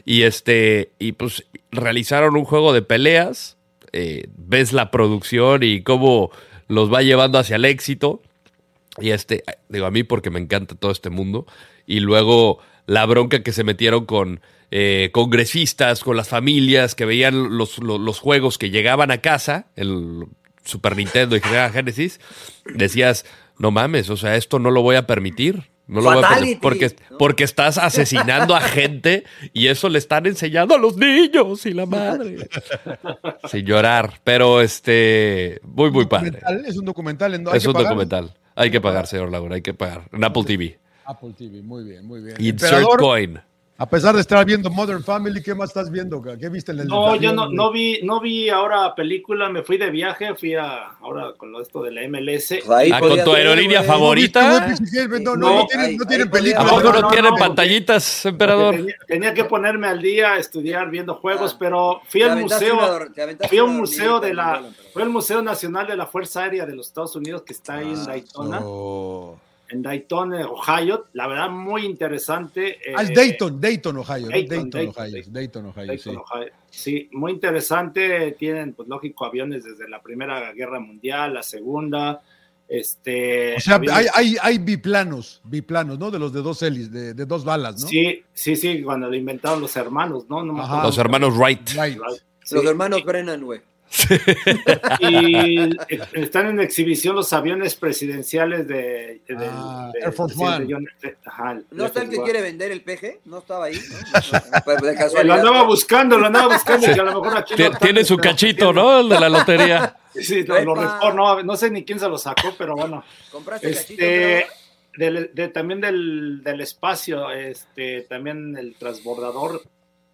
S4: Y este, y pues realizaron un juego de peleas, eh, ves la producción y cómo los va llevando hacia el éxito. Y este, digo, a mí porque me encanta todo este mundo. Y luego la bronca que se metieron con eh, congresistas, con las familias que veían los, los- los juegos que llegaban a casa, el Super Nintendo y Sega Genesis, decías, no mames, o sea, esto no lo voy a permitir. No lo voy a permitir
S1: Fatality,
S4: porque,
S1: ¿no?
S4: porque estás asesinando a gente y eso le están enseñando a los niños y la madre. Sin llorar, pero este, muy, muy padre.
S2: Documental, Es un documental. en- hay
S4: Es
S2: que
S4: un
S2: pagar.
S4: documental. Hay que pagar, señor Laguna, hay que pagar. En Apple TV.
S2: Apple TV, muy bien, muy bien.
S4: Insert
S2: Emperador,
S4: Coin.
S2: a pesar de estar viendo Modern Family, ¿qué más estás viendo? ca? ¿Qué viste en el
S3: No, yo no, no vi, no vi ahora película, me fui de viaje, fui a ahora con lo esto de la MLS.
S1: Pues ahí
S4: Ah, con
S1: podría
S4: tu
S1: ser,
S4: aerolínea
S1: güey.
S4: favorita.
S2: ¿Ahorita? No, no,
S3: No,
S2: no tienen,
S1: ahí-
S2: no tienen
S1: ahí podía-
S4: ¿A
S2: películas.
S4: poco no,
S3: no,
S4: tienen
S3: no,
S4: pantallitas, emperador?
S3: Tenía, tenía que ponerme al día, estudiar viendo juegos,
S1: Ah,
S3: pero fui
S1: Te
S3: al
S1: aventaste
S3: museo.
S1: una dor- te aventaste
S3: Fui a un
S1: una
S3: museo de
S1: dormidita,
S3: la,
S1: Manuel, pero-
S3: fue el Museo Nacional de la Fuerza Aérea de los Estados Unidos que está
S1: Ah,
S3: ahí en Daytona,
S2: Oh.
S3: en Daytona, Ohio. La verdad, muy interesante.
S2: Ah, es
S3: eh,
S2: Dayton, Dayton, Ohio. ¿no?
S3: Dayton,
S2: Dayton,
S3: Dayton,
S2: Ohio.
S3: Dayton.
S2: Dayton, Ohio,
S3: Dayton,
S2: sí.
S3: Ohio. Sí, muy interesante. Tienen, pues lógico, aviones desde la Primera Guerra Mundial, la Segunda. Este,
S2: O sea,
S3: aviones-
S2: hay, hay, hay biplanos, biplanos, ¿no? De los de dos hélices, de, de dos balas, ¿no?
S3: Sí, sí, sí, cuando lo inventaron los hermanos, ¿no? No me
S2: Ajá.
S3: acuerdo.
S4: Ah. Los hermanos Wright.
S2: Right.
S3: Sí.
S1: Los hermanos Brennan, güey.
S3: Y están en exhibición los aviones presidenciales de, de-
S2: Ah,
S3: de-
S2: Air Force
S3: presidente
S2: One.
S3: John- de- ajá, el
S1: ¿No está
S3: Air
S1: el
S3: Force
S1: que
S3: One.
S1: quiere vender el PG? No estaba ahí, ¿no? No, no, Este de
S3: Eh, Lo
S1: casualidad.
S3: andaba buscando, lo andaba buscando. y que a lo mejor aquí
S4: Tie-
S3: no está,
S4: Tiene su
S3: pero-
S4: cachito, ¿no? El de la lotería.
S3: Sí, sí, lo, lo rifó, no, no sé ni quién se lo sacó, pero bueno.
S1: ¿Compraste Ah, cachito?
S3: Este,
S1: creo?
S3: del- de- también del, del espacio, este, también el transbordador.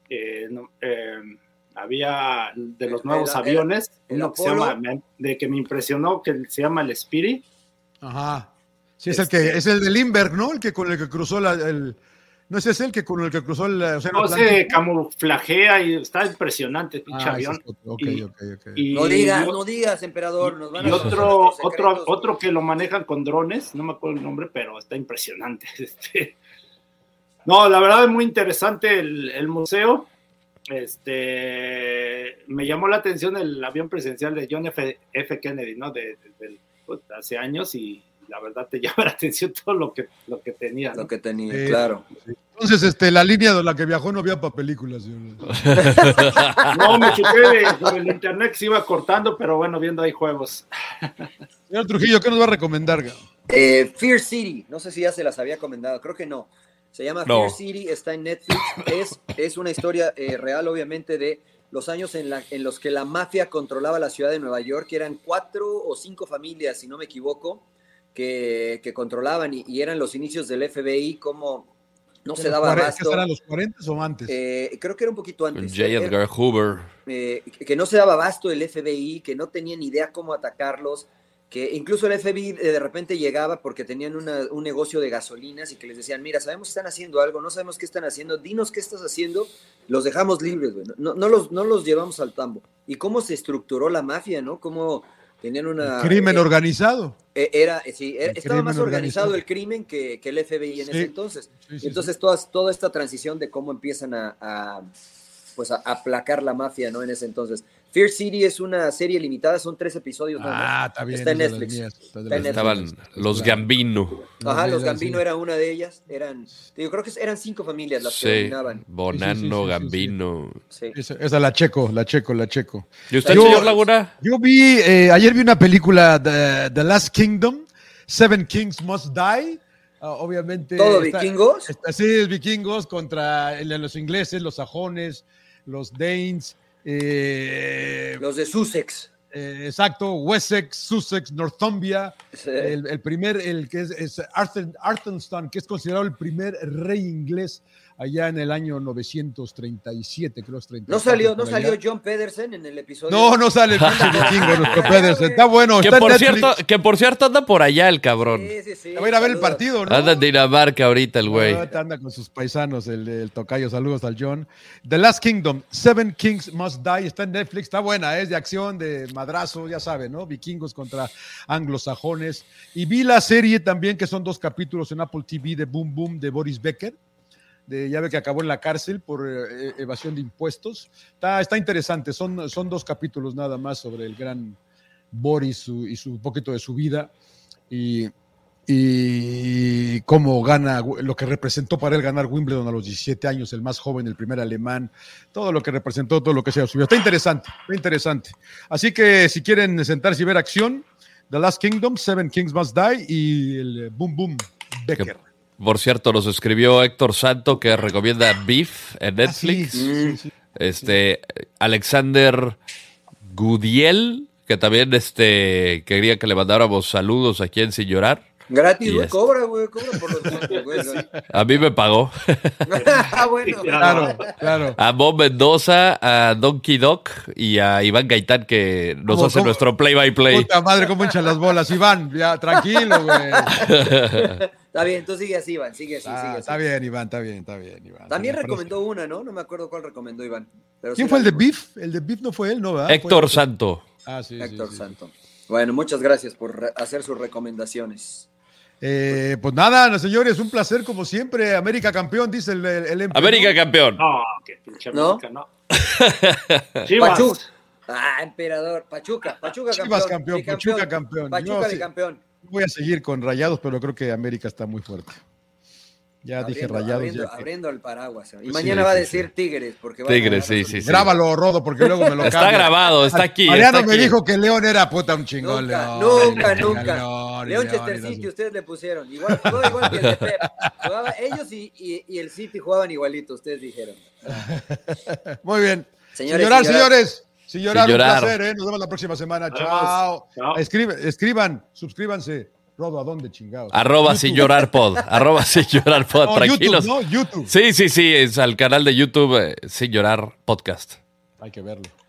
S3: eh, no, eh, había de los
S1: El-
S3: nuevos
S1: el-
S3: aviones,
S1: el- el
S3: uno que se
S1: Apolo.
S3: llama, me- de que me impresionó, que se llama el Spirit.
S2: Ajá. Sí, es el
S3: Este
S2: que, es el de Lindbergh, ¿no? El que con el que cruzó la, el. No ese es el que con el que cruzó el océano
S3: No se
S2: Atlántico.
S3: camuflajea y está impresionante, pinche
S2: Ah, ese
S3: avión.
S2: es otro. Ok,
S3: Y-
S2: ok, ok.
S3: Y,
S1: No digas,
S3: y-
S1: no digas, emperador. Nos van
S3: y
S1: a
S3: otro,
S1: nuestros
S3: otro,
S1: secretos,
S3: otro
S1: güey.
S3: que lo manejan con drones, no me acuerdo el nombre, pero está impresionante. Este, No, la verdad es muy interesante el, el museo. Este, me llamó la atención el avión presidencial de John F. F. Kennedy, ¿no? De, de- del- pues, hace años y la verdad te llama la atención todo lo que, lo que tenía. ¿no?
S1: Lo que tenía,
S2: Sí.
S1: claro.
S2: Entonces, este, la línea de la que viajó no había para películas. señor.
S3: No, me chupé de- por el internet que se iba cortando, pero bueno, viendo ahí juegos.
S2: Señor Trujillo, ¿qué nos va a recomendar? Gabo?
S1: Eh, Fear City, no sé si ya se las había comentado, creo que no. Se llama
S4: No.
S1: Fear City, está en Netflix. Es, es una historia eh, real, obviamente, de los años en, la- en los que la mafia controlaba la ciudad de Nueva York, que eran cuatro o cinco familias, si no me equivoco, que, que controlaban y, y eran los inicios del FBI, como no se daba
S2: ¿Cuare- ¿Qué
S1: abasto.
S2: serán los 40 o antes?
S1: Eh, creo que era un poquito antes.
S4: J.
S1: Era-
S4: Edgar Hoover.
S1: eh, que no se daba abasto el FBI, que no tenían idea cómo atacarlos, que incluso el FBI eh, de repente llegaba porque tenían una- un negocio de gasolinas y que les decían, mira, sabemos que están haciendo algo, no sabemos qué están haciendo, dinos qué estás haciendo, los dejamos libres, güey, no, no los, no los llevamos al tambo. Y cómo se estructuró la mafia, ¿no? Cómo tenían una...
S2: Crimen
S1: eh,
S2: organizado.
S1: eh, Era, eh, sí, era-
S2: El
S1: estaba más
S2: crimen
S1: organizado
S2: organizado.
S1: el crimen que, que el FBI en
S2: Sí.
S1: ese entonces.
S2: Sí, sí, sí.
S1: Entonces, todas, toda esta transición de cómo empiezan a, a, pues a aplacar la mafia, ¿no? En ese entonces. Fear City es una serie limitada, son tres episodios. nada más.
S2: Ah, está bien.
S1: Está en
S2: es de las
S1: Netflix.
S2: mías, está de
S1: Está en
S2: las
S4: Estaban
S2: mías.
S4: los Gambino.
S1: Ajá,
S2: Sí,
S1: los
S2: sí,
S1: Gambino
S2: sí.
S1: era una de ellas. Eran, yo creo que eran cinco familias las que
S4: Sí.
S1: dominaban.
S2: Sí,
S4: Bonano,
S2: sí, sí, sí, sí.
S4: Gambino.
S1: Sí.
S2: Esa, esa la checo, la checo, la checo.
S4: ¿Y usted,
S1: Yo-
S4: señor Laguna?
S2: Yo vi, eh, ayer vi una película de The Last Kingdom, Seven Kings Must Die. Ah, obviamente.
S1: Todo
S2: está-
S1: vikingos.
S2: está- sí, es vikingos contra el- los ingleses, los sajones, los danes. eh,
S1: Los de Sussex.
S2: eh, exacto, Wessex, Sussex, Northumbria.
S1: Sí.
S2: El, el primer, el que es, es Arthur- Arthur- que es considerado el primer rey inglés allá en el año 937, creo. es 34,
S1: No salió, no
S2: por allá.
S1: salió John Pedersen en el episodio.
S2: No, no sale el pinche vikingo, nuestro Pedersen. Está bueno,
S4: Que
S2: está en
S4: por,
S2: Netflix.
S4: cierto, que por cierto anda por allá el cabrón.
S1: Sí, sí, sí.
S2: Va a ir a ver el
S1: Saludos.
S2: partido, ¿no?
S4: Anda en Dinamarca ahorita el güey.
S1: Ah,
S2: Ahorita Ah, Anda con sus paisanos, el, el tocayo. Saludos al John. The Last Kingdom, Seven Kings Must Die. Está en Netflix, está buena, es de acción, de madrazo, ya saben, ¿no? Vikingos contra anglosajones. Y vi la serie también, que son dos capítulos en Apple TV de Boom Boom de Boris Becker. De, ya ve que acabó en la cárcel por eh, evasión de impuestos. Está, está interesante, son, son dos capítulos nada más sobre el gran Boris su- y su un poquito de su vida. Y, y cómo gana, lo que representó para él ganar Wimbledon a los 17 años, el más joven, el primer alemán, todo lo que representó, todo lo que se subió. Está interesante, está interesante. Así que si quieren sentarse y ver acción, The Last Kingdom, Seven Kings Must Die y el eh, Boom Boom Becker.
S4: Por cierto, nos escribió Héctor Santo que recomienda Beef en Netflix.
S2: Así
S1: Mm.
S2: es, sí, sí.
S4: Este Alexander Gudiel, que también este quería que le mandáramos saludos aquí en Sin Llorar.
S1: Gratis,
S4: Y
S1: güey,
S4: este-
S1: cobra, güey, cobra por los puntos, güey.
S4: A mí me pagó.
S1: Ah, bueno.
S2: Claro, claro.
S4: A Bob Mendoza, a Donkey Doc y a Iván Gaitán que nos
S2: ¿Cómo,
S4: hace
S2: cómo?
S4: nuestro play by play.
S2: Puta madre, cómo hinchan las bolas, Iván. Ya, tranquilo, güey.
S1: Está bien, tú sigue así, Iván, sigue así, sigue
S2: Ah,
S1: así.
S2: está bien, Iván, está bien, está bien, Iván.
S1: También
S2: Me parece.
S1: recomendó una, ¿no? No me acuerdo cuál recomendó Iván. pero
S2: ¿Quién
S1: sí
S2: fue el
S1: la
S2: de Beef? El de Beef no fue él, ¿no? ¿verdad?
S4: Héctor
S2: Fue-
S4: Santo.
S2: Ah, sí, sí,
S1: Héctor
S2: sí.
S1: Santo. Bueno, muchas gracias por re- hacer sus recomendaciones.
S2: Eh, pues nada, no, señores, un placer como siempre. América campeón, dice el, el, el emperador.
S4: América campeón.
S3: No, qué pinche
S1: ¿No?
S3: América, no. Chivas.
S1: Pachuca. Ah, emperador. Pachuca, Pachuca
S2: Chivas campeón,
S1: Sí,
S2: Pachuca campeón.
S1: Pachuca
S2: No,
S1: de
S2: sí.
S1: campeón.
S2: Voy a seguir con Rayados, pero creo que América está muy fuerte. Ya dije
S1: Abriendo-
S2: Rayados.
S1: Abriendo,
S2: ya que-
S1: abriendo el paraguas. Y
S2: Sí,
S1: mañana va a
S2: sí,
S1: decir Tigres. Porque va a
S4: Tigres,
S1: ganar
S4: sí,
S1: los-
S4: sí, sí.
S2: Grábalo, Rodo, porque luego me lo
S4: Está
S2: cambia.
S4: grabado, está aquí.
S2: Mariano
S4: está
S2: me
S4: aquí.
S2: dijo que León era puta un chingón.
S1: Nunca,
S2: León,
S1: nunca,
S2: León,
S1: nunca.
S2: León,
S1: León
S2: León,
S1: Chester
S2: León.
S1: City, ustedes le pusieron. Igual, todo igual que el de Pep. Jugaba- ellos y, y- y el City jugaban igualito, ustedes dijeron.
S2: Muy bien.
S1: Señores,
S2: sin llorar,
S1: sin llorar.
S2: señores. Sin llorar,
S4: Sin llorar.
S2: un placer, ¿eh? Nos vemos la próxima semana.
S3: Nos vemos.
S2: Chao.
S3: Chao.
S2: Escribe- escriban, suscríbanse. Rodo, ¿a dónde chingados?
S4: Arroba sin llorar pod. Arroba sin llorar pod.
S2: No,
S4: Tranquilos.
S2: YouTube, ¿no? YouTube.
S4: Sí, sí, sí. Es al canal de YouTube eh, Sin Llorar Podcast.
S2: Hay que verlo.